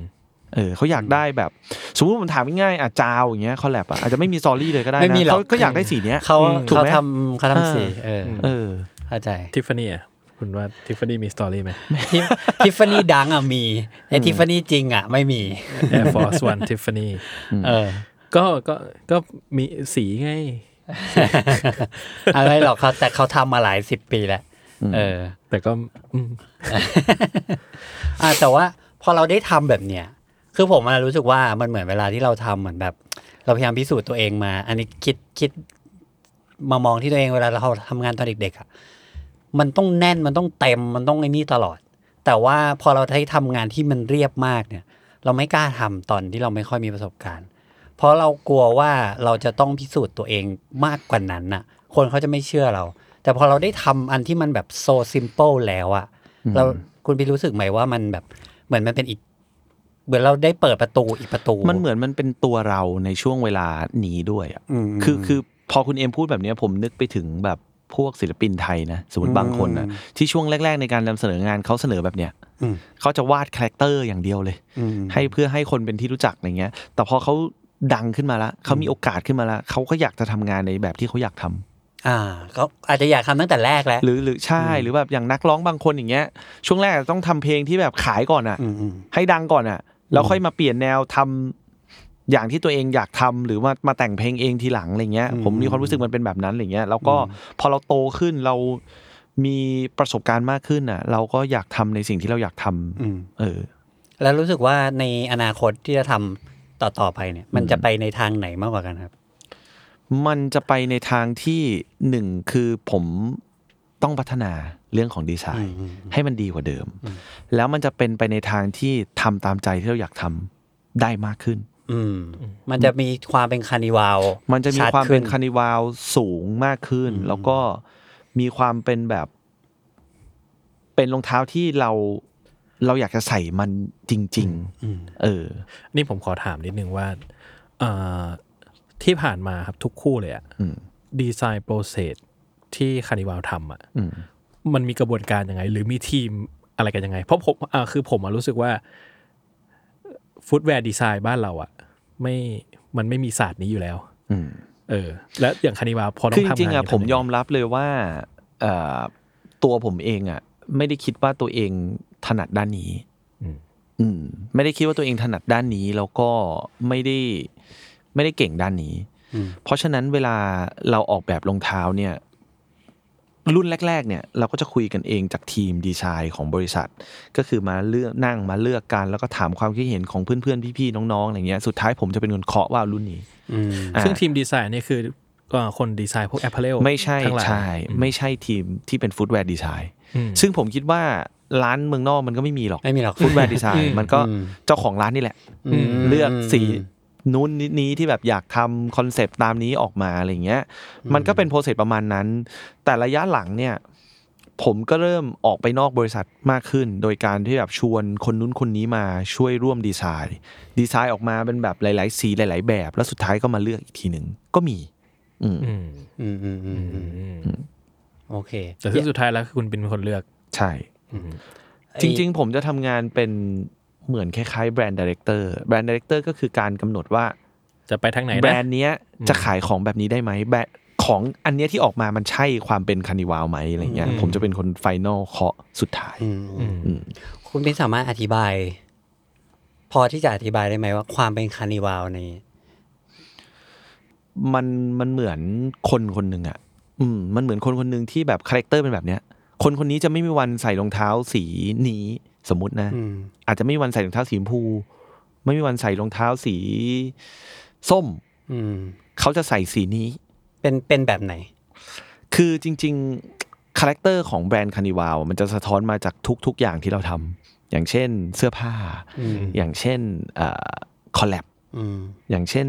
เออเขาอยากได้แบบ สมมติผมถามง่ายๆอ่ะจาวอย่างเงี้ยคอลแลบอ่ะอาจจะไม่มีสตอรี่เลยก็ได้
ไม่
นะ
มีหรอก
เขาก็อยากได้สีเนี้ย
เขา
อืม
ถูก
เขา
ไหม
ทำเขาทำสีเอ
อ่า
อ
เออ
เข้าใจ
ทิฟฟานี่อ่ะคุณว่าทิฟฟานี่มีสตอรี่ไหม
ทิฟฟานี่ดังอ่ะมีแต่ทิฟฟานี่จริงอ่ะ ไม่มี
Air Force One Tiffany
เออ
ก็ก็ก็มีสีไง
อะไรหรอกเขาแต่เขาทำมาหลายสิบปีแล้วเออ
แต่ก็อืม
อ่ะแต่ว่าพอเราได้ทำแบบเนี้ยคือผมอะรู้สึกว่ามันเหมือนเวลาที่เราทำเหมือนแบบ เราพยายามพิสูจน์ตัวเองมา อันนี้คิดคิดมามองที่ตัวเองเวลาเราทำงานตอนเด็กๆอ่ะมันต้องแน่นมันต้องเต็มมันต้องไอ้นี่ตลอด แต่ว่าพอเราได้ทำงานที่มันเรียบมากเนี่ย เราไม่กล้าทำตอนที่เราไม่ค่อยมีประสบการณ์ เพราะเรากลัวว่าเราจะต้องพิสูจน์ตัวเองมากกว่านั้นน่ะ คนเขาจะไม่เชื่อเรา แต่พอเราได้ทำอันที่มันแบบโซซิมเ l e แล้วอะ
อืม
เราคุณพี่รู้สึกไหมว่ามันแบบเหมือนมันเป็นอีก เหมือนเราได้เปิดประตูอีกประตู
มันเหมือนมันเป็นตัวเราในช่วงเวลานี้ด้วยอ่ะ
ม
คือคือพอคุณเอ็มพูดแบบเนี้ยผมนึกไปถึงแบบพวกศิลปินไทยนะสมมติบางคนนะ
อืม
ที่ช่วงแรก ๆ ในการนำเสนองานเขาเสนอแบบเนี้ย
อืม
เขาจะวาดคาแรคเตอร์อย่างเดียวเลย
อืม
ให้เพื่อให้คนเป็นที่รู้จักอะไรเงี้ย แต่พอเขาดังขึ้นมาละเขามีโอกาสขึ้นมาละเขาก็อยากจะทำงานในแบบที่เขาอยากทำ
อ่าก็อาจจะอยากทำตั้งแต่แรกแล้ว
หรือหรือใช่
อืม
หรือแบบอย่างนักร้องบางคนอย่างเงี้ย ช่วงแรกอาจจะต้องทำเพลงที่แบบขายก่อนอ่ะ
มอืม
ให้ดังก่อนอ่ะ แล้วค่อยมาเปลี่ยนแนวทำอย่างที่ตัวเองอยากทำหรือว่ามาแต่งเพลงเองทีหลังอะไรเงี้ย
อืม
ผมมีความรู้สึกมันเป็นแบบนั้นอะไรเงี้ยแล้วก็
อื
พอเราโตขึ้นเรามีประสบการณ์มากขึ้นอ่ะ เราก็อยากทำในสิ่งที่เราอยากทำ
อืม
เออ
แล้วรู้สึกว่าในอนาคตที่จะทำต่อต่อไปเนี่ย มันจะไปในทางไหนมากกว่ากันครับ
มันจะไปในทางที่หนึ่งคือผมต้องพัฒนาเรื่องของดีไซน์
อืม
ให้มันดีกว่าเดิม แล้วมันจะเป็นไปในทางที่ทำตามใจที่เราอยากทำได้มากขึ้น
อืม มันจะมีความเป็นคานิวาว
มันจะมี
ชัด
ความ
ขึ้
เป็นคานิวาลสูงมากขึ้น
อืม
แล้วก็มีความเป็นแบบ เป็นรองเท้าที่เราเราอยากจะใส่มันจริง
อืม
ๆ เออ
นี่ผมขอถามนิดนึงว่าเอ่อที่ผ่านมาครับทุกคู่เลยอะ
อืม
ดีไซน์โปรเซส ที่คานิวาลทำอ่ะ
อืม
มันมีกระบวนการยังไง หรือมีทีมอะไรกันยังไง เพราะผมอ่าคือผมอะรู้สึกว่าฟุตแวร์ดีไซน์บ้านเราอ่ะ ไม่มันไม่มีศาสตร์นี้อยู่แล้ว
อืม
เออ และอย่างคานิวาพอต้อ
คือง
ทำงาน
จริงๆอ่ะ
ย่า
ผม
นั้น
ยอมรับเลยว่าเอ่อตัวผมเองอ่ะ ไม่ได้คิดว่าตัวเองถนัดด้านนี้
อืม
อืม ไม่ได้คิดว่าตัวเองถนัดด้านนี้ แล้วก็ไม่ได้ไม่ได้เก่งด้านนี้
อืม
เพราะฉะนั้นเวลาเราออกแบบรองเท้าเนี่ย รุ่นแรก ๆ เนี่ย เราก็จะคุยกันเองจากทีมดีไซน์ของบริษัท ก็คือมาเลือกนั่งมาเลือกกัน แล้วก็ถามความคิดเห็นของเพื่อนๆพี่ๆน้องๆอะไรเงี้ยสุดท้ายผมจะเป็นคนเคาะว่าเอารุ่นนี้
อืม
ซึ่งทีมดีไซน์เนี่ยคือเอ่อคนดีไซน์พวกแอปเปิล
ไม่ใช่
ทั้งหลาย
ใช่
อื
ไม่ใช่ทีมที่เป็นฟุตแวร์ดีไซน์
อืม
ซึ่งผมคิดว่าร้านเมืองนอกมันก็ไม่มีหรอก
ไม่มีหรอก
ฟุตแวร์ดีไซน์มันก็
อืม
เจ้าของร้านนี่แหละ
อืม
เลือกสี
อืม
นู้นนิดนี้ที่แบบอยากทำคอนเซปต์ตามนี้ออกมาอะไรเงี้ย มันก็เป็นโปรเซสประมาณนั้น แต่ระยะหลังเนี่ย ผมก็เริ่มออกไปนอกบริษัทมากขึ้น โดยการที่แบบชวนคนนู้นคนนี้มาช่วยร่วมดีไซน์ ดีไซน์ออกมาเป็นแบบหลาย ๆ สีหลาย ๆ แบบ แล้วสุดท้ายก็มาเลือกอีกทีหนึ่งก็มี อืม
อืม
อืมอืมอืมอื
อื
ม
ม
โอเค
แต่ที่สุดท้ายแล้วคือคุณเป็นคนเลือก
ใช่ จริงๆ ผมจะทำงานเป็นเหมือนคล้ายๆแบรนด์ดีเรคเตอร์แบรนด์ดีเรคเตอร์ก็คือการกำหนดว่า
จะไปทางไหน
แบร
นะ
นด์เนี้ยจะขายของแบบนี้ได้ไหมแบรนด์ของอันเนี้ยที่ออกมามันใช่ความเป็นคานิวาวไหมอะไรเงี้ย
อืม
ผมจะเป็นคนไฟนอลเคาะสุดท้าย
อืมอื
อื
ม
ม
คุณเป็นสามารถอธิบาย พอที่จะอธิบายได้ไหมว่าความเป็นคานิวาลใน
มันมันเหมือนคนคนหนึ่งอ่ะ อืมมันเหมือนคนคนหนึ่งที่แบบคาแรคเตอร์เป็นแบบเนี้ย คนคนนี้จะไม่มีวันใส่รองเท้าสีนี้สมมตินะ
อืม
อาจจะไม่มีวันใส่รองเท้าสีชมพู ไม่มีวันใส่รองเท้าสีส้ม
อืม
เขาจะใส่สีนี้
เป็นเป็นแบบไหน
คือจริงๆ คาแรคเตอร์ของแบรนด์คานิวาวมันจะสะท้อนมาจากทุก ๆ อย่างที่เราทำอย่างเช่นเสื้อผ้า
อืม
อย่างเช่นคอลแลบ
อืม
อย่างเช่น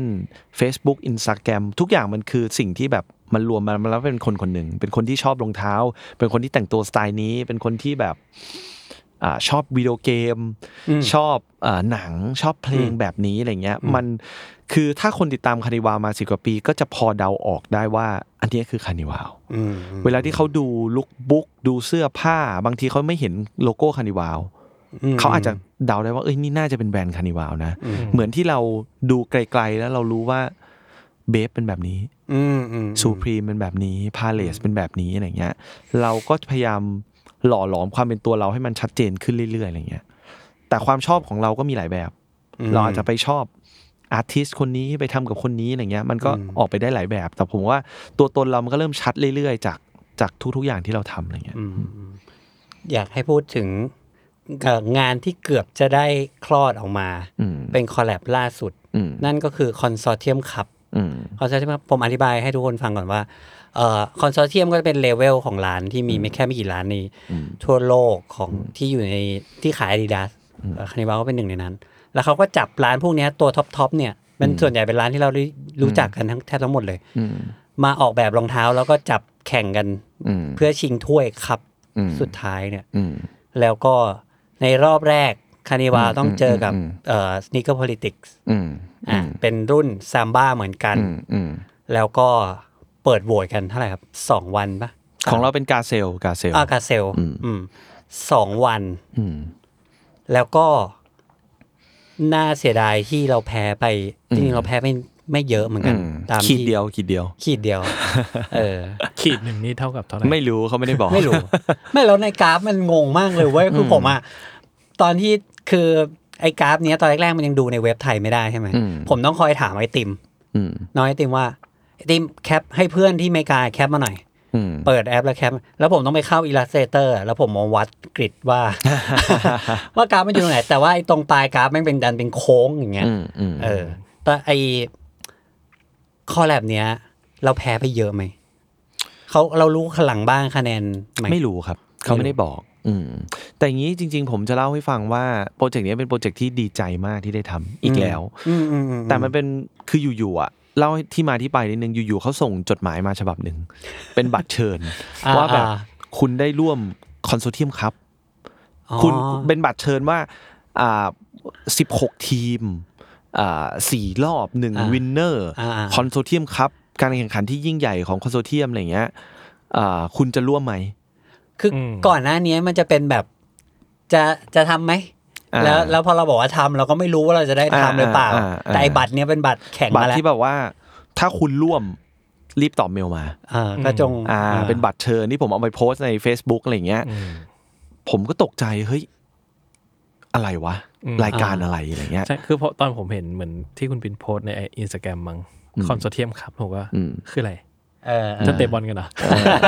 Facebook Instagram ทุกอย่างมันคือสิ่งที่แบบมันรวมมาแล้วเป็นคนคนหนึ่ง เป็นคนที่ชอบรองเท้า เป็นคนที่แต่งตัวสไตล์นี้ เป็นคนที่แบบอาชอบวิดีโอเกม
อืม
ชอบเออหนังชอบเพลงแบบนี้อะไรเงี้ยมันคือถ้าคนติดตามคานิวาวมาสิบกว่าปี ก็จะพอเดาออกได้ว่า อันเนี้ยคือคานิวาว
อืม
เวลาที่เขาดูลุคบุ๊กดูเสื้อผ้า บางทีเขาไม่เห็นโลโก้คานิวาว
ม
เขาอาจจะเดาได้ว่าเอ้ยนี่น่าจะเป็นแบรนด์คานิวาวนะ
อืม
เหมือนที่เราดูไกลๆแล้วเรารู้ว่าเบฟเป็นแบบนี้
อืมอืม
ซูพรีมเป็นแบบนี้พาเลสเป็นแบบนี้อะไรเงี้ยเราก็พยายามหล่อหลอมความเป็นตัวเราให้มันชัดเจนขึ้นเรื่อยๆอะไรเงี้ยแต่ความชอบของเราก็มีหลายแบบ
อืม
เราอาจจะไปชอบอาร์ติสคนนี้ไปทำกับคนนี้อะไรเงี้ย มันก็
อืม
ออกไปได้หลายแบบ แต่ผมว่าตัวตนเรามันก็เริ่มชัดเรื่อยๆ จากจากทุกๆอย่างที่เราทำอะไรเงี้ย
อืมอืมอยากให้พูดถึงเอ่องานที่เกือบจะได้คลอดออกมา
อืม
เป็นคอลแลบล่าสุด
อืม
นั่นก็คือคอนโซเทียมขับ
อืม
คอนโซเทียมผมอธิบายให้ทุกคนฟังก่อนว่าเอ่อคอนโซเทียมก็จะเป็นเลเวลของร้านที่มีไม่แค่ไม่กี่ร้านในทั่วโลกของที่อยู่ในที่ขาย Adidas คานิวาก็เป็นหนึ่งในนั้น แล้วเขาก็จับร้านพวกเนี้ยตัวท็อปทเนี่ยมันส่วนใหญ่เป็นร้านที่เรารู้รู้จักกันทั้งแทบทั้งหมดเลย
อืม
มาออกแบบรองเท้าแล้วก็จับแข่งกัน
อืม
เพื่อชิงถ้วยครับ
อืม
สุดท้ายเนี่ย
อืม
แล้วก็ในรอบแรกคานิวา
อืม
ต้องเจอกับ
อืม
เอ่อสเนคเกอร์พ i t i c s
อืม
อ่ะเป็นรุ่นซัมบ้าเหมือนกัน
อืมอืม
แล้วก็เปิดโหวตกันเท่าไหร่ครับสองวันปะ
ของเราเป็นกาเซลกาเซล
อากาเซล
อืม
อืมสองวัน
อืม
แล้วก็ น่าเสียดายที่เราแพ้ไปจริงๆเราแพ้ไม่ไม่เยอะเหมือนกัน ตาม
ขีด
ที่
เดียวขีดเดียว
ขีด เดียว เออ
ขีดหนึ่งนี่เท่ากับเท่าไหร่
ไม่รู้เขาไม่ได้บอก
ไม่รู้ ไม่แล้วในกราฟมันงงมากเลยเว้ยคือผมอะตอนที่คือไอ้กราฟเนี้ยตอนแรกๆมันยังดูในเว็บไทยไม่ได้ใช่ไหม
อืม
ผมต้องคอยถามไอติม
อืม
น้องไอติมว่าไอติมแคปให้เพื่อนที่อเมริกาแคปมาหน่อย
อืม
เปิดแอปแล้วแคป แล้วผมต้องไปเข้า Illustrator แล้วผมมาวัดกริดว่า ว่ากราฟมันอยู่ตรงไหน แต่ว่าไอ้ตรงปลายกราฟแมันเป็นดันเป็นโค้งอย่างเงี้ย
อืมอืม
เออ แต่ไอข้อแลบเนี้ย เราแพ้ไปเยอะไหมเขาเรารู้ข้างหลังบ้างคะแนนไหม
ไม่รู้ครับ เขาไม่ได้บอก อืม แต่อย่างนี้จริง ๆ ผมจะเล่าให้ฟังว่าโปรเจกต์เนี้ยเป็นโปรเจกต์ที่ดีใจมากที่ได้ทำอีกแล้ว
อืมอืมอืม
แต่มันเป็นคืออยู่ๆอ่ะเล่าให้ที่มาที่ไปนิดนึงอยู่ๆเขาส่งจดหมายมาฉบับหนึ่ง เป็นบัตรเชิญ
อ่
ว่าแบบ
อ่
คุณได้ร่วมคอนโซเทียมครับ
อ๋อ
คุณเป็นบัตรเชิญว่าอ่าสิบหกทีมอ่าสี่รอบหนึ่ง
า
วินเนอร์
อ่าอ่า
คอนโซเทียมครับ การแข่งขันที่ยิ่งใหญ่ของคอนโซเทียมอะไรเงี้ย อ่าคุณจะร่วมไหม
คืออ
ม
ก่อนหน้านี้มันจะเป็นแบบจะจะทำไหม
อ่า
แล้วแล้วพอเราบอกว่าทำเราก็ไม่รู้ว่าเราจะได้ทำหรือเปล่า
อ่าอ่าอ่า
แต่ไอ้บัตรเนี้ยเป็นบัตรแข็ง
บัต
มาร แล้ว
ที่แบบว่า ถ้าคุณร่วมรีบตอบเมลมา
อ่าก็จง
อ่า เป็นบัตรเชิญที่ผมเอาไปโพสต์ใน Facebook อะไรอย่างเงี้ย
อืม
ผมก็ตกใจเฮ้ยอะไรวะ
อืม
รายการอะไรอะไรเงี้ย
ใช่คือเพราะตอนผมเห็นเหมือนที่คุณปินโพสต์ในอินสตาแกรมมั้ง
อืม
คอนโซเทียมครับผมว่า
อืม
คืออะไร
เออ
จะเตะบอลกันเหรอ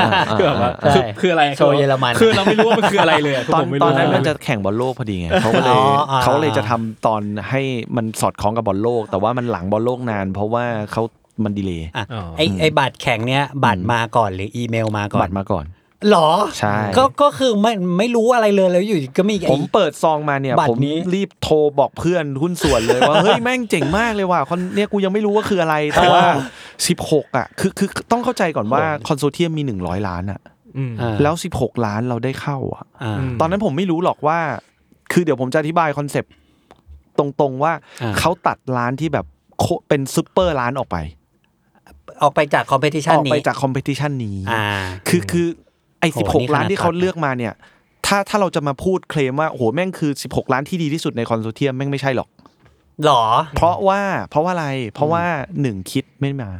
อ่า
คือแบบว่า
ใช่
คือคืออะไร
โชว์เยอรมัน
คือเราไม่รู้ว่ามันคืออะไรเลยะคื
ตอน
ผมไม่
ต
รู้
อนนั้นมัน
ว่า
จะแข่งบอลโลกพอดีไงเขาก็เล
อ๋
ย
ออ่า
เขาเลยจะทำตอนให้มันสอดคล้องกับบอลโลก แต่ว่ามันหลังบอลโลกนาน เพราะว่าเขามันดีเลย์
อ่ะ
อ๋อ
ไอ้ไอ้บัตรแข็งเนี้ยบัตรมาก่อนหรืออีเมลมาก่อ
บั
น
ตรมาก่อน
หรอ
ใช่
ก็ก็คือไม่ไม่รู้อะไรเลยแล้วอยู่ก็มีไอ้
ผมเปิดซองมาเนี่ย
บัต
ผ
ร
ม
นี้
รีบโทรบอกเพื่อนหุ้นส่วนเลยว่า เฮ้ยแม่งเจ๋งมากเลยว่ะคอนเนี่ยกูยังไม่รู้ว่าคืออะไรแต่ว่า 16 อ่ะ คือคือต้องเข้าใจก่อนว่าคอนโซเทียมมี 100 ล้านอ่ะ
อืม
อ่า
แล้ว 16 ล้านเราได้เข้าอ่ะ
อ่า
ม
ตอนนั้นผมไม่รู้หรอกว่า คือเดี๋ยวผมจะอธิบายคอนเซปต์ตรงๆว่า
อ่า
เขาตัดร้านที่แบบโคเป็นซุปเปอร์ร้านออกไป
ออกไปจากคอมเพติชั
อน อก
นี้
ไปจากคอมเพติชันนี้
อ่า
คือคือไอ้
โห
สิบห
นี่
ก
ขนาด
ล้านที่เขา
ตัดนะ
เลือกมาเนี่ย ถ้าถ้าเราจะมาพูดเคลมว่า โอ้โห แม่งคือ 16 ล้านที่ดีที่สุดในคอนโซเทียมแม่งไม่ใช่หรอก
หรอ
เพราะว่าเพราะว่าอะไร เพราะว่าหนึ่งคิดไม่มา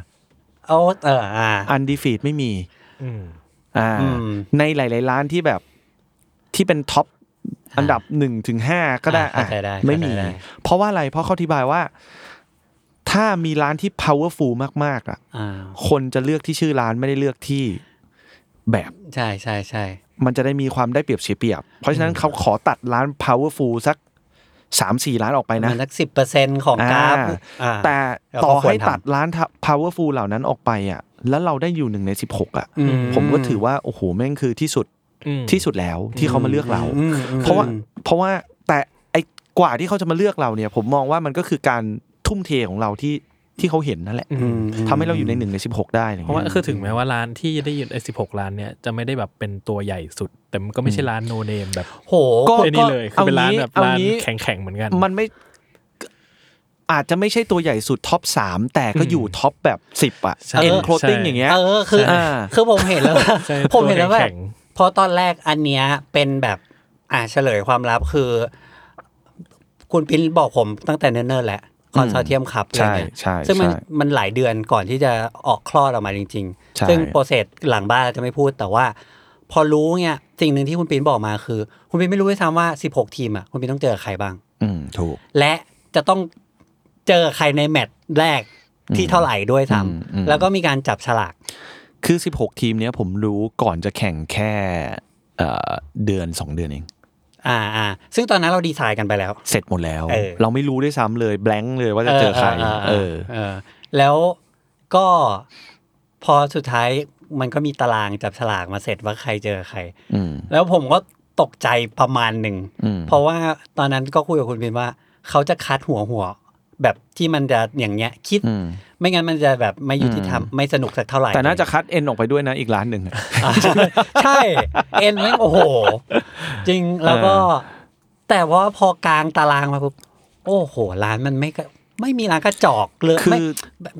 เอาเอออ่า
อันดีฟีดไม่มี
อืม
อ่า
อืม
ในหลาย ๆ ร้านที่แบบที่เป็นท็อปอันดับหนึ่งถึงห้าก็ได้
อ่าเข้าใจได้
อ่ะไม่มี
เข้าใจได้
เพราะว่าอะไร เพราะเขาอธิบายว่า ถ้ามีร้านที่ powerful มากๆอ่ะ
อ่า
คนจะเลือกที่ชื่อร้านไม่ได้เลือกที่แบบ
ใช่ใช่ใช่
มันจะได้มีความได้เปรียบเสียเปรียบ เพราะฉะนั้นเขาขอตัดร้าน powerful สักสามสี่ร้านออกไป
มั
นะ
นสักสิบเปอร์เซ็นของกราฟอ่า
แต่
แล้ว
ต่อ
เขาควร
ให้
ทำ
ตัดร้าน powerful เหล่านั้นออกไปอ่ะ แล้วเราได้อยู่หนึ่งในสิบหกอ่ะ
อื
ผมก็ถือว่า โอ้โห แม่งคือที่สุด
อืม
ที่สุดแล้วที่เขามาเลือกเรา
อืมอืม
เพราะว่าเพราะว่าแต่ไอ้กว่าที่เขาจะมาเลือกเราเนี่ย ผมมองว่ามันก็คือการทุ่มเทของเราที่ที่เขาเห็นนั่นแหละ
อืม
ทำให้เราอยู่ในหนึ่งในสิบหกได้อะไร
เพราะ
เงี้
ว่าย คือถึงแม้ว่าร้านที่ได้ยินไอ้สิบหกร้านเนี่ยจะไม่ได้แบบเป็นตัวใหญ่สุด แต่มันก็ไม่ใช่ร้านโนเนมแบบ
โห
ก็
ไอ้นี่เลยคือเป็นร้านแบบ
เอา
ร้าน
งี้
แข็งๆเหมือนกัน
มันไม่อาจจะไม่ใช่ตัวใหญ่สุดท็อปสามแต่ก็อยู่ท็อปแบบสิบอะ
ใช่
เอ็นโคลติ้ง
ใช่
อย่างเงี้ย
เออคือ
ใช่
คือผมเห็นแล้วว่า
ใช่
ผมเห็นแล้ว
ตั
แบ
แข็
บ
ง
เพราะตอนแรกอันเนี้ยเป็นแบบอ่าเฉลยความลับคือ คุณปิ้นบอกผมตั้งแต่เนิ่นๆแหละคอนโซเทียมครับ
ใช่
อะไรเงี้ย
ใช่
ซึ่งมัน
ใช่
มันหลายเดือนก่อนที่จะออกคลอดออกมาจริง
ใช่
ๆ ซึ่งโปรเซสหลังบ้านจะไม่พูดแต่ว่า พอรู้เนี่ยสิ่งหนึ่งที่คุณปินบอกมาคือ คุณปินไม่รู้ด้วยซ้ำว่า 16 ทีมอ่ะคุณปินต้องเจอใครบ้าง
อืมถูก
และจะต้องเจอใครในแมตช์แรกที่เท่าไหร่ด้วยซ้
อืมอืม
ำแล้วก็มีการจับฉลาก
คือสิบหกทีมเนี้ยผมรู้ก่อนจะแข่งแค่เอ่อเดือนสองเดือนเอง
อ่าอ่าซึ่งตอนนั้นเราดีไซน์กันไปแล้ว
เสร็จหมดแล้ว
เออ
เราไม่รู้ด้วยซ้ำเลยแบ a n k เลยว่าจะเจอใคร เออ
เออ แล้วก็พอสุดท้ายมันก็มีตารางจับฉลากมาเสร็จว่าใครเจอใคร
อืม
แล้วผมก็ตกใจประมาณหนึ่ง
อืม
เพราะว่าตอนนั้นก็คุยกับคุณบินว่า เขาจะคัดหัวหัว แบบที่มันจะอย่างเงี้ย คิด
อืม
ไม่งั้นมันจะแบบไม่ยุติธรรมไม่สนุกสักเท่าไหร่
แต่น่าจะคัดเอ็นออกไปด้วยนะอีกร้านหนึ่งอะ
อ่ะใช่ เอ็นแม่งโอ้โห จริงแล้วก็ แต่ว่าพอกลางตารางมาปุ๊บโอ้โห ร้านมันไม่กระไม่มีร้านกระจอกเลย
คือ
ไม่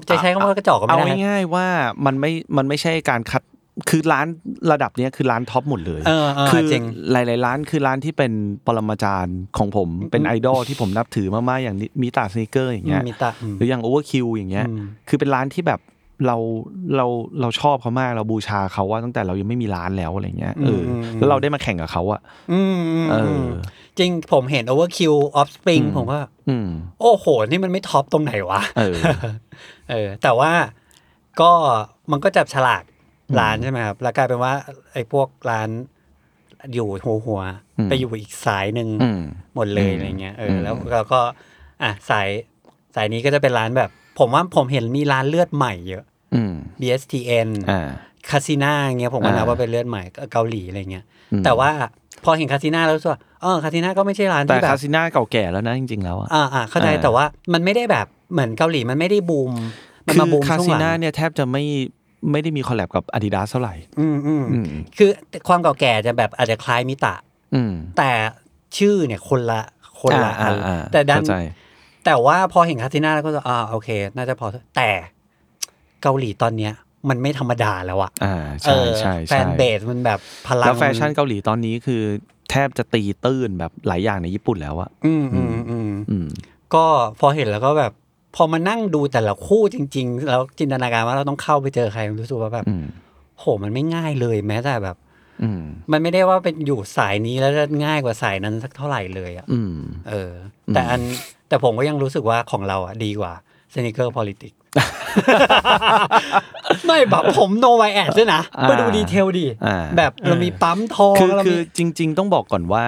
จะใช้คำว่ากระจอกก็
เอา
ไม่ได้
ง่ายๆว่ามันไม่ มันไม่ใช่การคัด คือร้านระดับเนี้ยคือร้านท็อปหมดเลย
เออเออ
คือ
จริง
หลายๆร้านคือร้านที่เป็นปรมาจารย์ของผมเป็นไอดอลที่ผมนับถือมากๆอย่างมิตาสนิเกอร์อย่างเงี้ย
มิตะอืม
หรืออย่างโอเวอร์คิวอย่างเงี้ย
อืม
คือเป็นร้านที่แบบเราเราเราชอบเขามากเราบูชาเขาว่าตั้งแต่เรายังไม่มีร้านแล้วอะไรเงี้ยเอออแล้วเราได้มาแข่งกับเขาอะ
อืมอืม
เออ
จริงผมเห็น Overkill Off Spring
อืม
ผมก็
อืม
โอ้โห นี่มันไม่ท็อปตรงไหนวะ
เออ
เออ แต่ว่าก็มันก็จับฉลากร้านใช่ไหมครับ แล้วกลายเป็นว่า ไอ้พวกร้านอยู่หัวหัวๆ
อืม
ไปอยู่อีกสายหนึ่ ง
อืม
หมดเลย
อืม
อะไรเงี้ยเอออ
ม
แล้วเราก็ อ่ะสายสายนี้ก็จะเป็นร้านแบบ ผมว่าผมเห็นมีร้านเลือดใหม่เยอะ
อืม
BSTN
อ่า
คาสิน่าเงี้ยผมก็นับ
อ่า
ว่าเป็นเลือดใหม่เกาหลีอะไรเงี้ย
อืม
แต่ว่าพอเห็นคาสิน่าแล้วรู้สึกว่าเออคาสิน่าก็ไม่ใช่ร้าน
แต่
ที่แบ
คา
บ
สิน่าเก่าแก่แล้วนะจริงๆแล้วอะ
อ่าอ่าเข้าใจ
อ่า
แต่ว่ามันไม่ได้แบบเหมือนเกาหลีมันไม่ได้บูมมัน
คื
มา
อ
บูม
คา
ช่วงห
สิ
ลัง
น่าเนี่ยแทบจะไม่ไม่ได้มีคอลแลบกับอาดิดาสเท่าไหร่
อืมอืม
อืม
คือความเก่าแก่จะแบบอาจจะคล้ายมิตะ
อืม
แต่ชื่อเนี่ยคนละคนละ
อ่า
อัน
อ่าอ่า
แต่ดัน
เข้าใจ
แต่ว่าพอเห็นคาสิน่าแล้วก็จะอ่าโอเค น่าจะพอแต่เกาหลีตอนเนี้ย มันไม่ธรรมดาแล้วอะ
อ่า
เอ
ใช่
อ
ใช่
แฟ
ใช่
นเบสมันแบบพลัง
แล้วแฟชั่นเกาหลีตอนนี้คือแทบจะตีตื้นแบบหลายอย่างในญี่ปุ่นแล้วอะ
อืมอืมอืม
อืม
ก็พอเห็นแล้วก็แบบ พอมานั่งดูแต่ละคู่จริง ๆ แล้วจินตนาการว่าเราต้องเข้าไปเจอใครมันรู้สึกว่าแบบ
อืม
โหมันไม่ง่ายเลยแม้แต่แบบ
อืม
มันไม่ได้ว่าเป็นอยู่สายนี้แล้วจะง่ายกว่าสายนั้นสักเท่าไหร่เลยอะ
อืม
เออ แต่อันแต่ผมก็ยังรู้สึกว่าของเราอะดีกว่าเซนิเกอร์ politics ไม่แบบผมโนไวแอดด้วยนะ
อ่า
ไปดูดีเทลดิ
อ่า
แบบเรามีปั๊มทอง
คือ
เรา
คื
มี
อจริง ๆ ต้องบอกก่อนว่า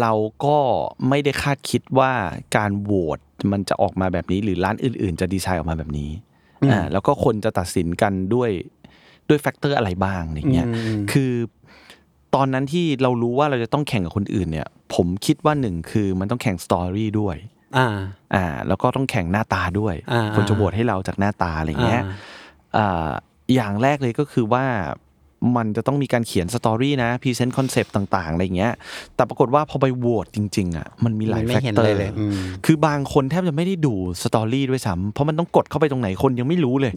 เราก็ไม่ได้คาดคิดว่าการโหวตมันจะออกมาแบบนี้ หรือร้านอื่น ๆ จะดีไซน์ออกมาแบบนี้อ่าแล้วก็คนจะตัดสินกันด้วยด้วยแฟกเตอร์อะไรบ้างอย่างเงี้ย
อืม
คือตอนนั้นที่เรารู้ว่าเราจะต้องแข่งกับคนอื่นเนี่ย ผมคิดว่าหนึ่งคือมันต้องแข่งสตอรี่ด้วย
อ่า
อ่า แล้วก็ต้องแข่งหน้าตาด้วย
อ่า
คนจะโหวตให้เราจากหน้าตาอะไรเงี้ย
อ่า
อ่าอย่างแรกเลยก็คือว่ามันจะต้องมีการเขียนสตอรี่นะพรีเซนต์คอนเซปต์ต่างๆอะไรเงี้ย แต่ปรากฏว่าพอไปโหวตจริงๆอ่ะมันมีหลาย
มัน
แฟ
ไม่
ก
เห็น
เตอ
เลย
ร์
เลยอืม
คือบางคนแทบจะไม่ได้ดูสตอรี่ด้วยซ้ำเพราะมันต้องกดเข้าไปตรงไหนคนยังไม่รู้เลย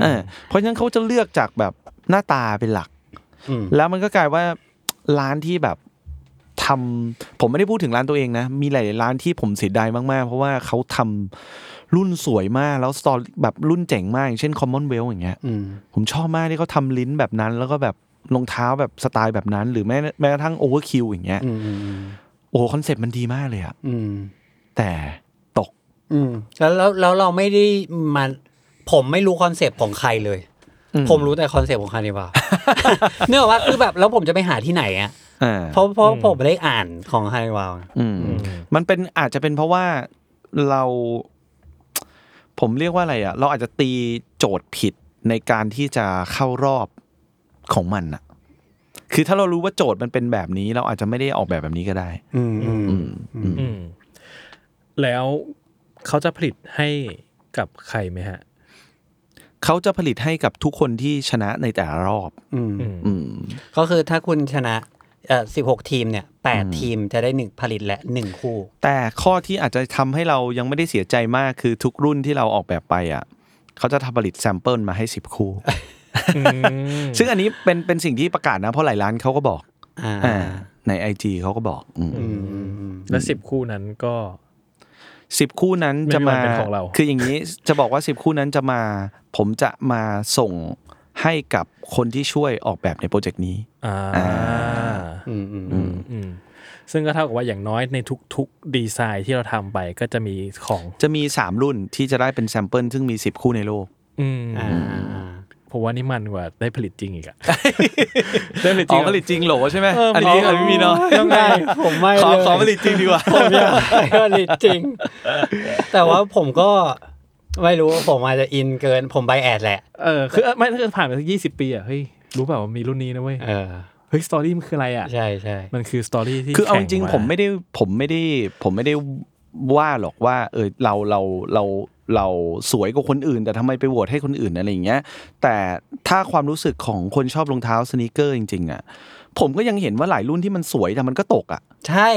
เออเพราะฉะนั้นเขาจะเลือกจากแบบหน้าตาเป็นหลัก
อืม
แล้วมันก็กลายว่า ร้านที่แบบทำผมไม่ได้พูดถึงร้านตัวเองนะ มีหลายๆร้านที่ผมเสียดายมาก ๆ เพราะว่าเขาทำรุ่นสวยมากแล้วสตอรี่แบบรุ่นเจ๋งมาก อย่างเช่น Commonwealth อย่างเงี้ย
อืม
ผมชอบมากที่เขาทำลิ้นแบบนั้น แล้วก็แบบรองเท้าแบบสไตล์แบบนั้น หรือแม้แม้กระทั่ง Overkill อย่างเงี้ย
อืมอืม
โอ้คอนเซ็ปต์มันดีมากเลยอะ
อืม
แต่ตก
อืมแล้วแล้วแล้วเราไม่ได้มาผมไม่รู้คอนเซปต์ของใครเลย
อืม
ผมรู้แต่คอนเซปต์ของคานิ วา เนื่องว่าคือแบบแล้วผมจะไปหาที่ไหนอ่ะ
อ่า
เพราะเพราะผมไม่ได้อ่านของคานิวา
อืม มันเป็นอาจจะเป็นเพราะว่าเรา ผมเรียกว่าอะไรอ่ะ เราอาจจะตีโจทย์ผิดในการที่จะเข้ารอบของมันอ่ะ คือถ้าเรารู้ว่าโจทย์มันเป็นแบบนี้ เราอาจจะไม่ได้ออกแบบแบบนี้ก็ได้
อืมอืม
อืม
อืมแล้วเขาจะผลิตให้กับใครไหมฮะ
เขาจะผลิตให้กับทุกคนที่ชนะในแต่ละรอบ
อืม
อืม
อืม
ก็คือถ้าคุณชนะเอ่อสิบหกทีมเนี่ยแปดทีมจะได้หนึ่งผลิตและหนึ่งคู่
แต่ข้อที่อาจจะทำให้เรายังไม่ได้เสียใจมากคือทุกรุ่นที่เราออกแบบไปอ่ะ เขาจะทำผลิตแซมเปิลมาให้สิบคู่ ซึ่งอันนี้เป็นเป็นสิ่งที่ประกาศนะ เพราะหลายร้านเขาก็บอก
อ่า
อ่าในไอจีเขาก็บอกอืม
อืมอืมอืม
และสิบคู่นั้นก็
สิบคู่นั้นจะมา
ไม่มีวันเป็นของเรา
คืออย่างนี้ จะบอกว่าสิบคู่นั้นจะมา ผมจะมาส่งให้กับคนที่ช่วยออกแบบในโปรเจกต์นี้
อ่า
อืมอืม
อืมอืมซึ่งก็เท่ากับว่าอย่างน้อยในทุกๆดีไซน์ที่เราทำไปก็จะมีของ
จะมี 3 รุ่นที่จะได้เป็นแซมเปิลซึ่งมี 10 คู่ในโลก
อืม
อ่าอ่า
ผมว่านี่มันกว่าได้ผลิตจริงอีกอะ ได้ผลิตจ
อ๋
ริ
อง ผลิตจริงโหลใช่ไหม
เอออั
อันนี้อันนี้มีเนาะ
ยังไงผมไม่
ขอ
เลย
ขอผลิตจริงดีกว่า
ผมอยากให้ผลิตจริง แต่ว่าผมก็ไม่รู้ว่าผมอาจจะอินเกิน ผมไบแอดแหละ
เออคือเออไม่ถ้าเกิดผ่านไปสักยี่สิบปีอะเฮ้ยรู้เปล่าว่ามีรุ่นนี้นะเว้ย
เออ
เฮ้ยสตอรี่มันคืออะไรอะ
ใช่ใช่
มันคือสตอรี่ที่
คือเอาจริงๆ
แข่า
ผมไม่ได้ผมไม่ได้ผมไม่ได้ว่าหรอกว่า เออเราเราเราเราสวยกว่าคนอื่น แต่ทำไมไปโหวตให้คนอื่นอะไรอย่างเงี้ย แต่ถ้าความรู้สึกของคนชอบรองเท้าสนีกเกอร์จริงๆอ่ะผมก็ยังเห็นว่าหลายรุ่นที่มันสวยแต่มันก็ตกอ่ะ
ใช่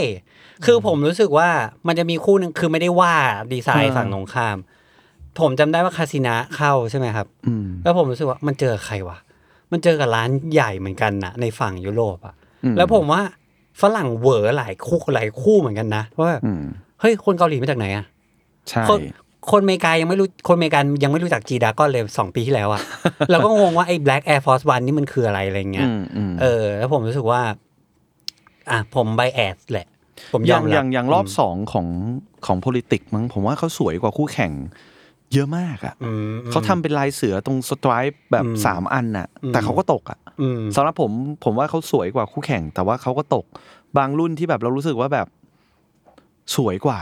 คือผมรู้สึกว่ามันจะมีคู่หนึ่งคือไม่ได้ว่าดีไซน์ฝั่งตรงข้าม ผมจำได้ว่าคาสินะเข้าใช่ไหมครับ
อืม
แล้วผมรู้สึกว่ามันเจอใครวะ มันเจอกับร้านใหญ่เหมือนกันนะในฝั่งยุโรปอะ
อืม
แล้วผมว่าฝรั่งเหวอหลายคู่หลายคู่เหมือนกันนะว่าแบบ
อืม
เฮ้ยคนเกาหลีมาจากไหนอะ
ใช่
คนคนอเมริกายังไม่รู้คนอเมริกันยังไม่รู้จักจีดากอนเลยสองปีที่แล้วอะ เราก็งงว่าไอ้ Black Air Force One นี่มันคืออะไรอะไรเงี้ย
มอืม
เออ แล้วผมรู้สึกว่า อ่ะผมไบแอดแหละ ผมย
อ
อย่าง ม
อ
รั
ย่างอย่างรอบสองของของ p o l i t i c มั้งผมว่าเขาสวยกว่าคู่แข่ง เยอะมากอ่ะ
อืม
เขาทำเป็นลายเสือตรงสไตร์แบบ
อืม
สามอันน่ะ
อืม
แต่เขาก็ตกอ่ะ
อืม
สำหรับผมผมว่าเขาสวยกว่าคู่แข่ง แต่ว่าเขาก็ตกบางรุ่นที่แบบเรารู้สึกว่าแบบสวยกว่า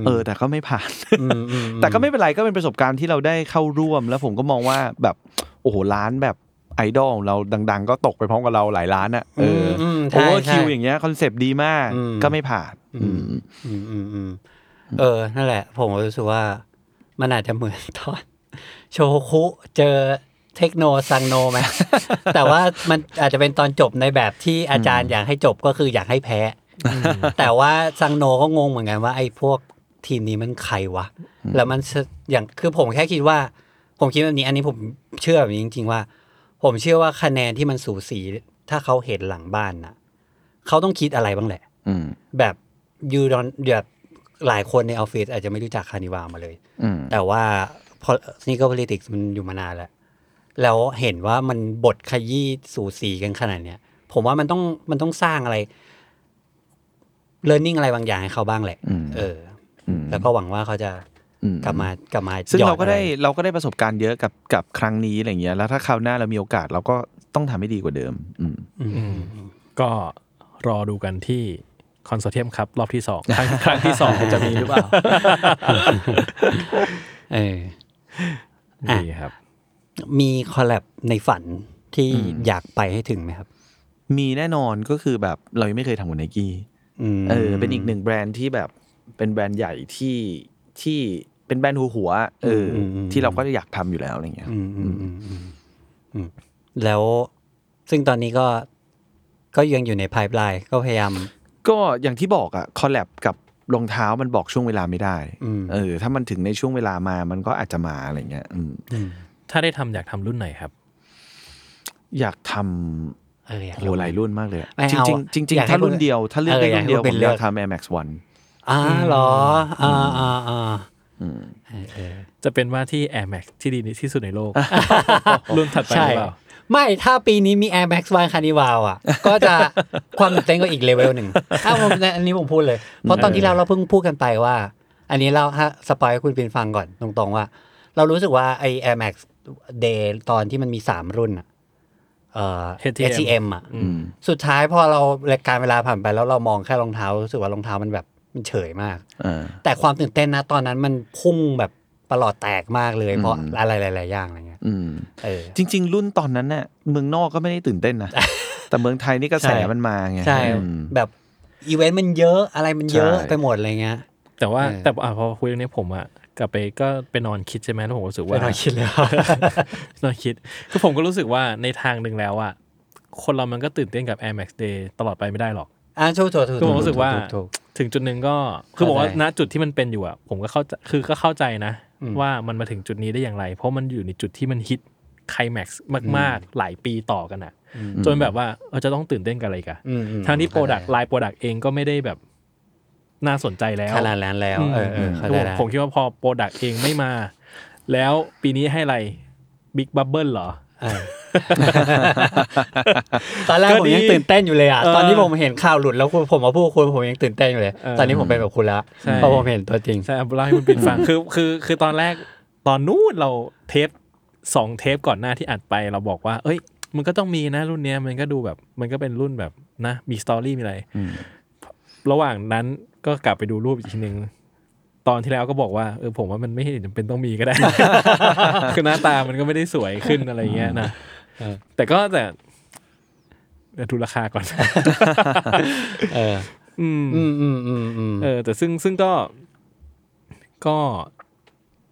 ม
เออ แต่ก็ไม่ผ่าน
มอืมอืม
แต่ก็ไม่เป็นไรก็เป็นประสบการณ์ที่เราได้เข้าร่วม แล้วผมก็มองว่าแบบโอ้โหร้านแบบไอดอลของเราดัง ๆ ก็ตกไปพร้อมกับเราหลายร้านอะเอออ
ม
โอ
ใช่
เวอร์คิว
ใช่
อย่างเงี้ยคอนเซปต์ดีมาก
อืม
ก็ไม่ผ่าน อืม
อืมอืมอืมเออ นั่นแหละ ผมรู้สึกว่า มันอาจจะเหมือนตอน โชคุเจอเทคโนซังโนไหม แต่ว่ามันอาจจะเป็นตอนจบในแบบที่อาจารย์อยากให้จบก็คืออยากให้แพ้ แต่ว่าซังโนก็งงเหมือนกันว่าไอ้พวกทีมนี้มันใครวะ แล้วมันอย่างคือผมแค่คิดว่า ผมคิดแบบนี้ อันนี้ผมเชื่อแบบนี้จริง ๆ ว่า ผมเชื่อว่าคะแนนที่มันสูสี ถ้าเขาเห็นหลังบ้านน่ะเขาต้องคิดอะไรบ้างแหละ
อืม
แบบยูดอนแบบหลายคนในออฟฟิศอาจจะไม่รู้จักคานิวามาเลย
อืม
แต่ว่าพอนี่ก็ politics มันอยู่มานานแล้ว แล้วเห็นว่ามันบทขยี้สูสีกันขนาดเนี้ย ผมว่ามันต้องมันต้องสร้างอะไร learning อะไรบางอย่างให้เขาบ้างแหละ
อืม
เออ
อืม
แล้วก็หวังว่าเขาจะ
อืม
กลับมากลับมา
ซึ่ง
หยอ
เราก็ได้
อะ
เราก็ได้ประสบการณ์เยอะกับกับครั้งนี้อะไรเงี้ยแล้วถ้าคราวหน้าเรามีโอกาสเราก็ต้องทำให้ดีกว่าเดิม อืม
อืม
อืมก็รอดูกันที่คอนโซเทียมครับ รอบที่สองครั้ง ครั้งที่สองจะมีหรือเปล่า
เออ อ่ะ
ดีครับ
มีคอลแลบในฝันที่
อืม
อยากไปให้ถึงไหมครับ
มีแน่นอนก็คือแบบเรายังไม่เคยทำกับไนกี้
อืม
เออเป็นอีกหนึ่งแบรนด์ที่แบบเป็นแบรนด์ใหญ่ที่ที่เป็นแบรนด์หัวหัวๆเอออที่เราก็อยากทำอยู่แล้วอะไรเงี้ย
อืมอืมอืมอืมอืมแล้วซึ่งตอนนี้ก็ก็ยังอยู่ในไพ p e ไลน์ก็พยายาม
ก็อย่างที่บอกอะคอลแลบกับรองเท้ามันบอกช่วงเวลาไม่ได้
อืม
เออ ถ้ามันถึงในช่วงเวลามามันก็อาจจะมาอะไรเงี้ยอืม
ถ้าได้ทำอยากทำรุ่นไหนครับ
อยากทำ
เอออยาก
โอ้โห
รู้
หลายรุ่นมากเลยอะ
ไม่
จ
เอา
ริง
อะ
ๆจริง
อยาก
ๆ
ให้
ถ้ารุ่นเดียว ถ้าเลือกได้
เอออยากให้
รุ่นเดียว
เป็
ผ
น
ม
เลื
อ
อก
ยากทำ Air Max
อ่าเหรออ่าอ่าอ่า
1อืม
เออเออ
จะเป็นว่าที่ Air Max ที่ดีที่สุดในโลก รุ่นถัดไปห
ใช่
รือเปล่า
ไม่ถ้าปีนี้มี Air Max 1 Carnival อ่ะ ก็จะความตื่นเต้นก็อีกเลเวลหนึ่งอ้าวผมอันนี้ผมพูดเลย เพราะตอนที่เราเราเพิ่งพูดกันไปว่า อันนี้เราฮะสปอยให้คุณปินฟังก่อนตรงๆว่า เรารู้สึกว่าไอ Air Max Day ตอนที่มันมี 3 รุ่นอ่ะเอ่อ
HTM
HTM อ่ะ
อื
อื
ม
ม
สุดท้ายพอเราการเวลาผ่านไปแล้วเรามองแค่รองเท้ารู้สึกว่ารองเท้ามันแบบมันเฉยมาก
อ่า
แต่ความตื่นเต้นนะตอนนั้นมันพุ่งแบบประหลอดแตกมากเลย
อืม
เพราะอะไรหลายๆอย่างอะไรเงี้ย
อืม
เออ
จริง ๆ รุ่นตอนนั้นน่ะเมืองนอกก็ไม่ได้ตื่นเต้น นะ แต่เมืองไทยนี่กระแส
ใช่
มันมาไง
ใช่
อืม
แบบอีเวนต์มันเยอะอะไรมันเยอะ
ใช่
ไปหมดอะไรเงี้ย
แต่ว่า
เออ
แต่ว่าพอคุยเรื่องนี้ผมอะกลับไปก็ไปนอนคิดใช่ไหมแล้วผมก็รู้สึก
ไป
ว่า
หน่อยคิดเลย
นอนคิดคือผมก็รู้สึกว่าในทางหนึ่งแล้วอะคนเรามันก็ตื่นเต้นกับ Air Max Day ตลอดไปไม่ได้หรอก
อ่ะถูกถูกถูก
คือผมรู้สึกว่า
ถูถูก
ถึงจุดหนึ่งก็คือบอกว่า
เข้าใจ
ณจุดที่มันเป็นอยู่อะผมก็เข้าใจคือก็เข้าใจนะ
อืม
ว่ามันมาถึงจุดนี้ได้อย่างไร เพราะมันอยู่ในจุดที่มันฮิตไคลแม็กซ์มาก ๆ หลายปีต่อกันอะจนแบบว่าเราจะต้องตื่นเต้นกันอะไรกัน
อืมอืม
ทั้งที่โปรดักต์
เข้าใจ
ไลน์โปรดักต์เองก็ไม่ได้แบบน่าสนใจแล้ว
ขนาดนั้นแล้ว
อืม
เออเออเข้าใจแล้ว
ผมคิดว่าพอโปรดักต์เองไม่มา แล้วปีนี้ให้อะไรบิ๊กบับเบิลเหรอ
เออ ตอนแรก
ก็
ผม
ดี
ยังตื่นเต้นอยู่เลยอ่ะ
เออ
ตอนที่ผมเห็นข่าวหลุดแล้วคุณผมมาพูดกับคุณผมยังตื่นเต้นอยู่เลย
เออ
ตอนนี้ผมเป็นแบบคุณแล้ว
ใช่
เพราะผมเห็นตัวจริง
ใช่เอาเล่าให้คุณปิดฟัง คือคือคือตอนแรกตอนนู้นเราเทปสองเทปก่อนหน้าที่อัดไปเราบอกว่า เอ้ย มันก็ต้องมีนะรุ่นเนี้ยมันก็ดูแบบ มันก็เป็นรุ่นแบบนะ มีสตอรี่มีอะไร
อืม
ระหว่างนั้นก็กลับไปดูรูปอีกทีหนึ่งตอนที่แล้วก็บอกว่าเออผมว่ามันไม่เห็นจำเป็นต้องมีก็ได้ คือหน้าตามันก็ไม่ได้สวยขึ้นอะไรเงี้ยนะ
เออ
แต่ก็แต่เดี๋ยวดูราคาก่อน
เออ
อืม
อืมอืมอืมอืม
เออแต่ซึ่งซึ่งก็ก็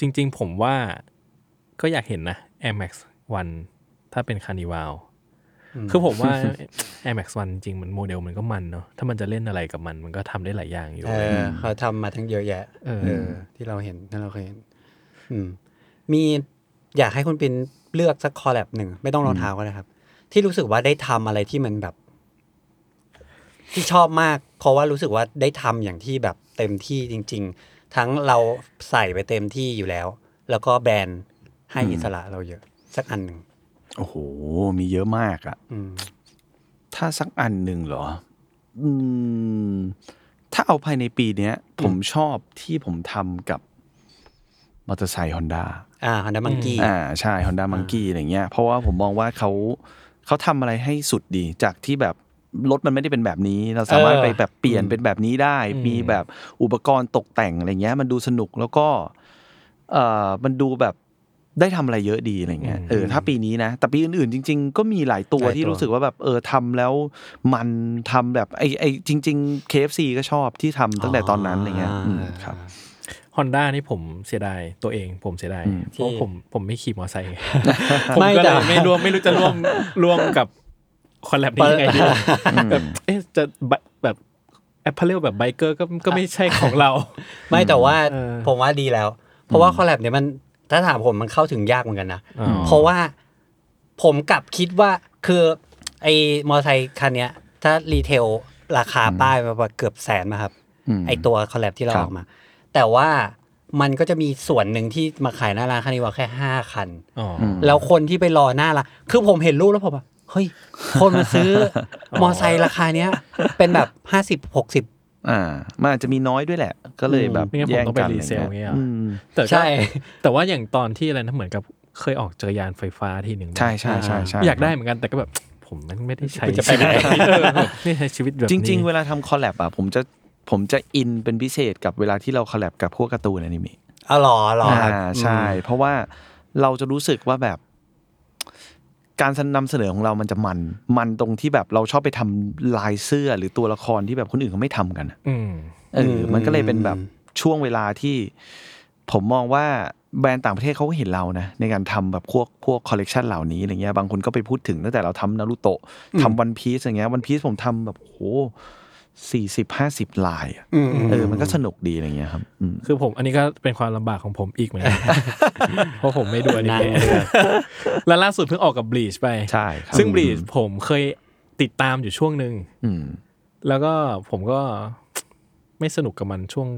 จริง ๆ ผมว่าก็อยากเห็นนะ Air Max 1 ถ้าเป็นคานิวาลคือผมว่า Air Max 1 จริงๆมันโมเดลมันก็มันเนาะถ้ามันจะเล่นอะไรกับมัน มันก็ทำได้หลายอย่างอยู่
เออเขาทำมาทั้งเยอะแยะ
เออ
เออที่เราเห็นที่เราเคยเห็น อืม มีอยากให้คุณปินเลือกสักคอลแลบหนึ่ง ไม่ต้องรองเท้าก็ได้ครับ ที่รู้สึกว่าได้ทำอะไรที่มันแบบ ที่ชอบมาก เพราะว่ารู้สึกว่าได้ทำอย่างที่แบบเต็มที่จริง ๆ ทั้งเราใส่ไปเต็มที่อยู่แล้ว แล้วก็แบรนด์ให้อิสระเราเยอะ สักอันหนึ่ง
โอ้โห มีเยอะมากอะ
อืม
ถ้าสักอันหนึ่งเหรอ อืม ถ้าเอาภายในปีเนี้ย ผมชอบที่ผมทำกับมอเตอร์ไซค์ฮอนด้า
อ่าฮันดามังกี้
อ่าใช่ Honda Monkey อะไรเงี้ยเพราะว่าผมมองว่าเขาเขาทำอะไรให้สุดดีจากที่แบบรถมันไม่ได้เป็นแบบนี้ เราสามารถ
เออ
ไปแบบเปลี่ยนเป็นแบบนี้ได้ มีแบบอุปกรณ์ตกแต่งอะไรเงี้ย มันดูสนุกแล้วก็เอ่อมันดูแบบได้ทำอะไรเยอะดีอะไรเงี้ยเออถ้าปีนี้นะ แต่ปีอื่นๆ จริง ๆ ก็มีหลายตัว
หลายตัว
ที่รู้สึกว่าแบบเออทำแล้วมันทำแบบไอไอจริง ๆ KFC ก็ชอบที่ทำตั้งแต่ตอนนั้นอะไรเงี้ยอืมครับ
ฮอนด้านี่ผมเสียดายตัวเองผมเสียดาย
อืม
เพราะผมผมไม่ขี่มอไซค์ไงผม
ไม่
ก็เล
แต่
ยไม่ร่วมไม่รู้จะร่วมร่วมกับคอลแลบนี้ยังไงดีแบบเอ๊ะจะแบบแอปเปิลแบบไบเกอร์ก็ก็ไม่ใช่ของเรา
ไม่แต่ว่า
เออ
ผมว่าดีแล้ว เพราะว่าคอลแลบเนี่ยมัน ถ้าถามผมมันเข้าถึงยากเหมือนกันนะ
อ๋อ
เพราะว่าผมกลับคิดว่าคือไอ้มอเตอร์ไซคันเนี้ย ถ้ารีเทลราคาป้ายมาเกือบแสนนะครับ
ม
ไอตัวคอลแลบที่เรา
ครั
อบ อกมา แต่ว่ามันก็จะมีส่วนหนึ่งที่มาขายหน้าร้านคันนี้ว่าแค่ห้าคัน
อ๋ออ
อืม
แล้วคนที่ไปรอหน้าละคือผมเห็นรูปแล้วผมแบบเฮ้ย คนมาซื้อ มอไซค์ราคาเนี้ย เป็นแบบห้าสิบหกสิบ
อ่ามันอาจจะมีน้อยด้วยแหละ ก็เลยแบบ
ไม่งั้นผม
แย่ง
ต้องไป
กัน
รีเซล
อะไร
เงี้
เงี้
ยเหร
ย
อ
อืม
แต่ก็
ใช่
แต่ว่าอย่างตอนที่อะไรนะเหมือนกับเคยออกจักรยานไฟฟ้าทีหนึ่งนะ
ใช่ใช่ใช่ใช่
อยากได้เหมือนกันแต่ก็แบบ ผมมันไม่ได้ใช้
คุณจะไปไหน
ชีวิตเออผมนี่ใช้ชีวิตแบบ
จริง ๆ
เว้
เวลาทำคอลแลบอ่ะผมจะผมจะอินเป็นพิเศษกับเวลาที่เราคอลแลบกับพวกการ์ตูนอนิเมะ
เอาหรอหรอครับ
อ่าใช่ เพราะว่าเราจะรู้สึกว่าแบบ การนำเสนอของเรามันจะมัน มันตรงที่แบบเราชอบไปทำลายเสื้อหรือตัวละครที่แบบคนอื่นเขาไม่ทำกันอะ
อืม
เอออ
ม
มันก็เลยเป็นแบบช่วงเวลาที่ผมมองว่าแบรนด์ต่างประเทศเขาก็เห็นเรานะ ในการทำแบบพวกพวกคอลเลกชันเหล่านี้อะไรเงี้ยบางคนก็ไปพูดถึงตั้งแต่เราทำนารูโตะทำวันพีซอย่างเงี้ยวันพีซผมทำแบบโหสี่สิบห้าสิบลายอะ
อืม
เออ มันก็สนุกดีอะไรเงี้ยครับอืม
คือผมอันนี้ก็เป็นความลำบากของผมอีกเหมื อนกัน เพราะผมไม่ดูอนิ
นาน
เมะ
เลย
แล้วล่าสุดเพิ่งออกกับบลีชไป
ใช่ครับ
ซึ่งบลีชผมเคยติดตามอยู่ช่วงหนึ่ง
อืม
แล้วก็ผมก็ ไม่สนุกกับมันช่วง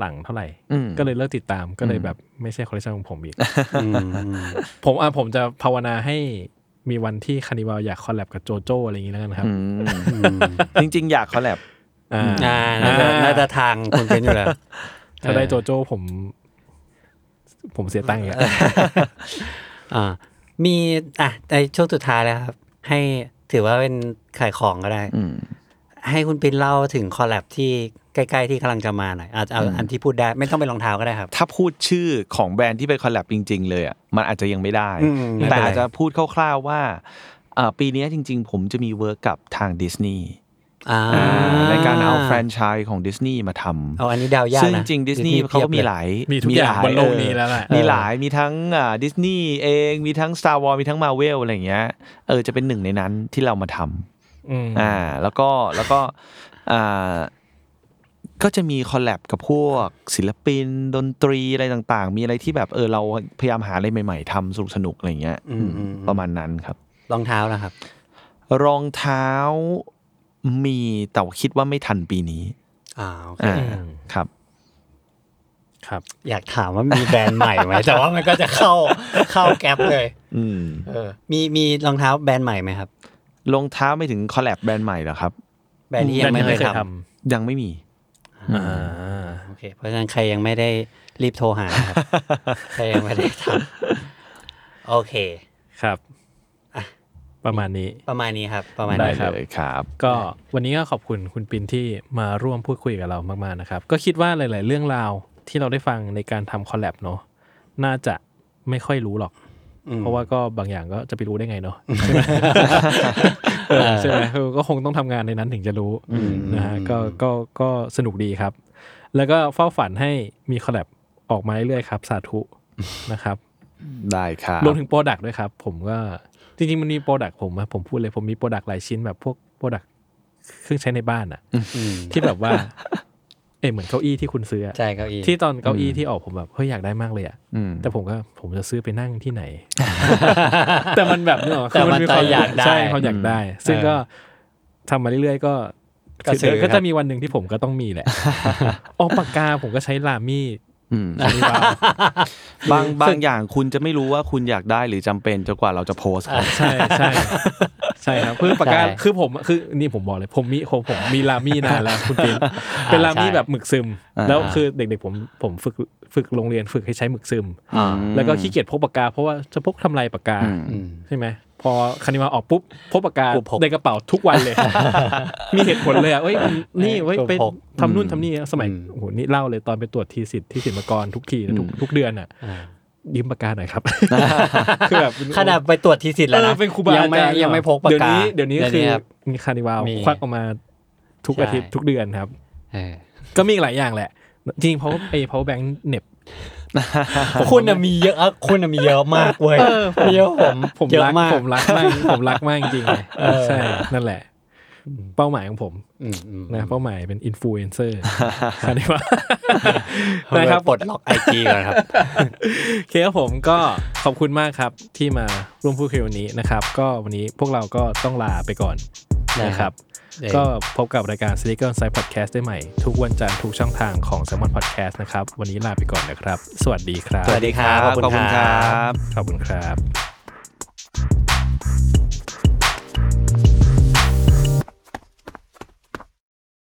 หลังเท่าไหร่
อืม
ก็เลยเลิกติดตามก็เลยแบบไม่ใช่คอลเลคชันของผมอีก
อืม
ผมอ่ะผมจะภาวนาให้มีวันที่คานิวาอยากคอลแลบกับโจโจอะไรอย่างนี้แล้วกันครับ
อืมจริง ๆ อยากคอลแลบ
อ่า
อ่าน่าจะน่าจะทางคุณเป็นอยู่แล้ว
ถ้าได้โจโจผม ผมเสียตังค์อีกแล้ว
อ่ามีอ่ะในช่วงสุดท้ายแล้วครับ ให้ถือว่าเป็นขายของก็ได้
อืม
ให้คุณปินเล่าถึงคอลแลบที่ใกล้ๆที่กำลังจะมาหน่อยอาจจะเอา
อืม
อันที่พูดได้ไม่ต้องเป็นรองเท้าก็ได้ครับ
ถ้าพูดชื่อของแบรนด์ที่ไปคอลแลบจริง ๆ เลยอ่ะมันอาจจะยังไม่ได้
อืมไม่เป็นไร
แต่อาจจะพูดคร่าวๆว่าอ่าปีนี้จริง ๆ ผมจะมีเวิร์กกับทางดิสนีย์
อ่า
ในการเอาแฟรนไชส์ของดิสนีย์มาทำ
เอาอันนี้เดาวยากนะ
ซึ่งจริงดิสนีย์เขาก็มีหลาย
มีทุกอย่าง
ห
บนโลกนี้แล้วแหละ
เออมีหลายมีทั้งดิสนีย์เองมีทั้ง Star Wars มีทั้ง Marvel อะไรอย่างเงี้ยเออจะเป็นหนึ่งในนั้นที่เรามาทำ
อืม
อ่าแล้วก็แล้วก็อ่าก็จะมีคอลแลบกับพวกศิลปินดนตรีอะไรต่างๆ มีอะไรที่แบบเออเราพยายามหาอะไรใหม่ๆทำสนุกสนุกๆอะไรอย่างเงี้ยอืมประมาณนั้นครับ
รองเท้านะครับ
รองเท้ามีแต่ว่าคิดว่าไม่ทันปีนี้
อ่าโอเค
อ่า
อืม
ครับ
ครับ
อยากถามว่ามีแบรนด์ใหม่ ไหม แต่ว่ามันก็จะเข้าเข้าแก๊ปเลย
อืม
เออมีมีรองเท้าแบรนด์ใหม่ไหมครับ
รองเท้าไม่ถึงคอลแลบแบรนด์ใหม่เหรอครับ
แบรนด์ที่ยังไม่เคยท
ยังไม่มี
อ่า
ำโอเคเพราะฉะนั้นใครยังไม่ได้รีบโทรหา นะครับ ใครยังไม่ได้ทำโอเค
ครับ ประมาณนี้
ประมาณนี้ครับ ประมาณ
ได้
นี้
ครับ
เลยครับ
ก็วันนี้ก็ขอบคุณคุณปินที่มาร่วมพูดคุยกับเรามากๆนะครับ ก็คิดว่าหลาย ๆ เรื่องราวที่เราได้ฟังในการทำคอลแลบเนาะน่าจะไม่ค่อยรู้หรอก เพราะว่าก็บางอย่างก็จะไปรู้ได้ไงเนาะเออใช่ไหมเออก็คงต้องทำงานในนั้นถึงจะรู้นะฮะก็ก็ก็สนุกดีครับ แล้วก็เฝ้าฝันให้มีคอลแลบออกมาเรื่อยๆครับ สาธุนะครับ
ได้ครับ
รวมถึงโปรดักด้วยครับ ผมก็จริงๆ มันมีโปรดักผมอะผมพูดเลยผมมีโปรดักหลายชิ้นแบบพวกโปรดักเครื่องใช้ในบ้านอะที่แบบว่า เออเหมือนเก้าอี้ที่คุณซื้ออะ
ใช่เก้าอี้
ที่ต อนเก้าอี้ที่ออกผมแบบเฮ้ยอยากได้มากเลยอะ
อืม
แต่ผมก็ผมจะซื้อไปนั่งที่ไหน แต่มันแบบเนกออก
แต่
คื
มันตอนอยากได้
ใช่ความอยากได้ ซึ่งก็ทำมาเรื่อยๆ ก็
ก็ซื้อ
ก็จะมีวันหนึ่งที่ผมก็ต้องมี แหละอ๋อปากกาผมก็ใช้ลามี่
อืม
อันนี้ว้าว
บางบางอย่างคุณจะไม่รู้ว่าคุณอยากได้หรือจำเป็นจนกว่าเราจะโพสต์ครับ
ใช่ใช่ใช่ครับคือปากกา
ใช่
คือผมคือนี่ผมบอกเลย ผมมีผมผมมีลามี่นานแล้วคุณปินเป็นลามี่
ใช่
แบบหมึกซึม
อ่า
แล้วคือเด็กๆผมผมฝึกฝึกโรงเรียนฝึกให้ใช้หมึกซึม แล้วก็ขี้เกียจพกปากกาเพราะว่าจะพกทำลายปากกา
อืม
อืม
ใช่ไหมพอคณิมาออกปุ๊บพบปากกา
กูพก
ในกระเป๋าทุกวัน เลย มีเหตุผลเลยอ่ะเอ้ยมันนี่เว้ย
กู
ไป
พก
ทำนู่นทำนี่สมัย
อืม
โอ้โหนี่เล่าเลยตอนไปตรวจทีสิทธิ์ที่สินมกรทุกทีนะทุกทุกเดือนอ่ะยืมปากกาหน่อยครับ คือแบบ
ขนาดไปตรวจทีสิท
เอ
ธิ์แล้ว
อ
นะ
เป็นครูบา
ยั
อา
ไม่
จารย์
ยังไม่พกปาก
เดี๋ยว
กา
นี้เดี๋ยวนี้คือ
รับ
มีคานิวาว
มี
ควักออกมาทุก
ใช่
อาทิตย์ทุกเดือนครับ
เออ
ก็มีอีกหลายอย่างแหละ จริงเพราะไอ้เพราะแบงค์เหน็บ
คุณน่ะมีเยอะคุณน่ะมีเยอะมากเว้ยเยอะผม
ผม
เยอะ
รัก
มาก
ผมรักมากผมรักมากจริงๆเลยใช่นั่นแหละ เป้าหมายของผม
อืมอืม
นะเป้าหมายเป็นอินฟลูเอนเซอ ร์ คานิว่า
ผม
นะครับ
ปลดล็อกไอจีก่อนครับ
โอเคครับผมก็ขอบคุณมากครับที่มาร่วมพูดคุยวันนี้นะครับ ก็วันนี้พวกเราก็ต้องลาไปก่อน
ได้
นะค
ครั
รับ
บ
ก็พบกับรายการ s i l i c o n Side Podcast ได้ใหม่ ทุกวันจันทร์ทุกช่องทางของ s ซ l m o n Podcast นะครับ วันนี้ลาไปก่อนนะครับ สวัสดีครับ
สวัสดีครับ
ขอบคุณครับ
ขอบคุณครับ